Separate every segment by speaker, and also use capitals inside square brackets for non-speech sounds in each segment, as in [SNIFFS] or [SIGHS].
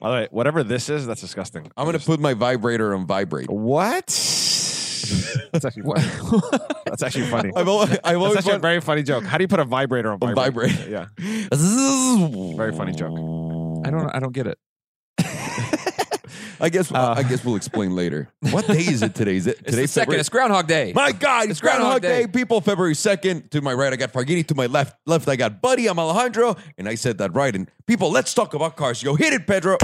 Speaker 1: All right, whatever this is, that's disgusting.
Speaker 2: I'm gonna put my vibrator on vibrate.
Speaker 3: Oh,
Speaker 1: What? [LAUGHS] that's actually funny. that's actually funny.
Speaker 2: [LAUGHS] I've always, I've
Speaker 1: That's
Speaker 2: always
Speaker 1: actually a
Speaker 2: wanted-
Speaker 1: very funny joke. How do you put a vibrator on
Speaker 2: On
Speaker 1: vibrate? [LAUGHS]
Speaker 2: vibrate.
Speaker 1: Yeah.
Speaker 2: very
Speaker 1: Very funny joke.
Speaker 3: I don't. I don't get it.
Speaker 2: I guess
Speaker 1: Uh,
Speaker 2: I guess we'll explain
Speaker 3: [LAUGHS]
Speaker 2: later. What day is it today? Is it
Speaker 3: It's the
Speaker 2: today's
Speaker 3: second.
Speaker 2: February-
Speaker 3: It's Groundhog Day.
Speaker 2: My God, it's Groundhog
Speaker 3: Groundhog
Speaker 2: Day.
Speaker 3: Day.
Speaker 2: people. February second. To my right, I got Fargini. To my left, left I got Buddy. I'm Alejandro, and I said that right. And people, let's talk about cars. Yo, hit it, Pedro.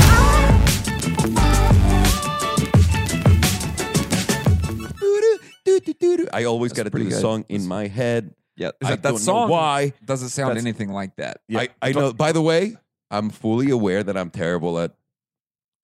Speaker 2: I always got to do
Speaker 3: pretty
Speaker 2: the
Speaker 3: good.
Speaker 2: song in my head.
Speaker 3: yeah,
Speaker 2: I
Speaker 3: that,
Speaker 2: don't
Speaker 3: that
Speaker 2: know
Speaker 3: song
Speaker 2: why.
Speaker 3: doesn't sound
Speaker 1: That's-
Speaker 3: anything like that.
Speaker 1: Yeah.
Speaker 2: I, I know. By the way, I'm fully aware that I'm terrible at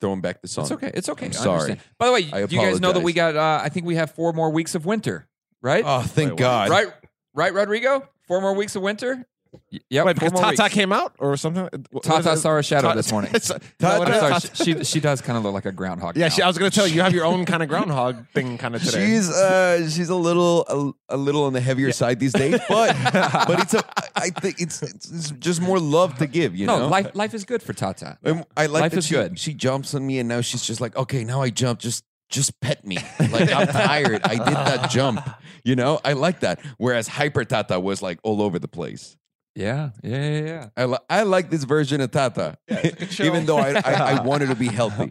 Speaker 2: throwing back the song.
Speaker 3: It's okay. It's okay.
Speaker 2: I'm
Speaker 3: I
Speaker 2: sorry.
Speaker 3: understand. By the way,
Speaker 2: I
Speaker 3: do you guys know that we
Speaker 2: apologize.
Speaker 3: got? Uh, I think we have four more weeks of winter, right?
Speaker 2: Oh, thank
Speaker 1: Wait, what?
Speaker 2: God!
Speaker 3: right, right, Rodrigo. Four more weeks of winter. Y- Yep.
Speaker 1: Wait,
Speaker 3: four
Speaker 1: because
Speaker 3: more
Speaker 1: Tata
Speaker 3: weeks.
Speaker 1: came out or something? What
Speaker 3: Tata
Speaker 1: is it?
Speaker 3: saw her shadow
Speaker 1: Ta- [LAUGHS]
Speaker 3: this morning.
Speaker 1: It's-
Speaker 2: [LAUGHS] Ta-
Speaker 1: no, it
Speaker 3: I'm
Speaker 1: is-
Speaker 3: sorry,
Speaker 1: Tata-
Speaker 3: she, she she does kind of look like a groundhog.
Speaker 1: Yeah,
Speaker 3: now.
Speaker 1: she, I was going to tell you, you have your own kind of groundhog thing kind of today.
Speaker 2: She's uh, she's a little a, a little on the heavier side these days,
Speaker 3: [LAUGHS]
Speaker 2: but but it's a I think it's, it's it's just more love to give, you
Speaker 3: no,
Speaker 2: know.
Speaker 3: life life is good for Tata.
Speaker 2: And I like
Speaker 3: life
Speaker 2: that
Speaker 3: is
Speaker 2: she,
Speaker 3: good.
Speaker 2: She jumps on me, and now she's just like, okay, now I jump. Just just pet me. Like I'm tired. I did that jump. You know, I like that. Whereas Hyper Tata was like all over the place.
Speaker 3: Yeah, yeah, yeah. yeah.
Speaker 2: I, li- I like this version of Tata, [LAUGHS] even though I, I, I wanted to be healthy.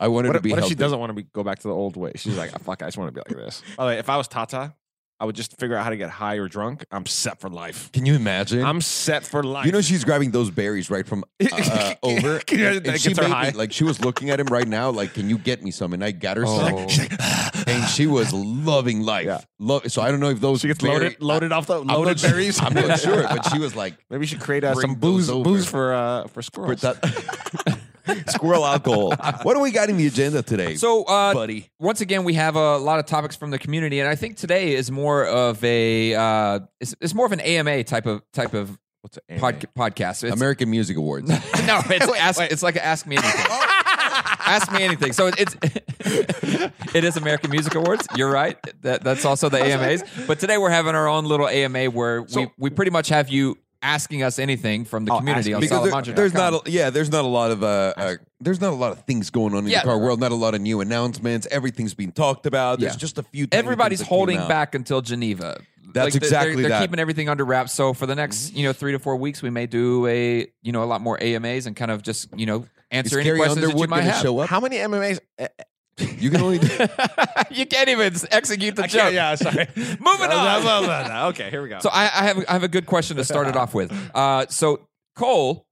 Speaker 2: I wanted
Speaker 1: what
Speaker 2: to
Speaker 1: if,
Speaker 2: be
Speaker 1: what if
Speaker 2: healthy.
Speaker 1: she doesn't want to be, go back to the old way? She's like, "Ah, fuck, I just want to be like this. By the way, if I was Tata, I would just figure out how to get high or drunk. I'm set for life.
Speaker 2: Can you imagine?
Speaker 1: I'm set for life.
Speaker 2: You know she's grabbing those berries
Speaker 1: [LAUGHS]
Speaker 2: right from uh, uh, over.
Speaker 1: Can you imagine
Speaker 2: and
Speaker 1: that
Speaker 2: she
Speaker 1: gets her
Speaker 2: made me-
Speaker 1: high?
Speaker 2: like she was looking at him right now, like, "Can you get me some?" And I got her some,
Speaker 3: Oh.
Speaker 2: and she was loving life.
Speaker 1: Yeah.
Speaker 2: Love. So I don't know if those
Speaker 1: she gets
Speaker 2: berry-
Speaker 1: loaded, loaded off the
Speaker 2: I'm
Speaker 1: loaded
Speaker 2: not sure-
Speaker 1: berries.
Speaker 2: I'm not sure, but she was like
Speaker 1: Maybe you should create uh,
Speaker 2: Bring
Speaker 1: some booze,
Speaker 2: those over.
Speaker 1: booze for uh, for squirrels.
Speaker 2: that- [LAUGHS] squirrel alcohol. What do we got in the agenda today,
Speaker 3: So, uh,
Speaker 2: buddy?
Speaker 3: once again, we have a lot of topics from the community, and I think today is more of a uh, it's, it's more of an AMA type of type of
Speaker 1: What's an
Speaker 3: pod, podcast. It's,
Speaker 2: American
Speaker 1: [LAUGHS]
Speaker 2: Music Awards.
Speaker 3: [LAUGHS] no,
Speaker 2: [LAUGHS]
Speaker 3: it's ask, it's like ask me anything.
Speaker 2: Oh.
Speaker 3: ask me anything. So it's [LAUGHS] it is American Music Awards. You're right. That that's also the AMAs. But today we're having our own little AMA where we,
Speaker 1: So-
Speaker 3: we pretty much have you asking us anything from the
Speaker 1: Oh,
Speaker 3: community
Speaker 1: ask
Speaker 3: on
Speaker 1: me.
Speaker 2: because there-
Speaker 3: Salamanca.com.
Speaker 2: there's not a, yeah there's not a lot of uh, uh there's not a lot of things going on in
Speaker 3: Yeah.
Speaker 2: the car world not a lot of new announcements everything's being talked about there's
Speaker 3: Yeah.
Speaker 2: just a few tiny
Speaker 3: everybody's
Speaker 2: things that came
Speaker 3: holding
Speaker 2: out.
Speaker 3: back until Geneva.
Speaker 2: That's
Speaker 3: they're-
Speaker 2: exactly
Speaker 3: they're, they're
Speaker 2: that. Mm-hmm.
Speaker 3: keeping everything under wraps. So for the next, you know, three to four weeks, we may do a, you know, a lot more AMAs and kind of just, you know,
Speaker 2: Is
Speaker 3: answer any
Speaker 2: Carrie
Speaker 3: questions that you
Speaker 2: Underwood
Speaker 3: might
Speaker 2: gonna
Speaker 3: have.
Speaker 2: show up
Speaker 1: How many MMAs? eh, eh,
Speaker 2: you can only do [LAUGHS]
Speaker 3: [LAUGHS] you can't even execute the
Speaker 1: I
Speaker 3: joke.
Speaker 1: can't- yeah, sorry. Oh,
Speaker 3: Moving on.
Speaker 1: okay, here we go.
Speaker 3: So I, I have I have a good question to start it off
Speaker 2: [LAUGHS]
Speaker 3: with. Uh, so Cole,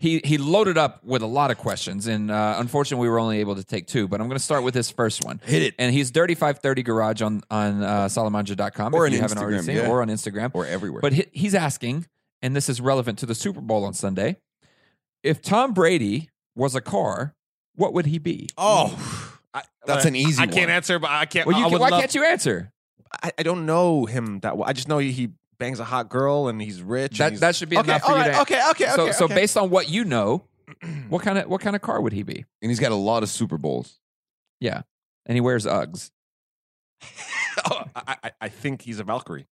Speaker 3: he he loaded up with a lot of questions, and uh, unfortunately, we were only able to take two. But I'm going to start with this first one.
Speaker 2: Hit it.
Speaker 3: And he's dirty five thirty garage on on uh, salamanja.com
Speaker 2: Or
Speaker 3: if
Speaker 2: on
Speaker 3: you haven't already
Speaker 2: Instagram,
Speaker 3: seen
Speaker 2: yeah.
Speaker 3: it, or on Instagram
Speaker 2: or everywhere
Speaker 3: But he, he's asking, and this is relevant to the Super Bowl on Sunday. If Tom Brady was a car, what would he be?
Speaker 2: oh that's
Speaker 3: uh,
Speaker 2: an easy
Speaker 1: I can't
Speaker 2: one.
Speaker 1: answer, but I can't.
Speaker 3: Well, you
Speaker 1: I
Speaker 3: can,
Speaker 1: would
Speaker 3: why
Speaker 1: love-
Speaker 3: can't you answer?
Speaker 1: I, I don't know him that well. I just know he, he bangs a hot girl and he's rich. and
Speaker 3: That
Speaker 1: he's,
Speaker 3: that should be
Speaker 1: okay,
Speaker 3: enough for
Speaker 1: all
Speaker 3: you
Speaker 1: right,
Speaker 3: to.
Speaker 1: okay, okay,
Speaker 3: so
Speaker 1: okay.
Speaker 3: so
Speaker 1: okay.
Speaker 3: based on what
Speaker 1: [CLEARS THROAT]
Speaker 3: you know, what kind of what kind of car would he be?
Speaker 2: and he's got a lot of Super Bowls
Speaker 3: Yeah. And he wears Uggs.
Speaker 1: Oh, I, I, I think he's a Valkyrie.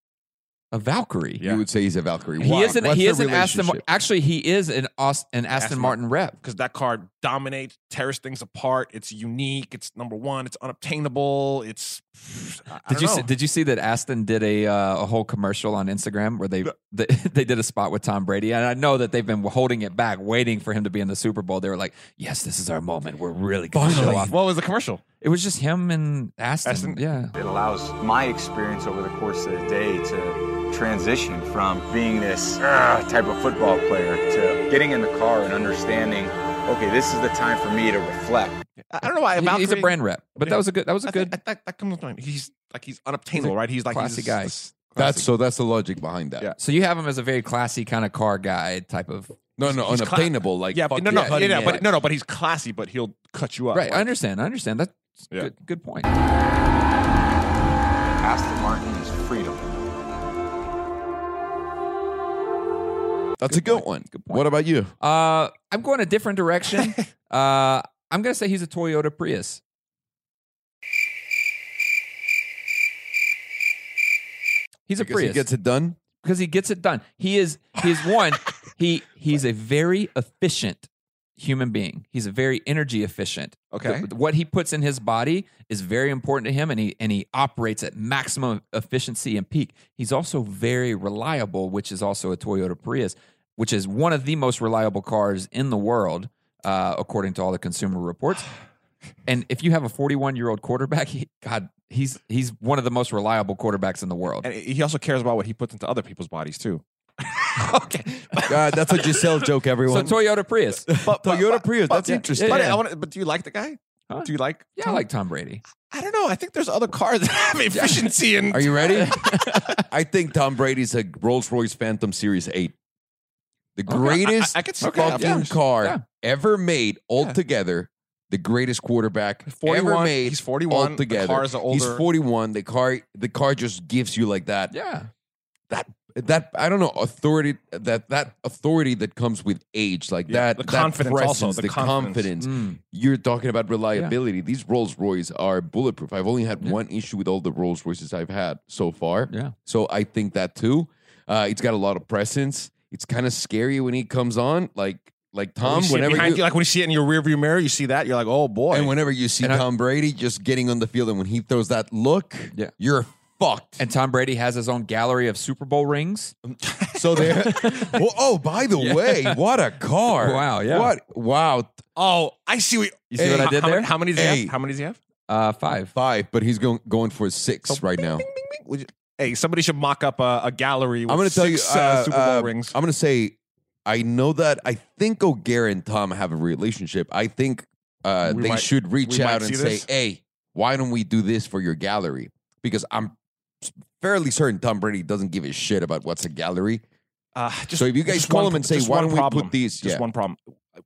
Speaker 3: A Valkyrie.
Speaker 1: Yeah.
Speaker 2: you would say he's a Valkyrie
Speaker 3: He
Speaker 2: Why?
Speaker 3: is an
Speaker 2: What's
Speaker 3: he
Speaker 2: the
Speaker 3: is an Aston Martin.
Speaker 2: relationship?
Speaker 3: Actually, he is an Aust- an Aston,
Speaker 1: Aston
Speaker 3: Martin rep.
Speaker 1: because that car dominates, tears things apart. It's unique. It's number one. It's unobtainable. It's. [SIGHS] I, I
Speaker 3: Did
Speaker 1: don't
Speaker 3: you
Speaker 1: know.
Speaker 3: see, did you see that Aston did a uh, a whole commercial on Instagram where they, [LAUGHS] they they did a spot with Tom Brady and I know that they've been holding it back waiting for him to be in the Super Bowl. They were like, "Yes, this is our moment. We're really going to show off."
Speaker 1: what was the commercial?
Speaker 3: It was just him and Aston.
Speaker 1: Aston-
Speaker 3: Yeah.
Speaker 4: It allows my experience over the course of the day to transition from being this "Ugh," type of football player to getting in the car and understanding, okay, this is the time for me to reflect.
Speaker 1: I, I don't know why.
Speaker 3: He- he's a
Speaker 1: Valkyrie-
Speaker 3: brand rep. But that was a good that was a
Speaker 1: I
Speaker 3: good
Speaker 1: think, I, that, that comes to mind. He's like he's unobtainable, right? He's like
Speaker 3: classy
Speaker 1: he's
Speaker 3: guy.
Speaker 1: this-
Speaker 2: that's
Speaker 1: classy.
Speaker 2: so that's the logic behind that
Speaker 1: Yeah.
Speaker 3: So you have him as a very classy kind of car guy type of
Speaker 2: no no
Speaker 1: He's cla-
Speaker 2: unobtainable like
Speaker 1: yeah, but
Speaker 2: fuck
Speaker 1: no, no,
Speaker 2: yeah.
Speaker 1: yeah,
Speaker 3: cutting
Speaker 1: yeah,
Speaker 3: edge.
Speaker 1: but no, no, but he's classy, but he'll cut you up.
Speaker 3: Right, I
Speaker 1: Like,
Speaker 3: understand. I understand. That's
Speaker 1: Yeah.
Speaker 3: good. Good point.
Speaker 4: Aston Martin is freedom.
Speaker 2: that's a good one
Speaker 3: Good point.
Speaker 2: what about you
Speaker 3: Uh, I'm going a different
Speaker 2: [LAUGHS]
Speaker 3: direction. uh, I'm going to say he's a Toyota Prius. He's a
Speaker 2: Because he
Speaker 3: Prius
Speaker 2: gets it done
Speaker 3: because he gets it done. He is. He's one. he he's a very efficient human being. He's a very energy efficient.
Speaker 1: Okay.
Speaker 3: The- what he puts in his body is very important to him and he and he operates at maximum efficiency and peak. He's also very reliable, which is also a Toyota Prius, which is one of the most reliable cars in the world uh, according to all the consumer
Speaker 1: [SIGHS]
Speaker 3: reports. And if you have a 41-year-old quarterback, he, god, he's he's one of the most reliable quarterbacks in the world.
Speaker 1: And he also cares about what he puts into other people's bodies too. [LAUGHS]
Speaker 3: okay.
Speaker 2: God, that's a Giselle joke,
Speaker 3: [LAUGHS] So
Speaker 2: everyone.
Speaker 3: Toyota Prius.
Speaker 1: But, but- [LAUGHS]
Speaker 2: Toyota
Speaker 1: but-
Speaker 2: Prius,
Speaker 1: but-
Speaker 2: that's
Speaker 1: yeah,
Speaker 2: interesting.
Speaker 1: But,
Speaker 3: Yeah.
Speaker 1: I wanna, but do you like the guy?
Speaker 3: Huh?
Speaker 1: Do you like?
Speaker 3: Yeah, I like Tom Brady.
Speaker 1: I don't know. I think there's other cars that have efficiency and
Speaker 2: Are you
Speaker 3: [LAUGHS]
Speaker 2: ready? I think Tom Brady's a Rolls Royce Phantom Series 8. The
Speaker 3: I- I-
Speaker 2: greatest
Speaker 1: I, I could see that, of
Speaker 2: fucking
Speaker 1: course.
Speaker 2: car
Speaker 3: Yeah.
Speaker 2: ever made altogether. The greatest quarterback ever
Speaker 1: 41,
Speaker 2: made.
Speaker 1: he's 41, the
Speaker 2: altogether.
Speaker 1: cars are
Speaker 2: He's
Speaker 1: older.
Speaker 2: 41. The car, the car just gives you like that.
Speaker 3: Yeah.
Speaker 2: That that I don't know authority that that authority that comes with age like
Speaker 1: Yeah,
Speaker 2: that
Speaker 1: the
Speaker 2: that
Speaker 1: confidence also,
Speaker 2: presence,
Speaker 1: the
Speaker 2: the
Speaker 1: confidence.
Speaker 3: Mm,
Speaker 1: Mm.
Speaker 2: confidence. You're talking about reliability. These Rolls Royces are bulletproof. I've only had
Speaker 3: Yeah.
Speaker 2: one issue with all the Rolls Royces I've had so far.
Speaker 3: Yeah.
Speaker 2: So I think that too. Uh, it's got a lot of presence. It's kind of scary when he comes on, like like
Speaker 1: When
Speaker 2: Tom.
Speaker 1: you see it
Speaker 2: Whenever
Speaker 1: behind
Speaker 2: you,
Speaker 1: you, like when you see it in your rearview mirror, you see that you're like, oh boy.
Speaker 2: and whenever you see
Speaker 3: And I-
Speaker 2: Tom Brady just getting on the field, and when he throws that look,
Speaker 3: Yeah.
Speaker 2: you're fucked.
Speaker 3: And Tom Brady has his own gallery of Super Bowl rings.
Speaker 1: [LAUGHS]
Speaker 2: so there. well, oh, by the way, what a car!
Speaker 3: Oh, Wow, yeah.
Speaker 2: What? Wow,
Speaker 1: oh, I see. What,
Speaker 3: You see what I did
Speaker 1: how,
Speaker 3: there?
Speaker 1: How many does he
Speaker 2: Hey.
Speaker 1: have? How many does he have?
Speaker 3: Uh, five.
Speaker 2: five, but he's going going for six
Speaker 1: So,
Speaker 2: right now.
Speaker 1: Would you- hey, somebody should mock up a, a gallery. With
Speaker 2: Oh. I'm going to tell you,
Speaker 1: six,
Speaker 2: uh,
Speaker 1: uh, Super Bowl
Speaker 2: uh,
Speaker 1: rings.
Speaker 2: I'm going to say, I know that I think O'Gara and Tom have a relationship. I think uh,
Speaker 1: We
Speaker 2: they
Speaker 1: might-
Speaker 2: should reach
Speaker 1: we might
Speaker 2: out and
Speaker 1: see
Speaker 2: say,
Speaker 1: this.
Speaker 2: "Hey, why don't we do this for your gallery?" Because I'm fairly certain Tom Brady doesn't give a shit about what's a gallery.
Speaker 1: Uh, just,
Speaker 2: so if you guys
Speaker 1: just
Speaker 2: call
Speaker 1: one-
Speaker 2: him and say,
Speaker 1: just
Speaker 2: "Why
Speaker 1: one
Speaker 2: don't we
Speaker 1: problem.
Speaker 2: put these?"
Speaker 1: Just
Speaker 2: yeah.
Speaker 1: one problem.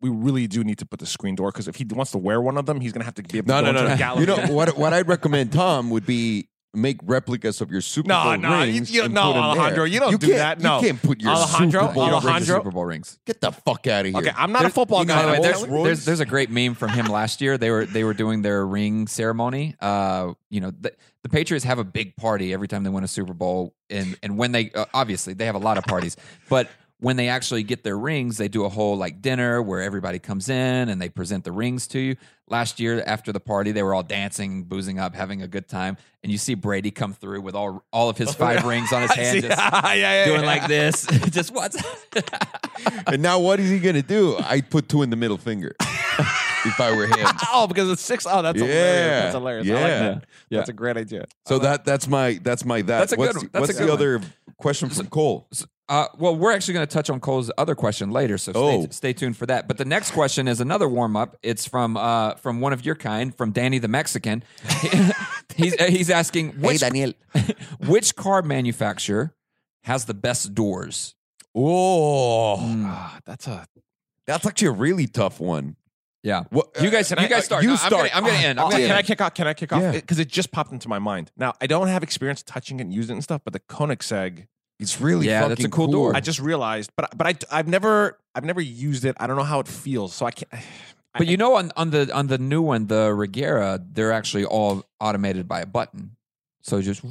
Speaker 1: We really do need to put the screen door because if he wants to wear one of them, he's gonna have to give
Speaker 2: No,
Speaker 1: the
Speaker 2: no, no,
Speaker 1: the
Speaker 2: no.
Speaker 1: gallery.
Speaker 2: You
Speaker 1: [LAUGHS]
Speaker 2: know [LAUGHS] what? What I'd recommend Tom would be make replicas of your Super
Speaker 1: No,
Speaker 2: Bowl
Speaker 1: no, you-
Speaker 2: rings.
Speaker 1: you-
Speaker 2: and
Speaker 1: no,
Speaker 2: put 'em there.
Speaker 1: Alejandro, you don't do
Speaker 2: can't-
Speaker 1: that. No.
Speaker 2: you can't put your
Speaker 1: Alejandro,
Speaker 2: Super Bowl rings.
Speaker 1: Alejandro-
Speaker 3: Super Bowl rings.
Speaker 2: Get the fuck out of here.
Speaker 1: okay, I'm not a football
Speaker 2: you know,
Speaker 1: guy.
Speaker 2: by the
Speaker 1: I'm
Speaker 2: way,
Speaker 1: telling
Speaker 2: there's-
Speaker 1: you.
Speaker 2: Rolls?
Speaker 3: There's there's a great meme from him last year. They were they were doing their ring ceremony. Uh, you know, the, the Patriots have a big party every time they win a Super Bowl, and and when they uh, obviously they have a lot of parties, but when they actually get their rings, they do a whole like dinner where everybody comes in and they present the rings to you. Last year after the party, they were all dancing, boozing up, having a good time, and you see Brady come through with all all of
Speaker 2: Oh,
Speaker 3: his five
Speaker 2: [LAUGHS]
Speaker 3: rings on his
Speaker 1: [LAUGHS]
Speaker 3: hand, just
Speaker 1: yeah, yeah,
Speaker 3: doing
Speaker 1: yeah.
Speaker 3: like this, [LAUGHS] just what's
Speaker 2: [LAUGHS]
Speaker 1: [LAUGHS]
Speaker 2: And now what is he gonna do? I'd put two in the middle finger [LAUGHS] if I were him.
Speaker 1: Oh, because it's six. Oh, that's
Speaker 2: Yeah.
Speaker 1: hilarious. That's hilarious. I like
Speaker 2: Yeah.
Speaker 1: that. That's a great idea.
Speaker 2: So that that's my that's my that.
Speaker 3: That's a
Speaker 2: what's
Speaker 3: good-
Speaker 2: the-
Speaker 3: that's
Speaker 2: what's
Speaker 3: a good
Speaker 2: the
Speaker 3: one.
Speaker 2: other question from Cole?
Speaker 3: Uh, well, we're actually going to touch on Cole's other question later, so stay,
Speaker 2: Oh.
Speaker 3: stay tuned for that. But the next question is another warm up. It's from uh, from one of your kind, from Danny the Mexican. [LAUGHS] he's uh, he's asking which
Speaker 2: Daniel.
Speaker 3: which car manufacturer has the best doors? Hmm.
Speaker 2: Oh,
Speaker 1: Ah, that's a.
Speaker 2: that's actually a really tough one.
Speaker 3: Yeah,
Speaker 2: What,
Speaker 3: you guys,
Speaker 2: uh,
Speaker 3: you guys start.
Speaker 2: You
Speaker 3: No, I'm
Speaker 2: start.
Speaker 3: gonna- I'm going to end. I'm
Speaker 1: Oh,
Speaker 3: gonna
Speaker 1: can I
Speaker 3: end.
Speaker 1: kick off? Can I kick off?
Speaker 2: Yeah.
Speaker 1: Because it just popped into my mind. Now I don't have experience touching it and using it and stuff, but the Koenigsegg,
Speaker 2: it's really
Speaker 3: Yeah, that's
Speaker 2: fucking
Speaker 3: a cool door.
Speaker 1: I just realized. But but I I've never I've never used it. I don't know how it feels, so I can't. [SIGHS]
Speaker 3: But you know, on on the on the new one, the Regera, they're actually all automated by a button. So just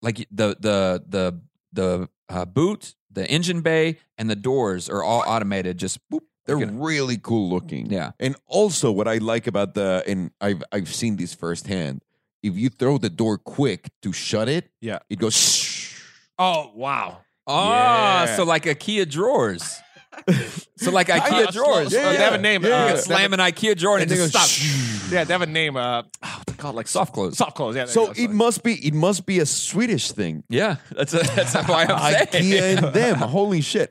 Speaker 3: like the the the the uh, boot, the engine bay, and the doors are all automated. Just boop.
Speaker 2: They're
Speaker 3: You can-
Speaker 2: really cool looking.
Speaker 3: Yeah.
Speaker 2: And also what I like about the and I've I've seen this firsthand. If you throw the door quick to shut it,
Speaker 1: Yeah.
Speaker 2: it goes. Shh.
Speaker 1: Oh wow.
Speaker 3: Oh,
Speaker 2: Yeah.
Speaker 3: so like IKEA [LAUGHS] drawers. so like IKEA drawers.
Speaker 1: Yeah,
Speaker 2: Yeah,
Speaker 1: they have a name.
Speaker 2: yeah.
Speaker 1: uh,
Speaker 3: You
Speaker 1: they
Speaker 3: can
Speaker 1: have
Speaker 3: slam
Speaker 1: a-
Speaker 3: an IKEA drawer and,
Speaker 2: they
Speaker 3: just
Speaker 2: go,
Speaker 3: stop.
Speaker 2: "Shh."
Speaker 1: Yeah, they have a name. Uh, oh, what they call it, like
Speaker 3: [LAUGHS] Soft close.
Speaker 1: soft close. Yeah. there you
Speaker 2: So
Speaker 1: go,
Speaker 2: it must be it must be a Swedish thing.
Speaker 3: Yeah, that's a, [LAUGHS] that's why [LAUGHS] I'm saying.
Speaker 2: IKEA and them. Holy shit.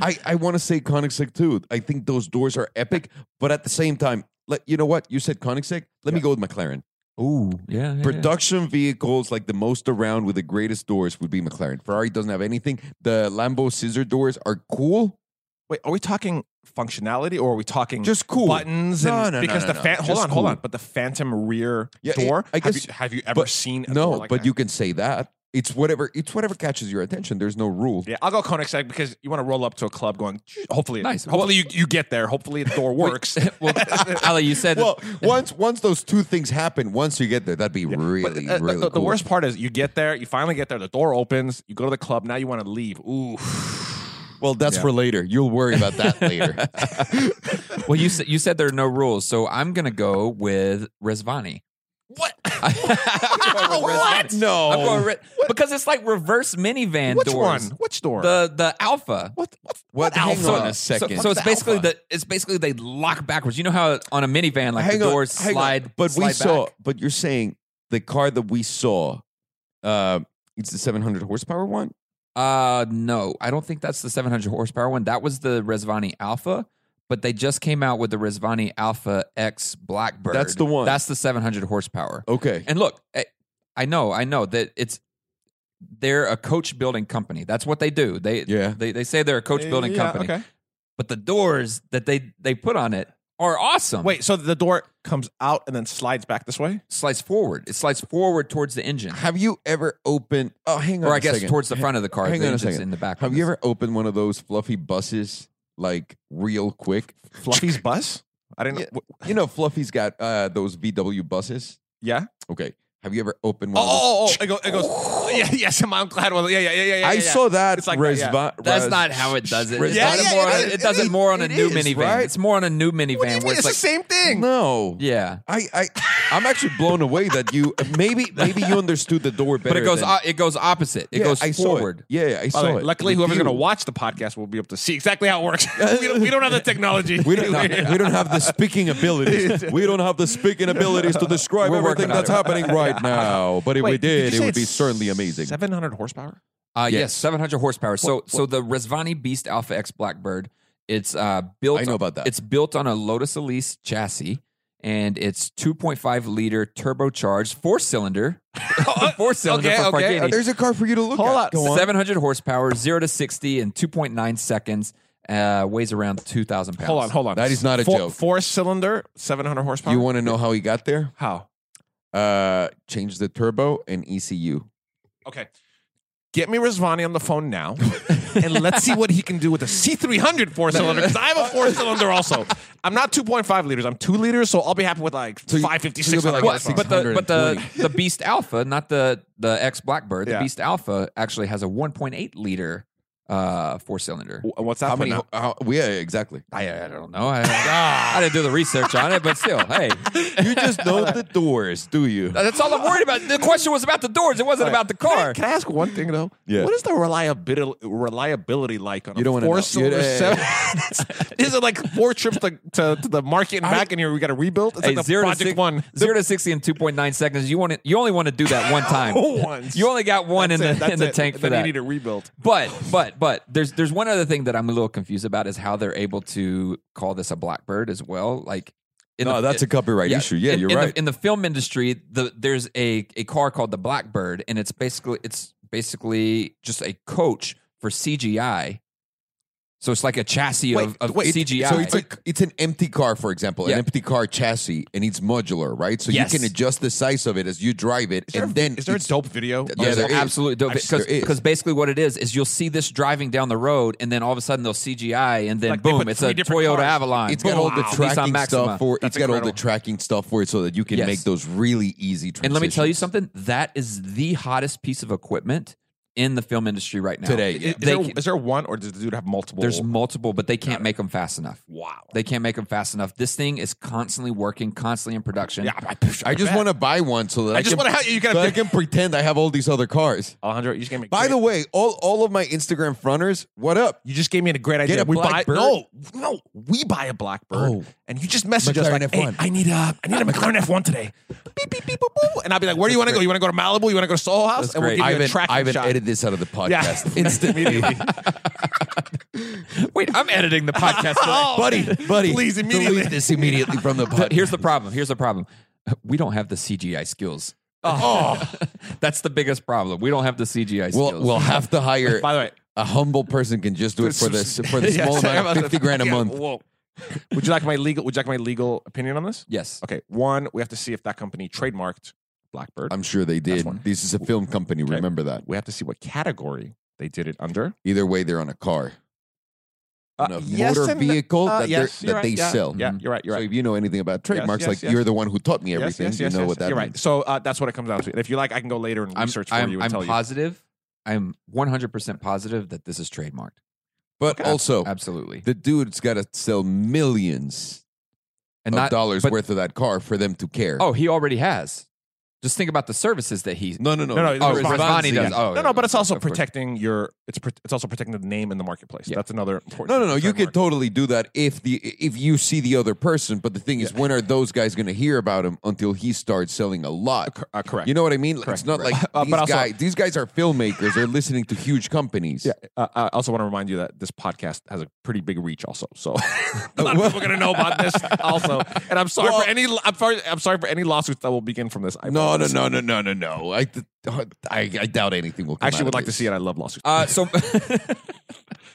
Speaker 2: I, I want to say Koenigsegg too. I think those doors are epic, but at the same time, let, you know what? You said Koenigsegg. Let me go with McLaren.
Speaker 3: Ooh, yeah, yeah, yeah.
Speaker 2: Production vehicles like the most around with the greatest doors would be McLaren. Ferrari doesn't have anything. The Lambo scissor doors are cool,
Speaker 1: Wait, are we talking functionality or are we talking
Speaker 2: just cool.
Speaker 1: buttons?
Speaker 2: No,
Speaker 1: and,
Speaker 2: no, no,
Speaker 1: because
Speaker 2: no,
Speaker 1: the
Speaker 2: no.
Speaker 1: fan, hold
Speaker 2: Just
Speaker 1: on, hold
Speaker 2: cool.
Speaker 1: on. But the phantom rear
Speaker 2: Yeah, it-
Speaker 1: door.
Speaker 2: I
Speaker 1: Have
Speaker 2: guess-
Speaker 1: you, have you ever
Speaker 2: but-
Speaker 1: seen? A
Speaker 2: no,
Speaker 1: door like
Speaker 2: but
Speaker 1: that?
Speaker 2: you can say that. It's whatever. It's whatever catches your attention. There's no rule.
Speaker 1: Yeah, I'll go Koenigsegg because you want to roll up to a club going. Hopefully,
Speaker 3: Nice.
Speaker 1: Hopefully, you, you get there. Hopefully, the
Speaker 2: [LAUGHS]
Speaker 1: door works. [LAUGHS]
Speaker 3: well, Ali, you said
Speaker 2: Well, once once those two things happen, once you get there, that'd be really,
Speaker 1: But, uh, the,
Speaker 2: really
Speaker 1: the
Speaker 2: cool.
Speaker 1: worst part is you get there, you finally get there, the door opens, you go to the club. Now you want to leave. Ooh,
Speaker 2: Well, that's
Speaker 1: Yeah.
Speaker 2: for later. You'll worry about
Speaker 1: [LAUGHS]
Speaker 2: that later.
Speaker 3: Well, you said you said there are no rules, so I'm gonna go with Rizvani. [LAUGHS]
Speaker 1: [LAUGHS]
Speaker 2: What? [LAUGHS]
Speaker 3: I'm going with Rizvani.
Speaker 2: No.
Speaker 3: I'm
Speaker 1: Oh.
Speaker 3: going with- because it's like reverse minivan
Speaker 1: Which
Speaker 3: doors.
Speaker 1: one? Which door?
Speaker 3: The the Alpha.
Speaker 1: what? What?
Speaker 2: what? Hang
Speaker 3: So-
Speaker 2: on a
Speaker 3: so-
Speaker 2: second.
Speaker 3: So, it's basically the it's basically they lock backwards. You know how on a minivan like
Speaker 2: Hang
Speaker 3: the
Speaker 2: on,
Speaker 3: doors
Speaker 2: hang on.
Speaker 3: slide,
Speaker 2: But we
Speaker 3: slide
Speaker 2: saw.
Speaker 3: back.
Speaker 2: But you're saying the car that we saw, uh, it's the 700 horsepower one.
Speaker 3: Uh no, I don't think that's the 700 horsepower one. That was the Resvani Alpha, but they just came out with the Resvani Alpha X Blackbird.
Speaker 2: That's the one.
Speaker 3: That's the 700 horsepower.
Speaker 2: Okay.
Speaker 3: And look, I, I know, I know that it's they're a coach building company. That's what they do. They
Speaker 2: Yeah. Eh,
Speaker 3: they, they say they're a coach building
Speaker 1: Yeah,
Speaker 3: company,
Speaker 1: Okay.
Speaker 3: but the doors that they they put on it are awesome.
Speaker 1: Wait, so the door comes out and then slides back this way?
Speaker 3: slides forward. It slides forward towards the engine,
Speaker 2: Have you ever opened? Oh, hang on.
Speaker 3: or
Speaker 2: I
Speaker 3: I guess towards the front of the car.
Speaker 2: hang
Speaker 3: the
Speaker 2: on a
Speaker 3: engine's
Speaker 2: second.
Speaker 3: in the back.
Speaker 2: Have you ever opened one of those fluffy buses like real quick?
Speaker 1: Fluffy's bus? I didn't. Yeah.
Speaker 2: You know, Fluffy's got uh, those VW buses.
Speaker 1: yeah?
Speaker 2: Okay. Have you ever opened
Speaker 1: Oh,
Speaker 2: one?
Speaker 1: oh,
Speaker 2: of
Speaker 1: oh, oh, it goes. It goes [LAUGHS] yeah, yes, I'm glad. Well, yeah, yeah, yeah, yeah,
Speaker 2: those?
Speaker 1: yeah.
Speaker 2: I
Speaker 1: yeah.
Speaker 2: saw that.
Speaker 1: It's like that,
Speaker 2: res-
Speaker 1: yeah.
Speaker 2: va-
Speaker 3: That's
Speaker 2: res-
Speaker 3: not how it does it.
Speaker 2: res-
Speaker 3: It
Speaker 1: Yeah,
Speaker 3: does it
Speaker 1: yeah, it
Speaker 3: more on a-
Speaker 1: is,
Speaker 3: it does it more on a
Speaker 2: it
Speaker 3: new
Speaker 2: is,
Speaker 3: minivan.
Speaker 2: right?
Speaker 3: It's more on a new minivan
Speaker 1: What do you mean?
Speaker 3: where
Speaker 1: It's,
Speaker 3: it's
Speaker 1: the
Speaker 3: like,
Speaker 1: same thing.
Speaker 2: "Mm, No.
Speaker 3: yeah.
Speaker 2: I, I, I'm actually blown away that you maybe maybe you understood the door better.
Speaker 3: But it goes
Speaker 2: than-
Speaker 3: o- it goes opposite. It
Speaker 2: Yeah,
Speaker 3: goes
Speaker 2: I saw it.
Speaker 3: forward.
Speaker 2: Yeah, yeah, I
Speaker 1: By
Speaker 2: saw
Speaker 1: the way,
Speaker 2: it.
Speaker 1: luckily,
Speaker 2: With
Speaker 1: whoever's
Speaker 2: you.
Speaker 1: going to watch the podcast will be able to see exactly how it
Speaker 2: [LAUGHS]
Speaker 1: works. we, don't, we don't have the technology. [LAUGHS]
Speaker 2: We don't, have, we don't have the speaking
Speaker 3: [LAUGHS]
Speaker 2: abilities. We don't have the speaking abilities to describe
Speaker 3: We're
Speaker 2: everything
Speaker 3: working on
Speaker 2: that's
Speaker 3: it.
Speaker 2: happening
Speaker 3: [LAUGHS]
Speaker 2: right now. But if we did, it would be certainly amazing.
Speaker 1: 700 [LAUGHS] horsepower?
Speaker 3: Uh, yes.
Speaker 2: Yes.
Speaker 3: 700 horsepower. So so the Resvani Beast Alpha X Blackbird, it's uh, built.
Speaker 2: I know
Speaker 3: on-
Speaker 2: about that.
Speaker 3: It's built on a Lotus Elise chassis, and it's 2.5 liter turbocharged four cylinder, four cylinder
Speaker 1: Oh, uh, okay,
Speaker 3: for
Speaker 1: okay.
Speaker 3: Fargini.
Speaker 2: There's a car for you to look
Speaker 1: Hold
Speaker 2: at.
Speaker 1: on.
Speaker 2: [LAUGHS] Go on.
Speaker 3: 700 horsepower, zero to sixty in 2.9 seconds. Uh, weighs around 2,000 pounds.
Speaker 1: Hold on, hold on.
Speaker 2: That is not a
Speaker 1: four,
Speaker 2: joke.
Speaker 1: Four cylinder, 700 horsepower?
Speaker 2: You want to know how he got there?
Speaker 1: how?
Speaker 2: Uh, change the turbo E and ECU.
Speaker 1: Okay. Get me Rizvani on the phone now,
Speaker 2: [LAUGHS]
Speaker 1: and let's see what he can do with a C300 four
Speaker 2: [LAUGHS]
Speaker 1: cylinder. Because I have a four cylinder also. I'm not 2.5 liters. I'm two liters, so I'll be happy with like
Speaker 2: you-
Speaker 1: 550,
Speaker 2: so you'll be
Speaker 1: 600
Speaker 2: like,
Speaker 3: Well,
Speaker 2: what,
Speaker 1: horsepower.
Speaker 3: but the but the [LAUGHS] the Beast Alpha, not the the X Blackbird,
Speaker 1: Yeah.
Speaker 3: the Beast Alpha actually has a 1.8 liter uh, four cylinder.
Speaker 1: W- What's that?
Speaker 2: How
Speaker 1: putting
Speaker 2: many?
Speaker 1: out?
Speaker 2: How, yeah, exactly.
Speaker 3: I, I don't know. I, I didn't do the research on it, but still, hey,
Speaker 2: You just know
Speaker 3: [LAUGHS]
Speaker 2: the doors, do you?
Speaker 3: that's all I'm worried about. The question was about the doors; it wasn't about the car.
Speaker 1: Can I ask one thing though?
Speaker 2: Yeah.
Speaker 1: What is the reliability reliability like on
Speaker 2: You don't
Speaker 1: a
Speaker 2: wanna know.
Speaker 1: four cylinder?
Speaker 2: Yeah, yeah, yeah.
Speaker 1: [LAUGHS] seven- Is it like four trips to, to, to the market and back, and here we got to rebuild? It's
Speaker 3: Hey,
Speaker 1: like the
Speaker 3: zero to
Speaker 1: project
Speaker 2: [LAUGHS]
Speaker 3: six-
Speaker 1: one.
Speaker 3: zero to sixty in two point nine seconds. You want it, You only want to do
Speaker 1: [LAUGHS]
Speaker 3: that one time.
Speaker 1: Once.
Speaker 3: You only got one
Speaker 1: That's
Speaker 3: in
Speaker 1: it,
Speaker 3: the
Speaker 1: that's
Speaker 3: in the
Speaker 1: it.
Speaker 3: tank for
Speaker 1: then
Speaker 3: that.
Speaker 1: You need to rebuild.
Speaker 3: But but but there's there's one other thing that I'm a little confused about is how they're able to call this a blackbird as well. Like, in
Speaker 2: no,
Speaker 3: the-
Speaker 2: that's a copyright
Speaker 3: Yeah,
Speaker 2: issue. Yeah,
Speaker 3: in-
Speaker 2: you're
Speaker 3: in
Speaker 2: right.
Speaker 3: The, in the film industry, the, there's a, a car called the Blackbird, and it's basically it's basically just a coach for CGI. So it's like a chassis of,
Speaker 1: Wait,
Speaker 3: of
Speaker 1: wait,
Speaker 3: CGI.
Speaker 2: So it's a, it's an empty car, for example,
Speaker 3: Yeah.
Speaker 2: an empty car chassis, and it's modular, right? So
Speaker 3: Yes.
Speaker 2: you can adjust the size of it as you drive it,
Speaker 1: Is there,
Speaker 2: and then
Speaker 1: is there a
Speaker 2: it's-
Speaker 1: dope video?
Speaker 2: yeah,
Speaker 1: Is
Speaker 2: there
Speaker 1: there-
Speaker 2: is.
Speaker 3: absolutely dope
Speaker 2: I've- there is.
Speaker 3: because basically what it is is you'll see this driving down the road, and then all of a sudden they'll CGI, and then
Speaker 1: Like they
Speaker 3: boom,
Speaker 1: put
Speaker 3: it's
Speaker 1: three
Speaker 3: a
Speaker 1: different
Speaker 3: Toyota
Speaker 1: cars.
Speaker 3: Avalon.
Speaker 2: It's got all the
Speaker 3: Wow.
Speaker 2: tracking
Speaker 3: Nissan Maxima.
Speaker 2: stuff for.
Speaker 1: That's
Speaker 2: it's got all the
Speaker 1: incredible.
Speaker 2: tracking stuff for it, so that you can
Speaker 3: Yes.
Speaker 2: make those really easy transitions.
Speaker 3: And let me tell you something. That is the hottest piece of equipment in the film industry right now
Speaker 2: Today, yeah.
Speaker 1: Is, is
Speaker 3: They
Speaker 1: there-
Speaker 3: can-
Speaker 1: is there one, or does the dude have multiple?
Speaker 3: There's multiple, but they can't make them fast enough.
Speaker 1: wow.
Speaker 3: They can't make them fast enough. This thing is constantly working, constantly in production.
Speaker 1: yeah, I,
Speaker 2: I just want to buy one so that I,
Speaker 1: I just
Speaker 2: can-
Speaker 1: wanna have- you gotta
Speaker 2: so I
Speaker 1: pick-
Speaker 2: can pretend I have all these other cars.
Speaker 1: Alejandro, you just gave me. a
Speaker 2: By
Speaker 1: great-
Speaker 2: the way, all all of my Instagram fronters, what up?
Speaker 1: You just gave me a great idea.
Speaker 2: a
Speaker 1: we
Speaker 2: black
Speaker 1: buy
Speaker 2: bird?
Speaker 1: no, no. We buy a blackbird,
Speaker 2: Oh.
Speaker 1: and you just message us
Speaker 2: McLaren
Speaker 1: like, hey,
Speaker 2: F1.
Speaker 1: "I need a, I need a McLaren F1 today." Beep beep beep boop, boop. And I'll be like, "Where do you want to go? You want to go to Malibu? You want to go to Soho House?" and
Speaker 3: great.
Speaker 1: we'll give you a
Speaker 2: Ivan,
Speaker 1: tracking
Speaker 2: Ivan,
Speaker 1: shot.
Speaker 2: edit this out of the
Speaker 1: yeah,
Speaker 2: podcast. [LAUGHS]
Speaker 1: [LAUGHS] instantly,
Speaker 3: Wait, I'm editing the podcast.
Speaker 1: Oh,
Speaker 2: [LAUGHS] buddy, buddy,
Speaker 1: Please immediately.
Speaker 2: delete this immediately from the podcast.
Speaker 3: But here's the problem. Here's the problem. We don't have the CGI skills.
Speaker 1: Oh,
Speaker 3: That's the biggest problem. We don't have the CGI
Speaker 2: We'll,
Speaker 3: skills.
Speaker 2: we'll have to hire
Speaker 1: by the way,
Speaker 2: a humble person can just do it for this for
Speaker 1: [LAUGHS]
Speaker 2: the
Speaker 1: Yeah,
Speaker 2: small
Speaker 1: sorry
Speaker 2: amount
Speaker 1: about that.
Speaker 2: of fifty grand a
Speaker 1: Yeah,
Speaker 2: month.
Speaker 1: Whoa. Would you like my legal? Would you like my legal opinion on this?
Speaker 3: yes.
Speaker 1: Okay, one, we have to see if that company trademarked Blackbird.
Speaker 2: I'm sure they did.
Speaker 1: one.
Speaker 2: This is a film company. Remember that.
Speaker 1: we have to see what category they did it under.
Speaker 2: Either way, they're on a car, on a motor
Speaker 1: Uh, and-
Speaker 2: vehicle
Speaker 1: uh,
Speaker 2: that,
Speaker 1: yes,
Speaker 2: they're-
Speaker 1: you're
Speaker 2: that
Speaker 1: right,
Speaker 2: they
Speaker 1: yeah,
Speaker 2: sell. Mm-hmm. hmm?
Speaker 1: Yeah, you're right. You're
Speaker 2: So
Speaker 1: right.
Speaker 2: if you know anything about trademarks,
Speaker 1: yes,
Speaker 2: like
Speaker 1: yes.
Speaker 2: you're the one who taught me everything, you know what that
Speaker 1: You're right.
Speaker 2: means.
Speaker 1: So uh, that's what it comes down to. And if you like, I can go later and
Speaker 3: I'm,
Speaker 1: research for
Speaker 3: I'm,
Speaker 1: you and
Speaker 3: I'm
Speaker 1: tell you.
Speaker 3: positive. I'm 100% positive that this is trademarked.
Speaker 2: But also,
Speaker 3: Absolutely.
Speaker 2: Oh. the dude's got to sell millions
Speaker 3: And
Speaker 2: of
Speaker 3: not
Speaker 2: dollars
Speaker 3: but-
Speaker 2: worth of that car for them to care.
Speaker 3: Oh, he already has. Just think about the services that he.
Speaker 2: no, no, no,
Speaker 1: No, no,
Speaker 3: Oh,
Speaker 1: Responsi-
Speaker 3: Resvani
Speaker 2: yeah.
Speaker 3: does. Oh,
Speaker 1: no, no, but it's
Speaker 3: of
Speaker 1: also
Speaker 3: course.
Speaker 1: protecting your. It's pro- it's also protecting the name in the marketplace.
Speaker 3: Yeah.
Speaker 1: That's another important.
Speaker 2: No, no, no. You
Speaker 1: trademark.
Speaker 2: could totally do that if the if you see the other person. But the thing is, when are those guys going to hear about him until he starts selling a lot?
Speaker 1: uh, correct.
Speaker 2: You know what I mean? it's not like
Speaker 1: [LAUGHS] Uh,
Speaker 2: these
Speaker 1: but also-
Speaker 2: guys. These guys are filmmakers. They're listening to huge companies.
Speaker 1: Yeah. Uh, I also want to remind you that this podcast has a pretty big reach, also. So [LAUGHS] a lot of people are going to know about this,
Speaker 2: [LAUGHS]
Speaker 1: also. And I'm sorry
Speaker 2: Oh, Well-
Speaker 1: for any. I'm sorry. I'm sorry for any lawsuits that will begin from this. I
Speaker 2: No, no, no, no, no, no, no. I, I, I doubt anything will.
Speaker 1: I
Speaker 2: Come
Speaker 1: actually would like to see it. I love lawsuits.
Speaker 2: [LAUGHS]
Speaker 3: Uh, so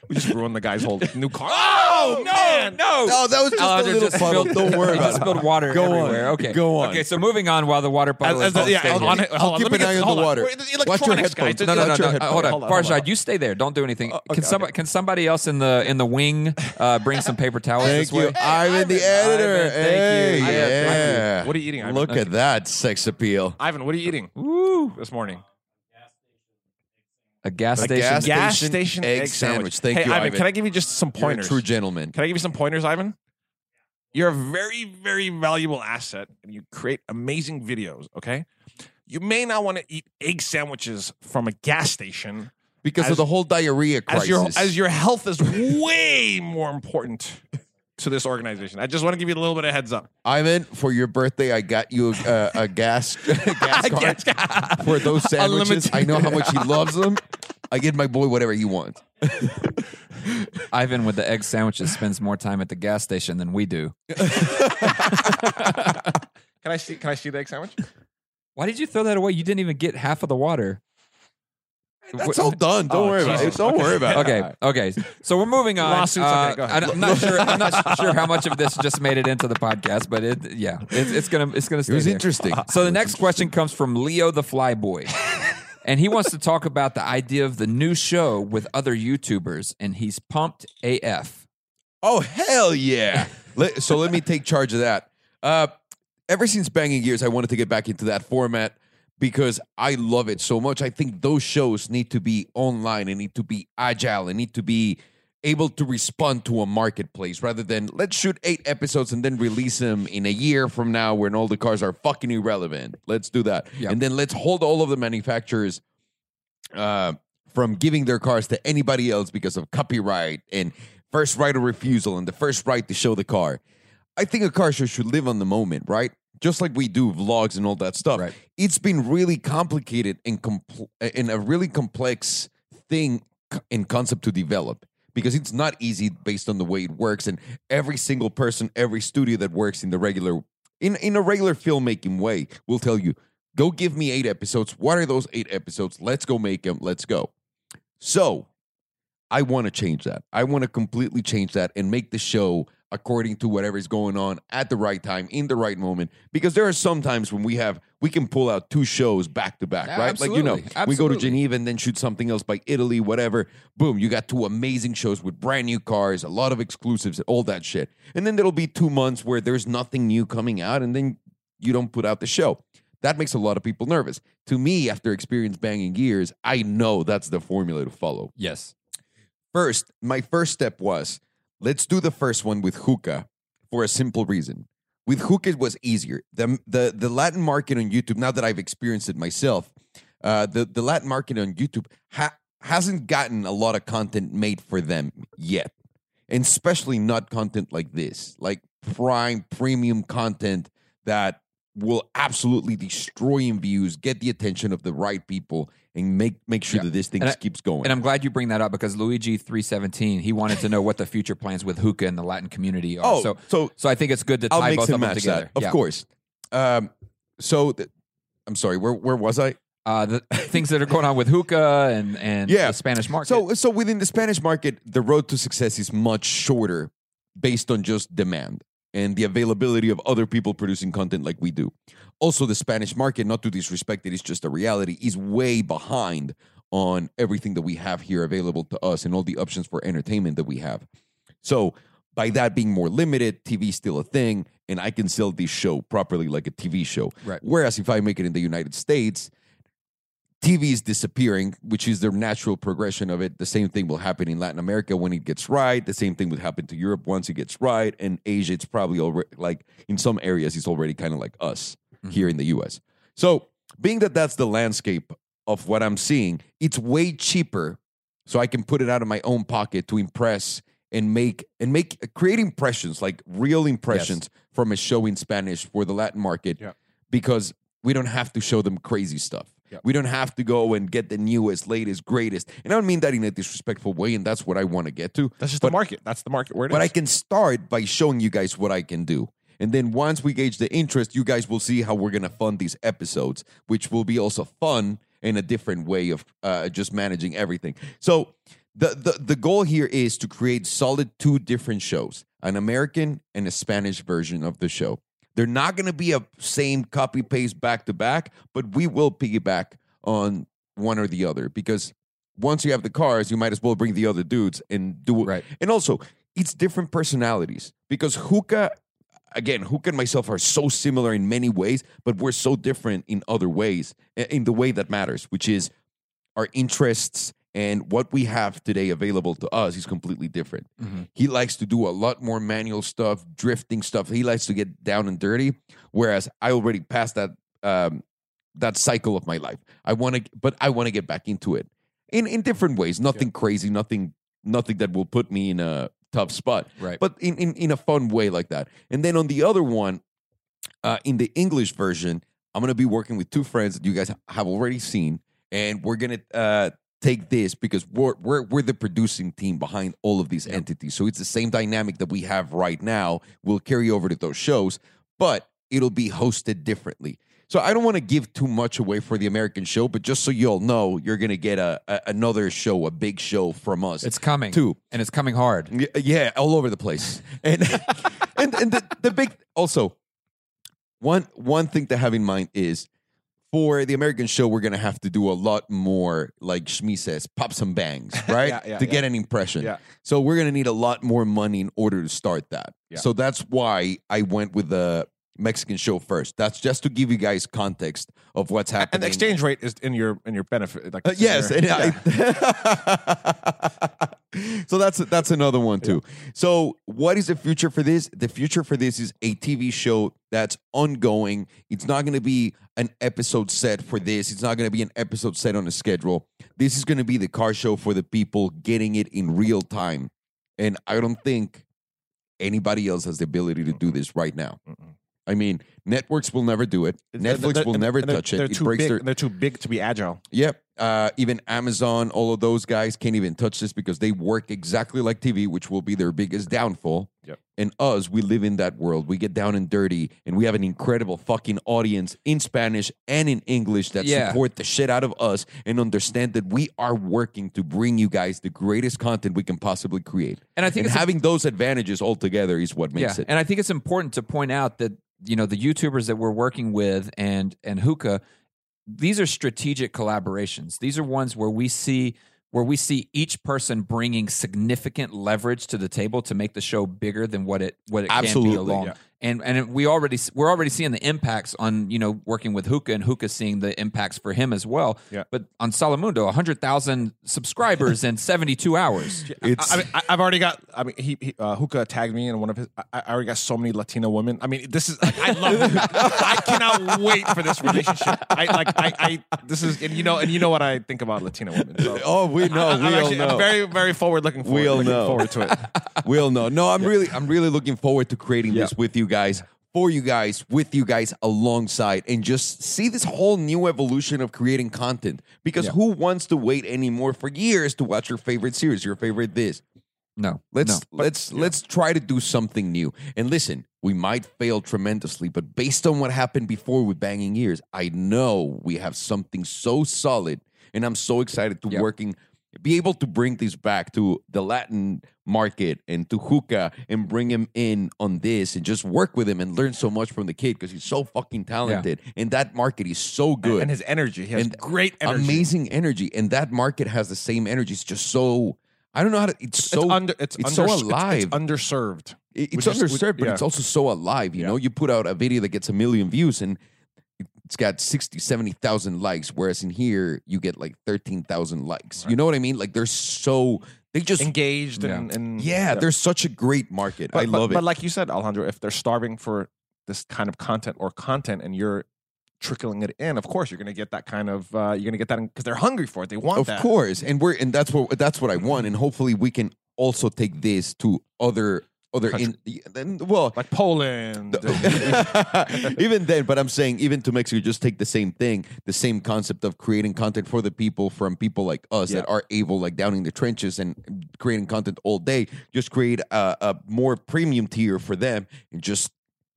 Speaker 1: we just ruined the guy's whole new car. Oh man!
Speaker 3: no,
Speaker 2: No, that was just
Speaker 1: Oh,
Speaker 2: a
Speaker 3: [LAUGHS] Alejandro
Speaker 2: little
Speaker 3: just
Speaker 2: puddle.
Speaker 3: spilled-
Speaker 2: Don't worry
Speaker 3: [LAUGHS] he
Speaker 2: about
Speaker 3: just
Speaker 2: it.
Speaker 3: spilled water
Speaker 2: Go on.
Speaker 3: everywhere. Okay,
Speaker 2: Go on.
Speaker 3: Okay, so moving on while the water bottle
Speaker 1: As-
Speaker 3: is
Speaker 1: as-
Speaker 3: on
Speaker 1: yeah,
Speaker 3: stage.
Speaker 1: on it- hold on,
Speaker 2: keep
Speaker 1: let me
Speaker 2: an eye
Speaker 1: get-
Speaker 2: on
Speaker 1: hold
Speaker 2: the water.
Speaker 1: Wait, the
Speaker 2: Watch your
Speaker 1: electronics guy, just-
Speaker 2: headphones.
Speaker 3: no, no, no,
Speaker 2: Watch your
Speaker 3: no.
Speaker 2: head,
Speaker 3: Uh, hold on,
Speaker 1: hold on, hold
Speaker 3: Farshad,
Speaker 1: on.
Speaker 3: you stay there. Don't do anything.
Speaker 1: okay,
Speaker 3: can somebody can somebody else in the in the wing uh, bring some paper towels
Speaker 2: Thank
Speaker 3: this way?
Speaker 2: you. I'm in the editor.
Speaker 3: Ivan, thank
Speaker 2: hey,
Speaker 3: you.
Speaker 1: Ivan,
Speaker 2: yeah.
Speaker 1: What are you eating, Ivan? Uh,
Speaker 2: Look at that sex appeal.
Speaker 1: Ivan, what are you eating this morning?
Speaker 3: A gas
Speaker 2: A
Speaker 3: station.
Speaker 2: gas station.
Speaker 1: Gas station
Speaker 2: egg
Speaker 1: egg,
Speaker 2: sandwich. Thank
Speaker 1: hey,
Speaker 2: you,
Speaker 1: Ivan.
Speaker 2: Ivan.
Speaker 1: Can I give you just some
Speaker 2: You're a
Speaker 1: pointers?
Speaker 2: true gentleman.
Speaker 1: Can I give you some pointers, Ivan? You're a very, very valuable asset and you create amazing videos, okay? You may not want to eat egg sandwiches from a gas station
Speaker 2: Because
Speaker 1: As-
Speaker 2: of the whole diarrhea crisis.
Speaker 1: as your, as your health is way more important to this organization. I just want to give you a little bit of heads up.
Speaker 2: Ivan, for your birthday, I got you a, a gas, [LAUGHS] a
Speaker 1: [LAUGHS]
Speaker 2: gas card for those sandwiches.
Speaker 1: Unlimited.
Speaker 2: I know how much he loves them. I get my boy whatever he wants.
Speaker 3: Ivan with the egg sandwiches spends more time at the gas station than we do.
Speaker 1: Can I see can I see the egg sandwich?
Speaker 3: Why did you throw that away? You didn't even get half of the water.
Speaker 2: That's all done. Don't
Speaker 1: Oh,
Speaker 2: worry about
Speaker 1: Jesus.
Speaker 2: it. Don't worry about it.
Speaker 3: Okay, okay. So we're moving on. Uh,
Speaker 1: Lawsuits, okay, go ahead.
Speaker 3: I'm not sure. I'm not sure how much of this just made it into the podcast, but it, yeah, it's, it's gonna, it's gonna.
Speaker 2: It
Speaker 3: Stay
Speaker 2: was
Speaker 3: there.
Speaker 2: interesting.
Speaker 3: So the next question comes from Leo the Fly Boy,
Speaker 2: [LAUGHS]
Speaker 3: and he wants to talk about the idea of the new show with other YouTubers, and he's pumped AF.
Speaker 2: Oh hell yeah! Let- so let me take charge of that. Uh, ever since Banging Gears, I wanted to get back into that format because I love it so much. I think those shows need to be online and need to be agile and need to be able to respond to a marketplace rather than let's shoot eight episodes and then release them in a year from now when all the cars are fucking irrelevant. Let's do that,
Speaker 3: Yeah.
Speaker 2: and then let's hold all of the manufacturers uh, from giving their cars to anybody else because of copyright and first right of refusal and the first right to show the car. I think a car show should live on the moment, right? Just like we do vlogs and all that stuff.
Speaker 3: Right.
Speaker 2: It's been really complicated and compl- and a really complex thing c- and concept to develop because it's not easy based on the way it works and every single person, every studio that works in the regular in in a regular filmmaking way will tell you go give me eight episodes. What are those eight episodes? Let's go make them. Let's go. So I want to change that. I want to completely change that and make the show according to whatever is going on at the right time, in the right moment. Because there are some times when we have, we can pull out two shows back to back,
Speaker 3: Yeah,
Speaker 2: right? Like, you know,
Speaker 3: absolutely.
Speaker 2: we go to
Speaker 3: Absolutely.
Speaker 2: Geneva and then shoot something else by Italy, whatever. Boom, you got two amazing shows with brand new cars, a lot of exclusives, all that shit. And then there'll be two months where there's nothing new coming out and then you don't put out the show. That makes a lot of people nervous. To me, after experience banging gears, I know that's the formula to follow
Speaker 3: Yes.
Speaker 2: first, my first step was let's do the first one with hookah for a simple reason. With hookah, it was easier. The, the, the Latin market on YouTube, now that I've experienced it myself, uh, the, the Latin market on YouTube ha- hasn't gotten a lot of content made for them yet. And especially not content like this, like prime premium content that will absolutely destroy in views, get the attention of the right people, and make make sure
Speaker 3: Yeah.
Speaker 2: that this thing
Speaker 3: And I-
Speaker 2: keeps going.
Speaker 3: And I'm glad you bring that up because Luigi three seventeen he wanted to know what the future plans with hookah in the Latin community are.
Speaker 2: oh,
Speaker 3: so,
Speaker 2: so
Speaker 3: so I think it's good to tie
Speaker 2: I'll mix
Speaker 3: both of
Speaker 2: and
Speaker 3: them
Speaker 2: match
Speaker 3: together.
Speaker 2: that, of
Speaker 3: Yeah.
Speaker 2: course. Um, so th- I'm sorry, where where was I?
Speaker 3: Uh, the things that are going on with hookah and and
Speaker 2: Yeah.
Speaker 3: the Spanish market.
Speaker 2: So so within the Spanish market, the road to success is much shorter, based on just demand and the availability of other people producing content like we do. Also, the Spanish market, not to disrespect it, it's just a reality, is way behind on everything that we have here available to us and all the options for entertainment that we have. So by that being more limited, TV's still a thing, and I can sell this show properly like a TV show.
Speaker 3: Right.
Speaker 2: Whereas if I make it in the United States, TV is disappearing, which is their natural progression of it. The same thing will happen in Latin America when it gets right. The same thing would happen to Europe once it gets right. And Asia, it's probably already like in some areas, it's already kind of like us
Speaker 1: Mm-hmm.
Speaker 2: here in the US. So, being that that's the landscape of what I'm seeing, it's way cheaper. So I can put it out of my own pocket to impress and make and make create impressions like real impressions from a show in Spanish for the Latin market
Speaker 1: Yeah.
Speaker 2: because we don't have to show them crazy stuff.
Speaker 1: Yeah.
Speaker 2: We don't have to go and get the newest, latest, greatest. And I don't mean that in a disrespectful way, and that's what I want to get to.
Speaker 1: That's just
Speaker 2: but
Speaker 1: the market. That's the market where it is.
Speaker 2: but I can start by showing you guys what I can do. And then once we gauge the interest, you guys will see how we're going to fund these episodes, which will be also fun in a different way of uh, just managing everything. So the, the the goal here is to create solid two different shows, an American and a Spanish version of the show. They're not going to be a same copy paste back to back, but we will piggyback on one or the other because once you have the cars, you might as well bring the other dudes and do it.
Speaker 3: Right.
Speaker 2: And also, it's different personalities because hookah, again, hookah and myself are so similar in many ways, but we're so different in other ways, i- in the way that matters, which is our interests and what we have today available to us is completely different.
Speaker 3: Mhm.
Speaker 2: He likes to do a lot more manual stuff, drifting stuff. He likes to get down and dirty, whereas I already passed that um, that cycle of my life. I want to, but I want to get back into it in in different ways. Nothing crazy, nothing nothing that will put me in a tough spot,
Speaker 3: Right.
Speaker 2: but in in, in a fun way like that. And then on the other one, uh, in the English version, I'm gonna be working with two friends that you guys have already seen, and we're gonna uh, take this because we're we're we're the producing team behind all of these entities. So it's the same dynamic that we have right now. We'll carry over to those shows, but it'll be hosted differently. So I don't want to give too much away for the American show, but just so you all know, you're gonna get a, a another show, a big show from us.
Speaker 3: It's coming.
Speaker 2: Two.
Speaker 3: And it's coming hard.
Speaker 2: Y- yeah, all over
Speaker 1: [LAUGHS]
Speaker 2: the place. And and, and the, the big also one one thing to have in mind is for the American show, we're gonna have to do a lot more, like Shmi says, pop
Speaker 1: [LAUGHS]
Speaker 2: some bangs, right?
Speaker 1: Yeah, yeah,
Speaker 2: to get an impression.
Speaker 1: Yeah.
Speaker 2: So we're gonna need a lot more money in order to start that.
Speaker 1: Yeah.
Speaker 2: So that's why I went with the Mexican show first. That's just to give you guys context of what's happening.
Speaker 1: and the exchange rate is in your in your benefit. Like
Speaker 2: Uh,
Speaker 1: it's in
Speaker 2: yes,
Speaker 1: your-
Speaker 2: and
Speaker 1: Yeah.
Speaker 2: I- [LAUGHS] so that's that's another one too. So what is the future for this? The future for this is a TV show that's ongoing. It's not going to be an episode set for this. It's not going to be an episode set on a schedule. This is going to be the car show for the people getting it in real time. And I don't think anybody else has the ability to do this right now.
Speaker 1: Mm-mm.
Speaker 2: I mean, networks will never do it. Netflix will
Speaker 1: And-
Speaker 2: never
Speaker 1: and uh, they're-
Speaker 2: touch it.
Speaker 1: They're
Speaker 2: it
Speaker 1: too
Speaker 2: breaks
Speaker 1: big.
Speaker 2: their
Speaker 1: They're too big to be agile.
Speaker 2: Yep. Uh, even Amazon, all of those guys can't even touch this because they work exactly like TV, which will be their biggest downfall.
Speaker 1: Yep.
Speaker 2: And us, we live in that world. We get down and dirty, and we have an incredible fucking audience in Spanish and in English that
Speaker 3: Yeah.
Speaker 2: support the shit out of us and understand that we are working to bring you guys the greatest content we can possibly create.
Speaker 3: And I think
Speaker 2: and
Speaker 3: it's a-
Speaker 2: having those advantages all together is what makes
Speaker 3: yeah.
Speaker 2: it.
Speaker 3: And I think it's important to point out that you know the YouTubers that we're working with and and hookah, these are strategic collaborations. These are ones where we see where we see each person bringing significant leverage to the table to make the show bigger than what it what it
Speaker 2: Absolutely,
Speaker 3: can be alone.
Speaker 1: yeah.
Speaker 3: And and we already we're already seeing the impacts on you know working with hookah and hookah seeing the impacts for him as well.
Speaker 1: Yeah.
Speaker 3: But on Salamundo, hundred thousand
Speaker 2: [LAUGHS]
Speaker 3: subscribers in seventy two hours.
Speaker 1: I, I mean, I, I've already got. I mean, he, he uh, Hookah tagged me in one of his. I, I already got so many Latina women. I mean, this is. Like, I love. Hookah. I cannot wait for this relationship. I like. I, I. This is. And you know. And you know what I think about Latina women. So.
Speaker 2: Oh, we
Speaker 1: [LAUGHS]
Speaker 2: know.
Speaker 1: I, I'm
Speaker 2: we all
Speaker 1: actually- I'm
Speaker 2: know.
Speaker 1: very, very forward looking. Forward,
Speaker 2: We all
Speaker 1: looking
Speaker 2: know.
Speaker 1: forward to it.
Speaker 2: We'll know. No, I'm really, I'm really looking forward to creating this with you guys, for you guys, with you guys alongside, and just see this whole new evolution of creating content. Because who wants to wait anymore for years to watch your favorite series, your favorite this?
Speaker 3: No,
Speaker 2: Let's
Speaker 3: no.
Speaker 2: let's let's try to do something new. And listen, we might fail tremendously, but based on what happened before with Banging Ears, I know we have something so solid, and I'm so excited to
Speaker 3: Yep.
Speaker 2: working be able to bring this back to the Latin market and to hookah and bring him in on this and just work with him and learn so much from the kid because he's so fucking talented and that market is so [LAUGHS] good
Speaker 1: And his energy. He has
Speaker 2: And
Speaker 1: great energy.
Speaker 2: amazing energy and that market has the same energy it's just so i don't know how to it's
Speaker 1: It's
Speaker 2: so
Speaker 1: under. It's,
Speaker 2: it's
Speaker 1: under,
Speaker 2: so
Speaker 1: it's-
Speaker 2: alive.
Speaker 1: It's, underserved.
Speaker 2: it- it's
Speaker 1: which is-
Speaker 2: underserved
Speaker 1: which-
Speaker 2: but it's
Speaker 1: yeah.
Speaker 2: also so alive you
Speaker 1: Yeah.
Speaker 2: know you put out a video that gets a million views and it's got 60, 70,000 likes, whereas in here you get like 13,000 likes. You know what I mean? Like they're so, they just,
Speaker 1: engaged
Speaker 3: Yeah.
Speaker 1: and, and
Speaker 2: yeah, there's such a great market.
Speaker 1: But,
Speaker 2: I
Speaker 1: but-
Speaker 2: love
Speaker 1: but,
Speaker 2: it.
Speaker 1: like you said, Alejandro, if they're starving for this kind of content or content, and you're trickling it in, of course you're going to get that kind of uh, you're going to get that because they're hungry for it. They want
Speaker 2: of
Speaker 1: that.
Speaker 2: course. And we're, and that's what, that's what I want. And hopefully we can also take this to other, other, in, then- well,
Speaker 1: Like
Speaker 2: [LAUGHS]
Speaker 1: Poland, [LAUGHS]
Speaker 2: even then, but I'm saying even to Mexico, just take the same thing, the same concept of creating content for the people from people like us that
Speaker 1: Yeah.
Speaker 2: are able, like down in the trenches and creating content all day. Just create a, a more premium tier for them and just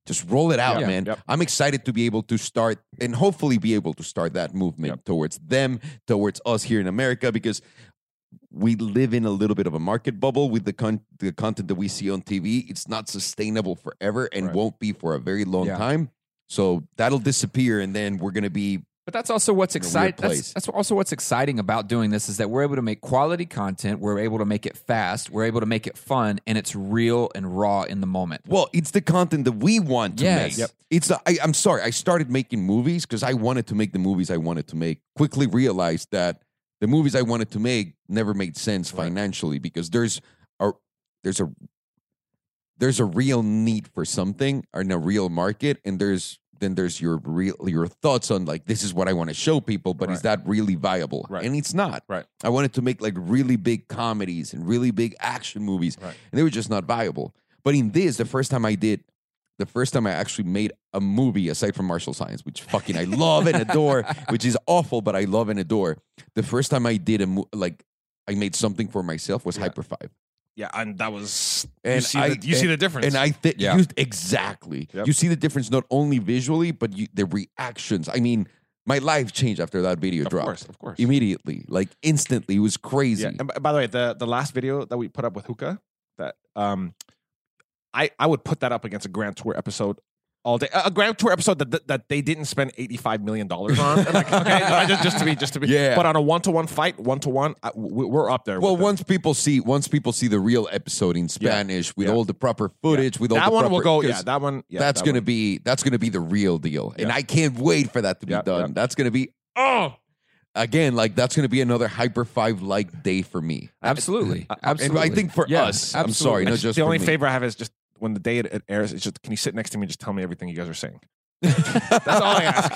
Speaker 2: just roll it out,
Speaker 1: Yeah.
Speaker 2: man.
Speaker 1: Yep.
Speaker 2: I'm excited to be able to start and hopefully be able to start that movement towards them, towards us here in America, because we live in a little bit of a market bubble with the con- the content that we see on TV. It's not sustainable forever and
Speaker 1: Right.
Speaker 2: won't be for a very long
Speaker 3: Yeah.
Speaker 2: time. So that'll disappear, and then we're gonna be
Speaker 3: But that's also what's
Speaker 2: In a weird
Speaker 3: exciting.
Speaker 2: place.
Speaker 3: That's, that's also what's exciting about doing this is that we're able to make quality content. We're able to make it fast. We're able to make it fun, and it's real and raw in the moment.
Speaker 2: well. It's the content that we want to
Speaker 3: Yes.
Speaker 2: make.
Speaker 3: Yep.
Speaker 2: It's the- I, I'm sorry. I started making movies because I wanted to make the movies I wanted to make. Quickly realized that the movies I wanted to make never made sense
Speaker 1: Right.
Speaker 2: financially because there's a there's a there's a real need for something in a real market and there's then there's your real your thoughts on like this is what I want to show people but is
Speaker 1: Right.
Speaker 2: that really viable
Speaker 1: Right.
Speaker 2: and it's not
Speaker 1: Right.
Speaker 2: I wanted to make like really big comedies and really big action movies
Speaker 1: Right.
Speaker 2: and they were just not viable but in this the first time I did the first time I actually made a movie aside from martial science which fucking I love and adore
Speaker 1: [LAUGHS]
Speaker 2: which is awful but I love and adore the first time I did a mo- like I made something for myself was
Speaker 1: Yeah.
Speaker 2: Hyper 5
Speaker 1: yeah, and that was you
Speaker 2: And
Speaker 1: see,
Speaker 2: I-
Speaker 1: the, you see the difference.
Speaker 2: and I think
Speaker 3: Yeah.
Speaker 2: you exactly.
Speaker 1: Yep.
Speaker 2: You see the difference not only visually, but you, the reactions. I mean, my life changed after that video
Speaker 1: of
Speaker 2: dropped
Speaker 1: course, of course,
Speaker 2: immediately, like instantly. It was crazy.
Speaker 1: Yeah. And b- by the way, the the last video that we put up with Hookah, that um, I I would put that up against a Grand Tour episode all day. A, a Grand Tour episode that, that that they didn't spend eighty five million dollars on. like,
Speaker 2: [LAUGHS]
Speaker 1: okay, I just, just to be just to be.
Speaker 2: Yeah.
Speaker 1: But on a one to one fight, one to one, we're up there.
Speaker 2: well,
Speaker 1: with them.
Speaker 2: once people see once people see the real episode in Spanish with
Speaker 1: Yeah.
Speaker 2: all the proper footage, with all
Speaker 1: that
Speaker 2: the
Speaker 1: one will go.
Speaker 2: proper-
Speaker 1: Yeah,
Speaker 2: 'cause
Speaker 1: that one. Yeah,
Speaker 2: that's
Speaker 1: that
Speaker 2: gonna
Speaker 1: one.
Speaker 2: be that's gonna be the real deal, and
Speaker 1: Yeah.
Speaker 2: I can't wait for that to be
Speaker 1: Yeah,
Speaker 2: done.
Speaker 1: yeah.
Speaker 2: That's gonna be oh. Again, like that's going to be another hyper five like day for me,
Speaker 3: [LAUGHS] Absolutely,
Speaker 2: and
Speaker 3: absolutely.
Speaker 2: I think for
Speaker 3: Yeah,
Speaker 2: us, I'm
Speaker 3: absolutely.
Speaker 2: sorry, not just
Speaker 1: the
Speaker 2: for
Speaker 1: only
Speaker 2: me.
Speaker 1: favor I have is just when the day it, it airs, it's just can you sit next to me and just tell me everything you guys are
Speaker 2: [LAUGHS]
Speaker 1: saying. that's all I ask.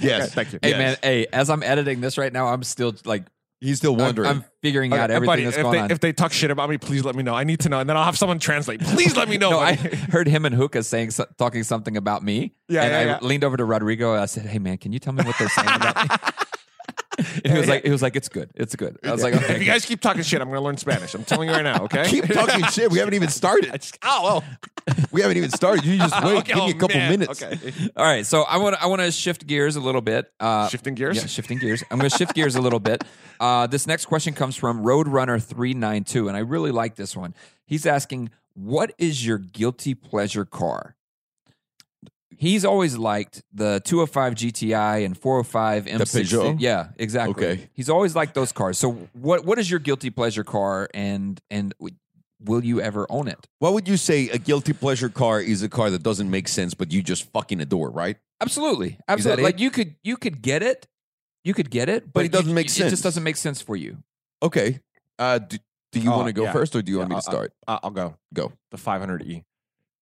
Speaker 2: Yes.
Speaker 1: Okay, thank you.
Speaker 3: Hey
Speaker 2: Yes.
Speaker 3: man, hey, as I'm editing this right now, I'm still like
Speaker 2: He's still
Speaker 3: I'm-
Speaker 2: wondering.
Speaker 3: I'm, figuring out
Speaker 1: Okay,
Speaker 3: everything
Speaker 1: buddy,
Speaker 3: that's
Speaker 1: if
Speaker 3: going
Speaker 1: they,
Speaker 3: on.
Speaker 1: If they talk shit about me, please let me know. I need to know, and then I'll have someone translate. Please let me know.
Speaker 3: [LAUGHS]
Speaker 2: oh,
Speaker 3: no, I
Speaker 1: buddy.
Speaker 3: heard him and Hookah saying so- talking something about me.
Speaker 1: Yeah,
Speaker 3: and
Speaker 1: yeah,
Speaker 3: I
Speaker 1: yeah.
Speaker 3: leaned over to Rodrigo and I said, "Hey man, can you tell me what they're saying about
Speaker 2: [LAUGHS]
Speaker 3: me?" [LAUGHS] And he was like, "He was like, it's good, it's good." I was like,
Speaker 2: [LAUGHS]
Speaker 3: "Okay."
Speaker 1: if you guys keep talking shit, I'm going to learn Spanish. I'm telling you right now. Okay.
Speaker 2: Keep talking shit. We haven't even
Speaker 1: [LAUGHS] I
Speaker 2: started.
Speaker 1: just, [LAUGHS] oh,
Speaker 2: We haven't even started. You
Speaker 1: [LAUGHS]
Speaker 2: just
Speaker 1: oh.
Speaker 2: wait.
Speaker 1: okay,
Speaker 2: Give
Speaker 1: oh,
Speaker 2: me a couple
Speaker 1: man.
Speaker 2: minutes.
Speaker 1: Okay.
Speaker 3: All right, so I want to I want to shift gears a little bit. Uh,
Speaker 1: Shifting gears.
Speaker 3: Yeah, shifting gears. I'm going to shift gears a
Speaker 2: [LAUGHS]
Speaker 3: little bit. Uh, this next question comes from Roadrunner three nine two, and I really like this one. He's asking, "What is your guilty pleasure car?" He's always liked the 205 GTI and 405 M60.
Speaker 2: Peugeot?
Speaker 3: Yeah, exactly.
Speaker 2: Okay.
Speaker 3: He's always liked those cars. So, what what is your guilty pleasure car, and and w- will you ever own it?
Speaker 2: What would you say a guilty pleasure car is a car that doesn't make sense, but you just fucking adore, right?
Speaker 3: Absolutely,
Speaker 2: Is that
Speaker 3: absolutely.
Speaker 2: it?
Speaker 3: Like you could you could get it, you could get it, but,
Speaker 2: it doesn't
Speaker 3: you-
Speaker 2: make
Speaker 3: It
Speaker 2: sense.
Speaker 3: just doesn't make sense for you.
Speaker 2: Okay. Uh, do, do you
Speaker 1: Oh,
Speaker 2: want to go
Speaker 1: yeah.
Speaker 2: first or do you want
Speaker 1: Yeah,
Speaker 2: me to
Speaker 1: uh, uh,
Speaker 2: start?
Speaker 1: I- I'll go.
Speaker 2: Go.
Speaker 1: The 500e.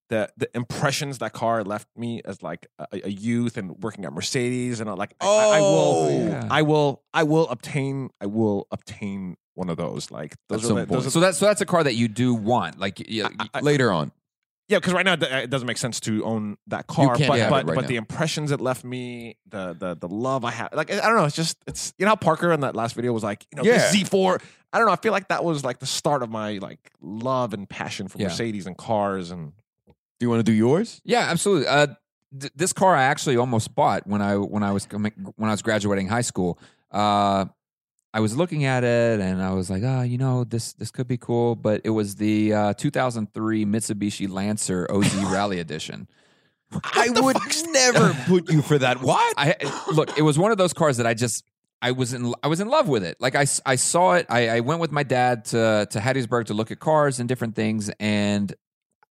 Speaker 1: The the impressions that car left me as like a, a youth and working at Mercedes and uh, like I- I, I will
Speaker 2: Oh,
Speaker 3: yeah.
Speaker 1: I will I will obtain I will obtain one of those like those
Speaker 2: At
Speaker 1: are
Speaker 2: some
Speaker 1: the- those
Speaker 2: point.
Speaker 1: are
Speaker 3: So that's so that's a car that you do want. Like yeah,
Speaker 1: I-
Speaker 2: Later on.
Speaker 1: Yeah, because right now th- it doesn't make sense to own that car.
Speaker 2: can't
Speaker 1: but
Speaker 2: have
Speaker 1: but,
Speaker 2: it right
Speaker 1: but
Speaker 2: now.
Speaker 1: the impressions it left me, the the the love I have, like I I don't know, it's just it's you know how Parker in that last video was like, you know,
Speaker 2: Yeah.
Speaker 1: this Z4. I don't know. I feel like that was like the start of my like love and passion for
Speaker 3: Yeah.
Speaker 1: Mercedes and cars and
Speaker 2: Do you want to do yours?
Speaker 3: yeah, absolutely. Uh, th- this car I actually almost bought when I when I was coming, when I was graduating high school. Uh, I was looking at it and I was like, ah, you know, this this could be cool, but it was the uh, 2003 Mitsubishi Lancer OZ
Speaker 2: [LAUGHS]
Speaker 3: Rally Edition.
Speaker 2: I would [LAUGHS] never put you for that. What?
Speaker 3: I look, it was one of those cars that I just I was in I was in love with it. Like I, s- I saw it. I, I went with my dad to to Hattiesburg to look at cars and different things, and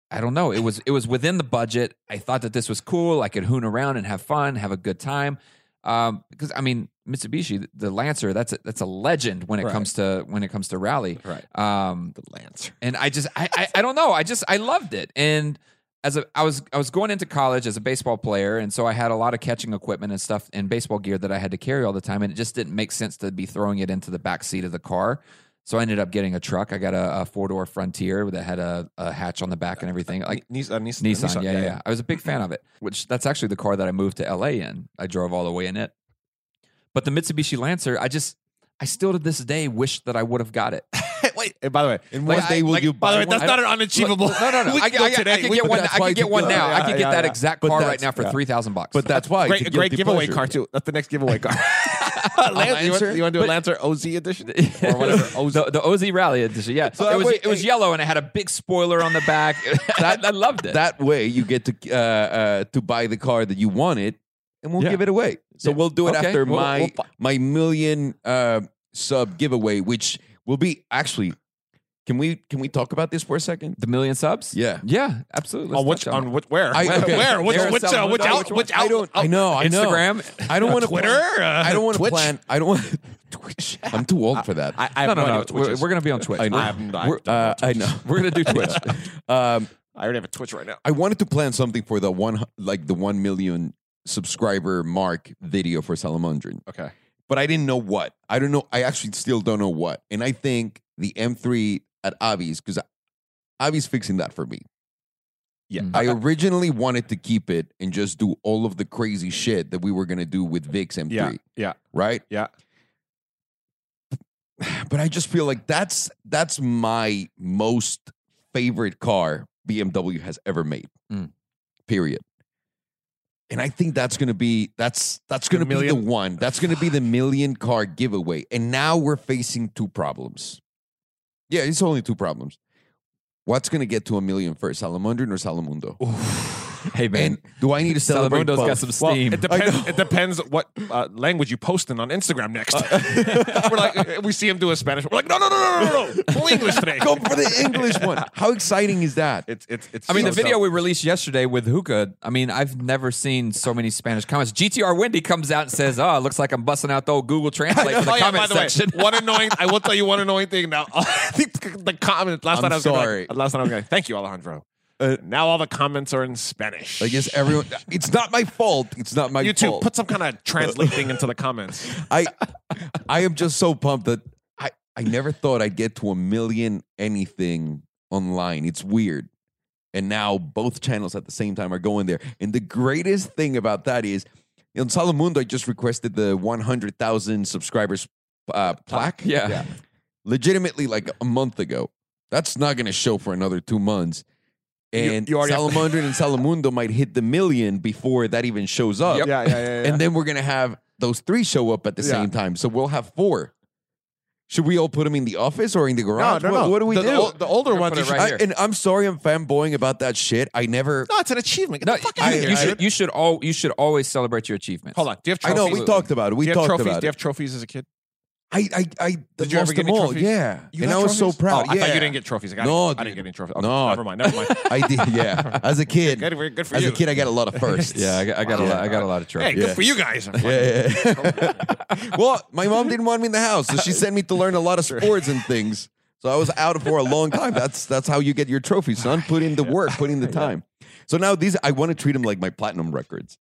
Speaker 3: I don't know. It was it was within the budget. I thought that this was cool. I could hoon around and have fun, have a good time. Um, because I mean, Mitsubishi, the Lancer, that's a, that's a legend when it
Speaker 1: Right.
Speaker 3: comes to when it comes to rally.
Speaker 1: Right.
Speaker 3: Um,
Speaker 1: The Lancer.
Speaker 3: and I just I, I I don't know. I just I loved it. And as a I was I was going into college as a baseball player, and so I had a lot of catching equipment and stuff and baseball gear that I had to carry all the time, and it just didn't make sense to be throwing it into the back seat of the car. So I ended up getting a truck. I got a, a four door Frontier that had a, a hatch on the back and everything. Like
Speaker 1: Ni- Nissan, Nissan,
Speaker 3: Nissan, yeah, yeah, yeah. I was a big fan of it, which that's actually the car that I moved to LA in. I drove all the way in it. But the Mitsubishi Lancer, I just, I still to this day wish that I would have got it.
Speaker 1: Wait, and by the way,
Speaker 2: And one day will you
Speaker 1: By the
Speaker 2: buy
Speaker 1: way, that's
Speaker 2: one?
Speaker 1: not an [LAUGHS] unachievable.
Speaker 3: No, no, no.
Speaker 1: We
Speaker 3: I,
Speaker 1: can go
Speaker 3: I, I,
Speaker 1: today.
Speaker 3: can
Speaker 1: We-
Speaker 3: get
Speaker 2: but
Speaker 3: one. I
Speaker 2: that's why
Speaker 3: can get
Speaker 2: you-
Speaker 3: one
Speaker 2: yeah,
Speaker 3: now. I
Speaker 1: yeah,
Speaker 3: can
Speaker 1: yeah,
Speaker 3: get that
Speaker 1: yeah.
Speaker 3: exact
Speaker 2: But
Speaker 3: car right
Speaker 2: that's-
Speaker 3: now for
Speaker 2: yeah.
Speaker 3: three thousand bucks.
Speaker 2: But that's why. it's
Speaker 1: Great,
Speaker 2: a
Speaker 1: a great
Speaker 2: guilty
Speaker 1: giveaway
Speaker 2: pleasure.
Speaker 1: car too. That's the next giveaway car. [LAUGHS] Lancer, you want-
Speaker 2: Lancer?
Speaker 1: you want to do a
Speaker 3: But-
Speaker 1: Lancer OZ edition or
Speaker 3: [LAUGHS]
Speaker 1: whatever?
Speaker 3: or whatever. [LAUGHS] the, the OZ Rally edition. Yeah,
Speaker 2: So I
Speaker 3: it was
Speaker 2: wait,
Speaker 3: it was
Speaker 2: wait.
Speaker 3: yellow and it had a big spoiler on the back. [LAUGHS] I, I loved it.
Speaker 2: That way, you get to uh, uh, to buy the car that you wanted, and we'll
Speaker 1: Yeah.
Speaker 2: give it away. So
Speaker 3: Yeah.
Speaker 2: we'll do it
Speaker 3: Okay.
Speaker 2: after
Speaker 3: We'll-
Speaker 2: my
Speaker 3: we'll fi-
Speaker 2: my million uh, sub giveaway, which will be actually. Can we can we talk about this for a second?
Speaker 3: the million subs.
Speaker 2: Yeah.
Speaker 3: yeah, absolutely.
Speaker 1: on
Speaker 3: Let's
Speaker 1: which
Speaker 3: touch it.
Speaker 1: on which where
Speaker 2: I- okay.
Speaker 1: where which
Speaker 3: They're
Speaker 1: which uh,
Speaker 3: selling-
Speaker 1: which
Speaker 3: no,
Speaker 1: out
Speaker 3: which
Speaker 1: which
Speaker 2: I don't.
Speaker 1: out
Speaker 2: I know. I know.
Speaker 3: Instagram.
Speaker 2: I don't want to
Speaker 1: oh, Twitter. uh,
Speaker 2: I don't want to
Speaker 1: Twitch?
Speaker 2: plan. I don't want [LAUGHS] Twitch. I'm too old for that.
Speaker 1: I, I have
Speaker 3: No, no,
Speaker 1: idea
Speaker 3: no.
Speaker 1: what Twitch
Speaker 3: We're,
Speaker 1: is.
Speaker 3: we're gonna be on Twitch.
Speaker 2: I know.
Speaker 1: I have no- I
Speaker 3: We're-
Speaker 1: don't know
Speaker 2: Uh,
Speaker 1: what
Speaker 2: I
Speaker 1: Twitch
Speaker 2: know.
Speaker 1: is.
Speaker 3: We're gonna [LAUGHS]
Speaker 1: [LAUGHS]
Speaker 3: do Twitch.
Speaker 2: Um,
Speaker 1: I already have a Twitch right now.
Speaker 2: I wanted to plan something for the one, like the one million subscriber mark video for Salamandrin,
Speaker 1: Okay.
Speaker 2: but I didn't know what. I don't know. I actually still don't know what. And I think the M3 at Avi's because Avi's fixing that for me.
Speaker 1: Yeah. [LAUGHS]
Speaker 3: Mm.
Speaker 2: I originally wanted to keep it and just do all of the crazy shit that we were gonna do with Vix M3.
Speaker 1: Yeah. Yeah.
Speaker 2: right?
Speaker 1: Yeah.
Speaker 2: [SIGHS] But I just feel like that's that's my most favorite car BMW has ever made.
Speaker 3: Mm.
Speaker 2: Period. And I think that's gonna be that's that's
Speaker 1: The
Speaker 2: gonna be the
Speaker 1: million-
Speaker 2: one. That's gonna be the million car giveaway. And now we're facing two problems. Yeah, it's only two problems. What's gonna get to a million first, Salamandrin or Salamundo?
Speaker 3: hey
Speaker 2: And do I need to celebrate?
Speaker 3: Salamundo's got
Speaker 2: both?
Speaker 3: some
Speaker 1: Well,
Speaker 3: steam.
Speaker 1: it depends. It depends what uh, language you posting on Instagram next. [LAUGHS] we're like, we see him do a Spanish. We're like, no, no, no, no, no, no, full English today. [LAUGHS]
Speaker 2: Go for the English one. How exciting is that?
Speaker 1: It's it's it's.
Speaker 3: I mean,
Speaker 1: so
Speaker 3: the video
Speaker 1: dumb.
Speaker 3: we released yesterday with Hookah, I mean, I've never seen so many Spanish comments. GTR Wendy comes out and says, Oh, it looks like I'm busting out the old
Speaker 1: [LAUGHS]
Speaker 3: Google Translate for the
Speaker 1: oh, yeah, by
Speaker 3: comment
Speaker 1: the
Speaker 3: section.
Speaker 1: way, one annoying. I will tell you one annoying thing now. [LAUGHS] the, the comment last
Speaker 2: I'm
Speaker 1: night I was
Speaker 2: sorry.
Speaker 1: Gonna, like- last night I was going. Thank you, Alejandro. now all the comments are in Spanish.
Speaker 2: I guess everyone. It's not my fault. It's not my
Speaker 1: you too.
Speaker 2: fault.
Speaker 1: Put some kind of translate thing into the [LAUGHS] comments.
Speaker 2: I, I am just so pumped that I, I never thought I'd get to a million anything online. It's weird. And now both channels at the same time are going there. And the greatest thing about that is, in Salamundo, I just requested the 100,000 subscribers uh, plaque.
Speaker 3: yeah.
Speaker 2: Legitimately, like a month ago. That's not going to show for another two months. And
Speaker 1: you already have-
Speaker 2: Salamandrin and Salamundo might hit the million before that even shows up.
Speaker 3: Yep.
Speaker 1: Yeah, yeah, yeah. yeah.
Speaker 2: And then we're going to have those three show up at the
Speaker 1: Yeah.
Speaker 2: same time. So we'll have four. Should we all put them in the office or in the
Speaker 1: no,
Speaker 2: garage?
Speaker 1: no,
Speaker 2: what,
Speaker 1: no.
Speaker 2: what do we
Speaker 1: the,
Speaker 2: do?
Speaker 1: The, ol- the older
Speaker 3: We're
Speaker 1: ones,
Speaker 3: gonna put
Speaker 1: you
Speaker 3: it
Speaker 1: should-
Speaker 3: right
Speaker 2: I-
Speaker 3: here.
Speaker 2: and I'm sorry I'm fanboying about that shit. I never.
Speaker 1: no, it's an achievement. Get
Speaker 3: No,
Speaker 1: the fuck
Speaker 3: you,
Speaker 1: out
Speaker 2: outta
Speaker 3: you
Speaker 1: here.
Speaker 3: should you should all you should always celebrate your achievements.
Speaker 1: Hold on. Do you have
Speaker 2: I
Speaker 1: trophies?
Speaker 2: know. We talked about it. We
Speaker 1: do you have
Speaker 2: talked
Speaker 1: trophies?
Speaker 2: about
Speaker 1: Do you
Speaker 2: it.
Speaker 1: have trophies as a kid?
Speaker 2: I, I, I
Speaker 1: Did
Speaker 2: lost
Speaker 1: you ever get
Speaker 2: them
Speaker 1: any
Speaker 2: all.
Speaker 1: trophies?
Speaker 2: Yeah.
Speaker 1: You
Speaker 2: and
Speaker 1: got
Speaker 2: I was so
Speaker 1: trophies?
Speaker 2: proud.
Speaker 1: Oh, I
Speaker 2: yeah.
Speaker 1: thought you didn't get trophies. I got
Speaker 2: No,
Speaker 1: I didn't
Speaker 2: dude.
Speaker 1: get any trophies. Okay,
Speaker 2: No.
Speaker 1: never mind. Never mind.
Speaker 2: [LAUGHS] I did. Yeah. As a kid.
Speaker 1: Good, for- good for
Speaker 2: as
Speaker 1: you.
Speaker 2: a kid, I got a [LAUGHS] lot of firsts.
Speaker 3: Yeah, I got, I got a lot. I got a lot of
Speaker 1: Hey,
Speaker 3: trophies.
Speaker 1: good
Speaker 2: Yeah.
Speaker 1: for you guys.
Speaker 2: Yeah, yeah,
Speaker 1: [LAUGHS]
Speaker 2: yeah. [LAUGHS] well, my mom didn't want me in the house, so she sent me to learn a lot of sports and things. So I was out for a long time. That's that's how you get your trophy, son. Put in the work,
Speaker 1: [LAUGHS]
Speaker 2: put in the time. So now these, I want to treat them like my platinum records,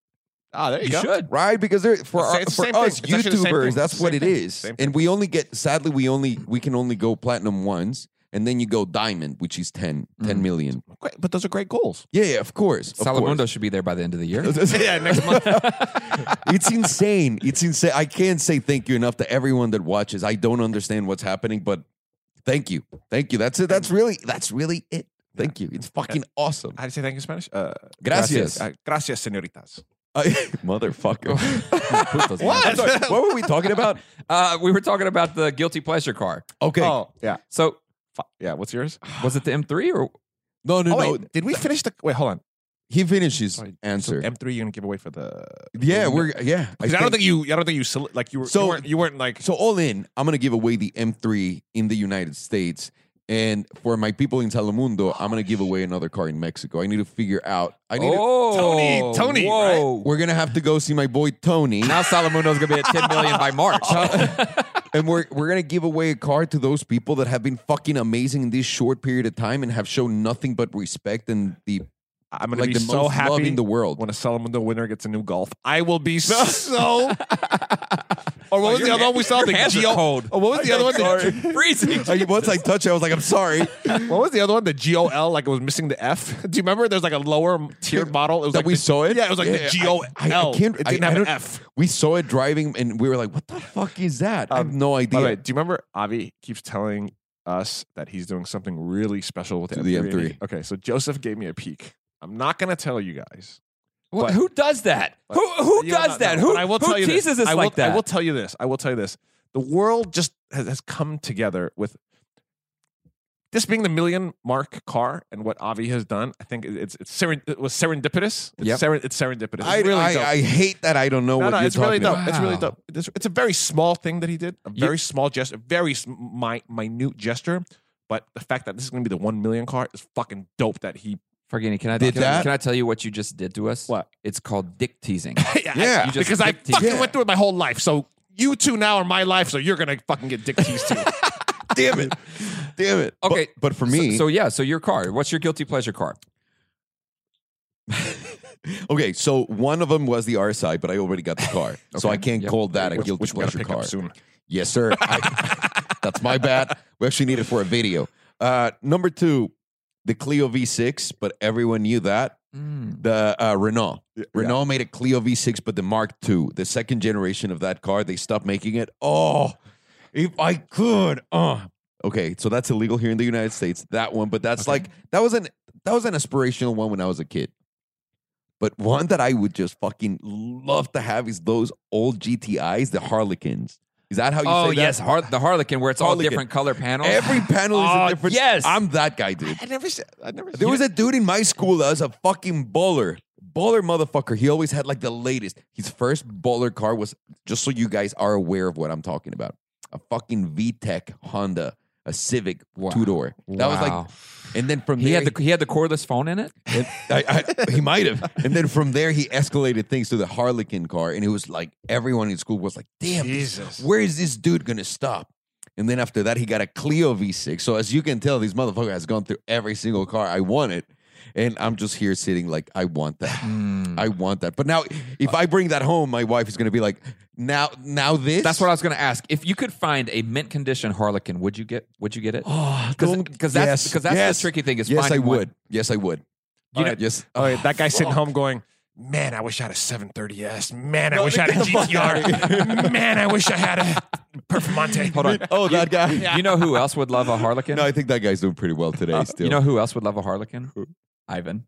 Speaker 1: Ah, there you,
Speaker 3: You
Speaker 1: go.
Speaker 3: should.
Speaker 2: right? Because they're for
Speaker 1: It's the same
Speaker 2: our, for
Speaker 1: thing. It's
Speaker 2: us
Speaker 1: actually the same
Speaker 2: YouTubers.
Speaker 1: thing.
Speaker 2: That's
Speaker 1: Same
Speaker 2: what it
Speaker 1: thing.
Speaker 2: is.
Speaker 1: Same thing.
Speaker 2: And we only get sadly we only we can only go platinum once, and then you go diamond, which is 10, 10
Speaker 1: Mm.
Speaker 3: Mhm.
Speaker 2: million.
Speaker 1: Great, but those are great
Speaker 2: [LAUGHS]
Speaker 1: goals.
Speaker 2: Yeah, yeah, of course. of course.
Speaker 3: Salamundo should be there by the end of
Speaker 1: [LAUGHS]
Speaker 3: the
Speaker 2: [LAUGHS]
Speaker 3: year.
Speaker 1: yeah, next month.
Speaker 2: it's insane. It's insane. I can't say thank you enough to everyone that watches. I don't understand what's happening, but thank you. Thank you. That's it. That's really that's really it. Thank you. It's fucking awesome.
Speaker 1: How do you say thank you in Spanish? Uh,
Speaker 2: Gracias.
Speaker 1: uh, gracias, senoritas.
Speaker 2: Uh, [LAUGHS] motherfucker.
Speaker 1: [LAUGHS]
Speaker 2: I'm
Speaker 1: What?
Speaker 2: sorry, what were we talking about?
Speaker 3: [LAUGHS] Uh, we were talking about the guilty pleasure car.
Speaker 2: Okay.
Speaker 1: Oh, yeah.
Speaker 3: So
Speaker 1: Fu- Yeah, what's yours?
Speaker 3: was it the M3 or
Speaker 1: Oh,
Speaker 2: No, no, no.
Speaker 1: wait, did we finish the. Wait, hold on.
Speaker 2: He finishes
Speaker 1: Sorry.
Speaker 2: answer.
Speaker 1: So M3, you're going to give away for the.
Speaker 2: yeah, we're yeah. I
Speaker 1: Because I, don't
Speaker 2: think-
Speaker 1: think you. I don't think you. sele- Like you were.
Speaker 2: So-
Speaker 1: you, weren't, you weren't like.
Speaker 2: so all in, I'm gonna give away the M3 in the United States And for my people in Telemundo, I'm gonna give away another car in Mexico. I need to figure out. I need. to-
Speaker 3: Oh,
Speaker 1: Tony- Tony,
Speaker 3: Whoa.
Speaker 2: we're gonna have to go see my boy Tony,
Speaker 3: Now Salamundo's gonna be at 10 million by
Speaker 1: [LAUGHS]
Speaker 3: March.
Speaker 1: Oh.
Speaker 2: and we're we're gonna give away a car to those people that have been fucking amazing in this short period of time and have shown nothing but respect and the
Speaker 1: I'm gonna
Speaker 2: Like
Speaker 1: be
Speaker 2: the
Speaker 1: so
Speaker 2: most
Speaker 1: happy
Speaker 2: love in the world.
Speaker 1: when a Salamundo winner gets a new golf. I will be [LAUGHS] so. or what was the
Speaker 3: your
Speaker 1: other one we saw?
Speaker 3: your
Speaker 1: The
Speaker 3: hands are
Speaker 1: Geo.
Speaker 3: cold.
Speaker 1: Oh, what was the other one?
Speaker 2: [LAUGHS]
Speaker 1: The-
Speaker 3: [LAUGHS] Freezing.
Speaker 2: I- once I touched, it, I was like, I'm sorry.
Speaker 1: what was the other one? The G O L. Like it was missing the F. [LAUGHS] Do you remember? There's like a lower tiered model. It was
Speaker 2: That
Speaker 1: like
Speaker 2: we
Speaker 1: the-
Speaker 2: saw it?
Speaker 1: Yeah, it was like
Speaker 2: Yeah,
Speaker 1: the G O
Speaker 2: I,
Speaker 1: L.
Speaker 2: I can't.
Speaker 1: It
Speaker 2: I-
Speaker 1: didn't
Speaker 2: I
Speaker 1: have an
Speaker 2: don't-
Speaker 1: F.
Speaker 2: We saw it driving, and we were like, "What the fuck is that?" I have
Speaker 1: Um,
Speaker 2: no
Speaker 1: By
Speaker 2: idea.
Speaker 1: the way, do you remember Avi keeps telling us that he's doing something really special with
Speaker 2: To
Speaker 1: the
Speaker 2: the
Speaker 1: M3? and
Speaker 2: M3.
Speaker 1: he- Okay, so Joseph gave me a peek. I'm not going to tell you guys.
Speaker 3: Wh-
Speaker 1: But-
Speaker 3: who does that?
Speaker 1: but-
Speaker 3: who who
Speaker 1: You know,
Speaker 3: does
Speaker 1: no,
Speaker 3: that?
Speaker 1: no,
Speaker 3: who
Speaker 1: but I will
Speaker 3: who
Speaker 1: tell you
Speaker 3: teases
Speaker 1: this.
Speaker 3: us
Speaker 1: I will,
Speaker 3: like that?
Speaker 1: I will tell you this. I will tell you this. The world just has, has come together with this being the million mark car and what Avi has done. I think it- it's it's seren, it was serendipitous. It's,
Speaker 3: Yep.
Speaker 1: seren, it's serendipitous. It's
Speaker 2: I,
Speaker 1: really
Speaker 2: I,
Speaker 1: dope.
Speaker 2: I hate that I don't know
Speaker 1: no,
Speaker 2: what
Speaker 1: no,
Speaker 2: you're
Speaker 1: it's
Speaker 2: talking
Speaker 1: really dope.
Speaker 2: about.
Speaker 1: It's really
Speaker 3: Wow.
Speaker 1: dope. It's, it's a very small thing that he did, a
Speaker 3: You-
Speaker 1: very small gesture, a very sm- mi- minute gesture. But the fact that this is going to be the one million car is fucking dope. That he,
Speaker 3: Fergini, can I,
Speaker 2: Did
Speaker 3: can, I-
Speaker 2: that?
Speaker 3: can I tell you what you just did to us?
Speaker 1: What?
Speaker 3: It's called dick teasing.
Speaker 1: yeah,
Speaker 2: Yeah.
Speaker 3: You just
Speaker 1: because I
Speaker 3: dick teased.
Speaker 1: fucking
Speaker 2: Yeah.
Speaker 1: went through it my whole life. So you two now are my life. So you're gonna fucking get dick teased [LAUGHS] too.
Speaker 2: Damn it! Damn it!
Speaker 3: Okay.
Speaker 2: but, but for me,
Speaker 3: So, so yeah, so your car. What's your guilty pleasure car?
Speaker 2: okay. So one of them was the RSI, but I already got the
Speaker 1: [LAUGHS]
Speaker 2: car, so
Speaker 3: Okay.
Speaker 2: I can't
Speaker 3: Yep.
Speaker 2: call that a
Speaker 1: Which-
Speaker 2: guilty
Speaker 1: which we gotta
Speaker 2: pleasure
Speaker 1: pick up
Speaker 2: car.
Speaker 1: soon.
Speaker 2: Yes, sir. I- that's my bad. We actually need it for a video. Uh, number two, the Clio V6, but everyone knew that.
Speaker 1: Hmm.
Speaker 2: The uh, Renault. Renault made a Clio V6, but the Mark II, the second generation of that car, they stopped making it. Oh, if I could. Uh. Okay, so that's illegal here in the United States. That one, but that's like that was an that was an aspirational one when I was a kid. But one that I would just fucking love to have is those old GTIs, the Harlequins. Is that how you
Speaker 3: Oh
Speaker 2: say that?
Speaker 3: yes, Har- the Harlequin, where it's all
Speaker 2: Harlequin.
Speaker 3: different color panels.
Speaker 2: Every panel is
Speaker 3: Oh,
Speaker 2: a different.
Speaker 3: yes.
Speaker 2: I'm that guy, dude.
Speaker 1: I never, said- I never.
Speaker 2: There was a dude in my school that was a fucking baller. Baller motherfucker. He always had like the latest. His first baller car was, just so you guys are aware of what I'm talking about, a fucking VTEC Honda, a Civic
Speaker 3: Wow.
Speaker 2: two door. That was
Speaker 3: Wow.
Speaker 2: like, and then from
Speaker 3: [GASPS] he
Speaker 2: there,
Speaker 3: had the he had the cordless phone in it.
Speaker 2: and I, I, he might have. And then from there, he escalated things to the Harlequin car, and it was like everyone in school was like, "Damn, this-
Speaker 1: Jesus.
Speaker 2: where is this dude gonna stop?" And then after that, he got a Clio V6. So as you can tell, this motherfucker has gone through every single car I wanted, and I'm just here sitting like, "I want that." I want that, but now if I bring that home, my wife is going to be like, "Now, now this."
Speaker 3: That's what I was going to ask. If you could find a mint condition Harlequin, would you get would you get
Speaker 2: [GASPS]
Speaker 3: it?
Speaker 1: Oh,
Speaker 3: Because
Speaker 2: don't-
Speaker 3: that's because
Speaker 2: Yes.
Speaker 3: that's
Speaker 2: Yes.
Speaker 3: the tricky thing is
Speaker 2: yes, I
Speaker 3: finding one. Oh,
Speaker 2: would. [LAUGHS] Yes, I would.
Speaker 1: You know-
Speaker 2: yes.
Speaker 1: All right, oh, that guy sitting home going, "Man, I wish I had a 730s. Man, I
Speaker 2: No,
Speaker 1: wish I had a
Speaker 2: get the fuck
Speaker 1: GTR. [LAUGHS] Man, I wish I had a Performante."
Speaker 3: Hold on.
Speaker 2: [LAUGHS] Oh, that guy.
Speaker 3: [LAUGHS] [LAUGHS] You know who else would love a Harlequin?
Speaker 2: No, I think that guy's doing pretty well today. Still.
Speaker 3: [LAUGHS] You know who else would love a Harlequin? Ivan.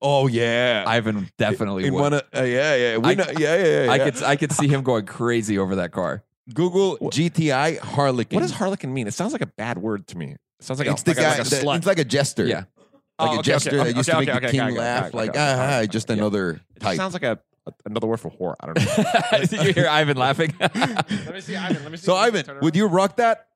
Speaker 2: oh yeah.
Speaker 3: Ivan definitely
Speaker 2: in
Speaker 3: would.
Speaker 2: one of, uh, yeah yeah we
Speaker 3: I-
Speaker 2: know, yeah yeah yeah
Speaker 3: I
Speaker 2: yeah.
Speaker 3: could I could see him going crazy over
Speaker 2: [LAUGHS]
Speaker 3: that car. [LAUGHS]
Speaker 2: Google GTI Harlequin.
Speaker 1: What does Harlequin mean? It sounds like a bad word to me. It sounds like
Speaker 2: It's
Speaker 1: a,
Speaker 2: the
Speaker 1: like,
Speaker 2: guy.
Speaker 1: a, like a
Speaker 2: that-
Speaker 1: slut.
Speaker 2: it's like a jester.
Speaker 3: Yeah.
Speaker 2: like
Speaker 1: Oh,
Speaker 2: a
Speaker 1: okay,
Speaker 2: jester
Speaker 1: okay,
Speaker 2: that
Speaker 1: okay,
Speaker 2: used
Speaker 1: okay,
Speaker 2: to make
Speaker 1: okay,
Speaker 2: the
Speaker 1: okay,
Speaker 2: king
Speaker 1: okay, okay,
Speaker 2: laugh.
Speaker 1: okay,
Speaker 2: like
Speaker 1: okay,
Speaker 2: ah,
Speaker 1: okay.
Speaker 2: ah, just
Speaker 1: Yeah.
Speaker 2: another
Speaker 1: It just
Speaker 2: type.
Speaker 1: sounds like a, a- another word for whore. I don't know.
Speaker 3: Did you hear
Speaker 2: [LAUGHS]
Speaker 3: Ivan laughing?
Speaker 1: [LAUGHS] Let me see, Ivan. Let me see.
Speaker 2: so Ivan, would you rock that?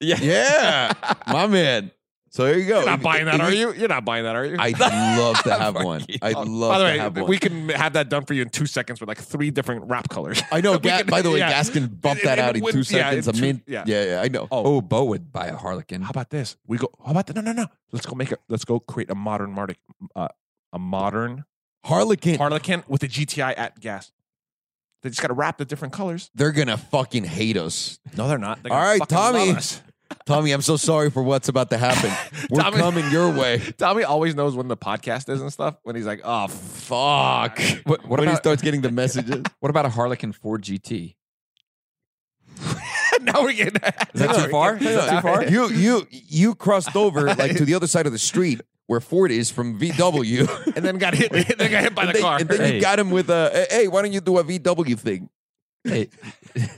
Speaker 3: yeah.
Speaker 2: Yeah,
Speaker 1: [LAUGHS]
Speaker 2: my man. So there you go.
Speaker 1: You're not
Speaker 2: If-
Speaker 1: buying that,
Speaker 2: if
Speaker 1: are
Speaker 2: you-
Speaker 1: you? You're not buying that, are you?
Speaker 2: [LAUGHS] I'd love
Speaker 1: [LAUGHS]
Speaker 2: to have
Speaker 3: Fuck
Speaker 2: one.
Speaker 3: you.
Speaker 2: I'd love
Speaker 1: by the
Speaker 2: to
Speaker 1: way,
Speaker 2: have one.
Speaker 1: we can have that done for you in two seconds with like three different wrap colors. [LAUGHS]
Speaker 2: I know.
Speaker 1: we
Speaker 2: Ga-
Speaker 1: can-
Speaker 2: by the way,
Speaker 1: yeah.
Speaker 2: Gaskin bumped
Speaker 1: It-
Speaker 2: that
Speaker 1: it
Speaker 2: out in
Speaker 1: would-
Speaker 2: two
Speaker 1: yeah, in
Speaker 2: seconds. a
Speaker 1: two-
Speaker 2: minute.
Speaker 1: yeah.
Speaker 2: yeah, yeah. I know.
Speaker 1: Oh.
Speaker 3: Oh, Bo would buy a Harlequin.
Speaker 1: How about this? We go. How about that? No, no, no. Let's go make a. Let's go create a modern Martic, uh, a modern
Speaker 2: Harlequin.
Speaker 1: Harlequin with a GTI at gas. They just got to wrap the different colors.
Speaker 2: They're gonna fucking hate us.
Speaker 1: No, they're not. They're
Speaker 2: All
Speaker 1: gonna
Speaker 2: right,
Speaker 1: fucking love
Speaker 2: Tommy.
Speaker 1: us. [LAUGHS]
Speaker 2: Tommy, I'm so sorry for what's about to happen. We're
Speaker 1: Tommy-
Speaker 2: coming your way.
Speaker 1: [LAUGHS] Tommy always knows when the podcast is and stuff. When he's like, "Oh, f-
Speaker 2: Fuck.
Speaker 3: What, what
Speaker 2: when he
Speaker 3: about
Speaker 2: starts getting the messages.
Speaker 3: what about a Harlequin 4 GT?
Speaker 1: [LAUGHS] now we're getting
Speaker 3: Is that
Speaker 1: [LAUGHS]
Speaker 3: too far? Is that too far?
Speaker 2: You you you crossed over like to the other side of the street where Ford is from
Speaker 1: [LAUGHS]
Speaker 2: VW.
Speaker 1: And then got hit. and then got hit by
Speaker 2: and,
Speaker 1: the
Speaker 2: then,
Speaker 1: car.
Speaker 2: and then
Speaker 3: Hey.
Speaker 2: you got him with a hey, why don't you do a VW thing?
Speaker 3: Hey.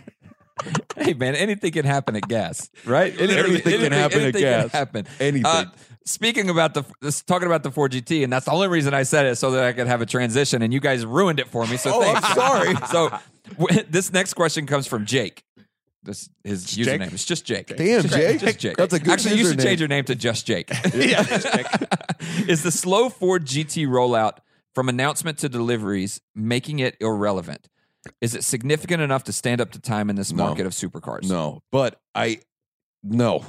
Speaker 3: [LAUGHS] hey man, anything can happen at gas, right? Anything,
Speaker 2: Everything can happen at
Speaker 3: anything can
Speaker 2: gas.
Speaker 3: happen.
Speaker 2: Anything.
Speaker 3: Uh, speaking about the this, talking about the 4GT, and that's the only reason I said it so that I could have a transition, and you guys ruined it for me. [LAUGHS] So
Speaker 2: Oh, I'm
Speaker 3: thanks.
Speaker 2: sorry.
Speaker 3: so w- this next question comes from Jake. That's his
Speaker 1: Jake?
Speaker 3: username. It's just Jake.
Speaker 2: Damn,
Speaker 3: Just
Speaker 2: Jake.
Speaker 3: Just Jake.
Speaker 2: That's a good
Speaker 3: Actually, you should
Speaker 2: username.
Speaker 3: change your name to
Speaker 2: [LAUGHS]
Speaker 3: just Jake.
Speaker 1: Yeah.
Speaker 3: [LAUGHS] Is the slow Ford GT rollout from announcement to deliveries making it irrelevant? Is it significant enough to stand up to time in this
Speaker 2: No.
Speaker 3: market of supercars?
Speaker 2: No, but I no.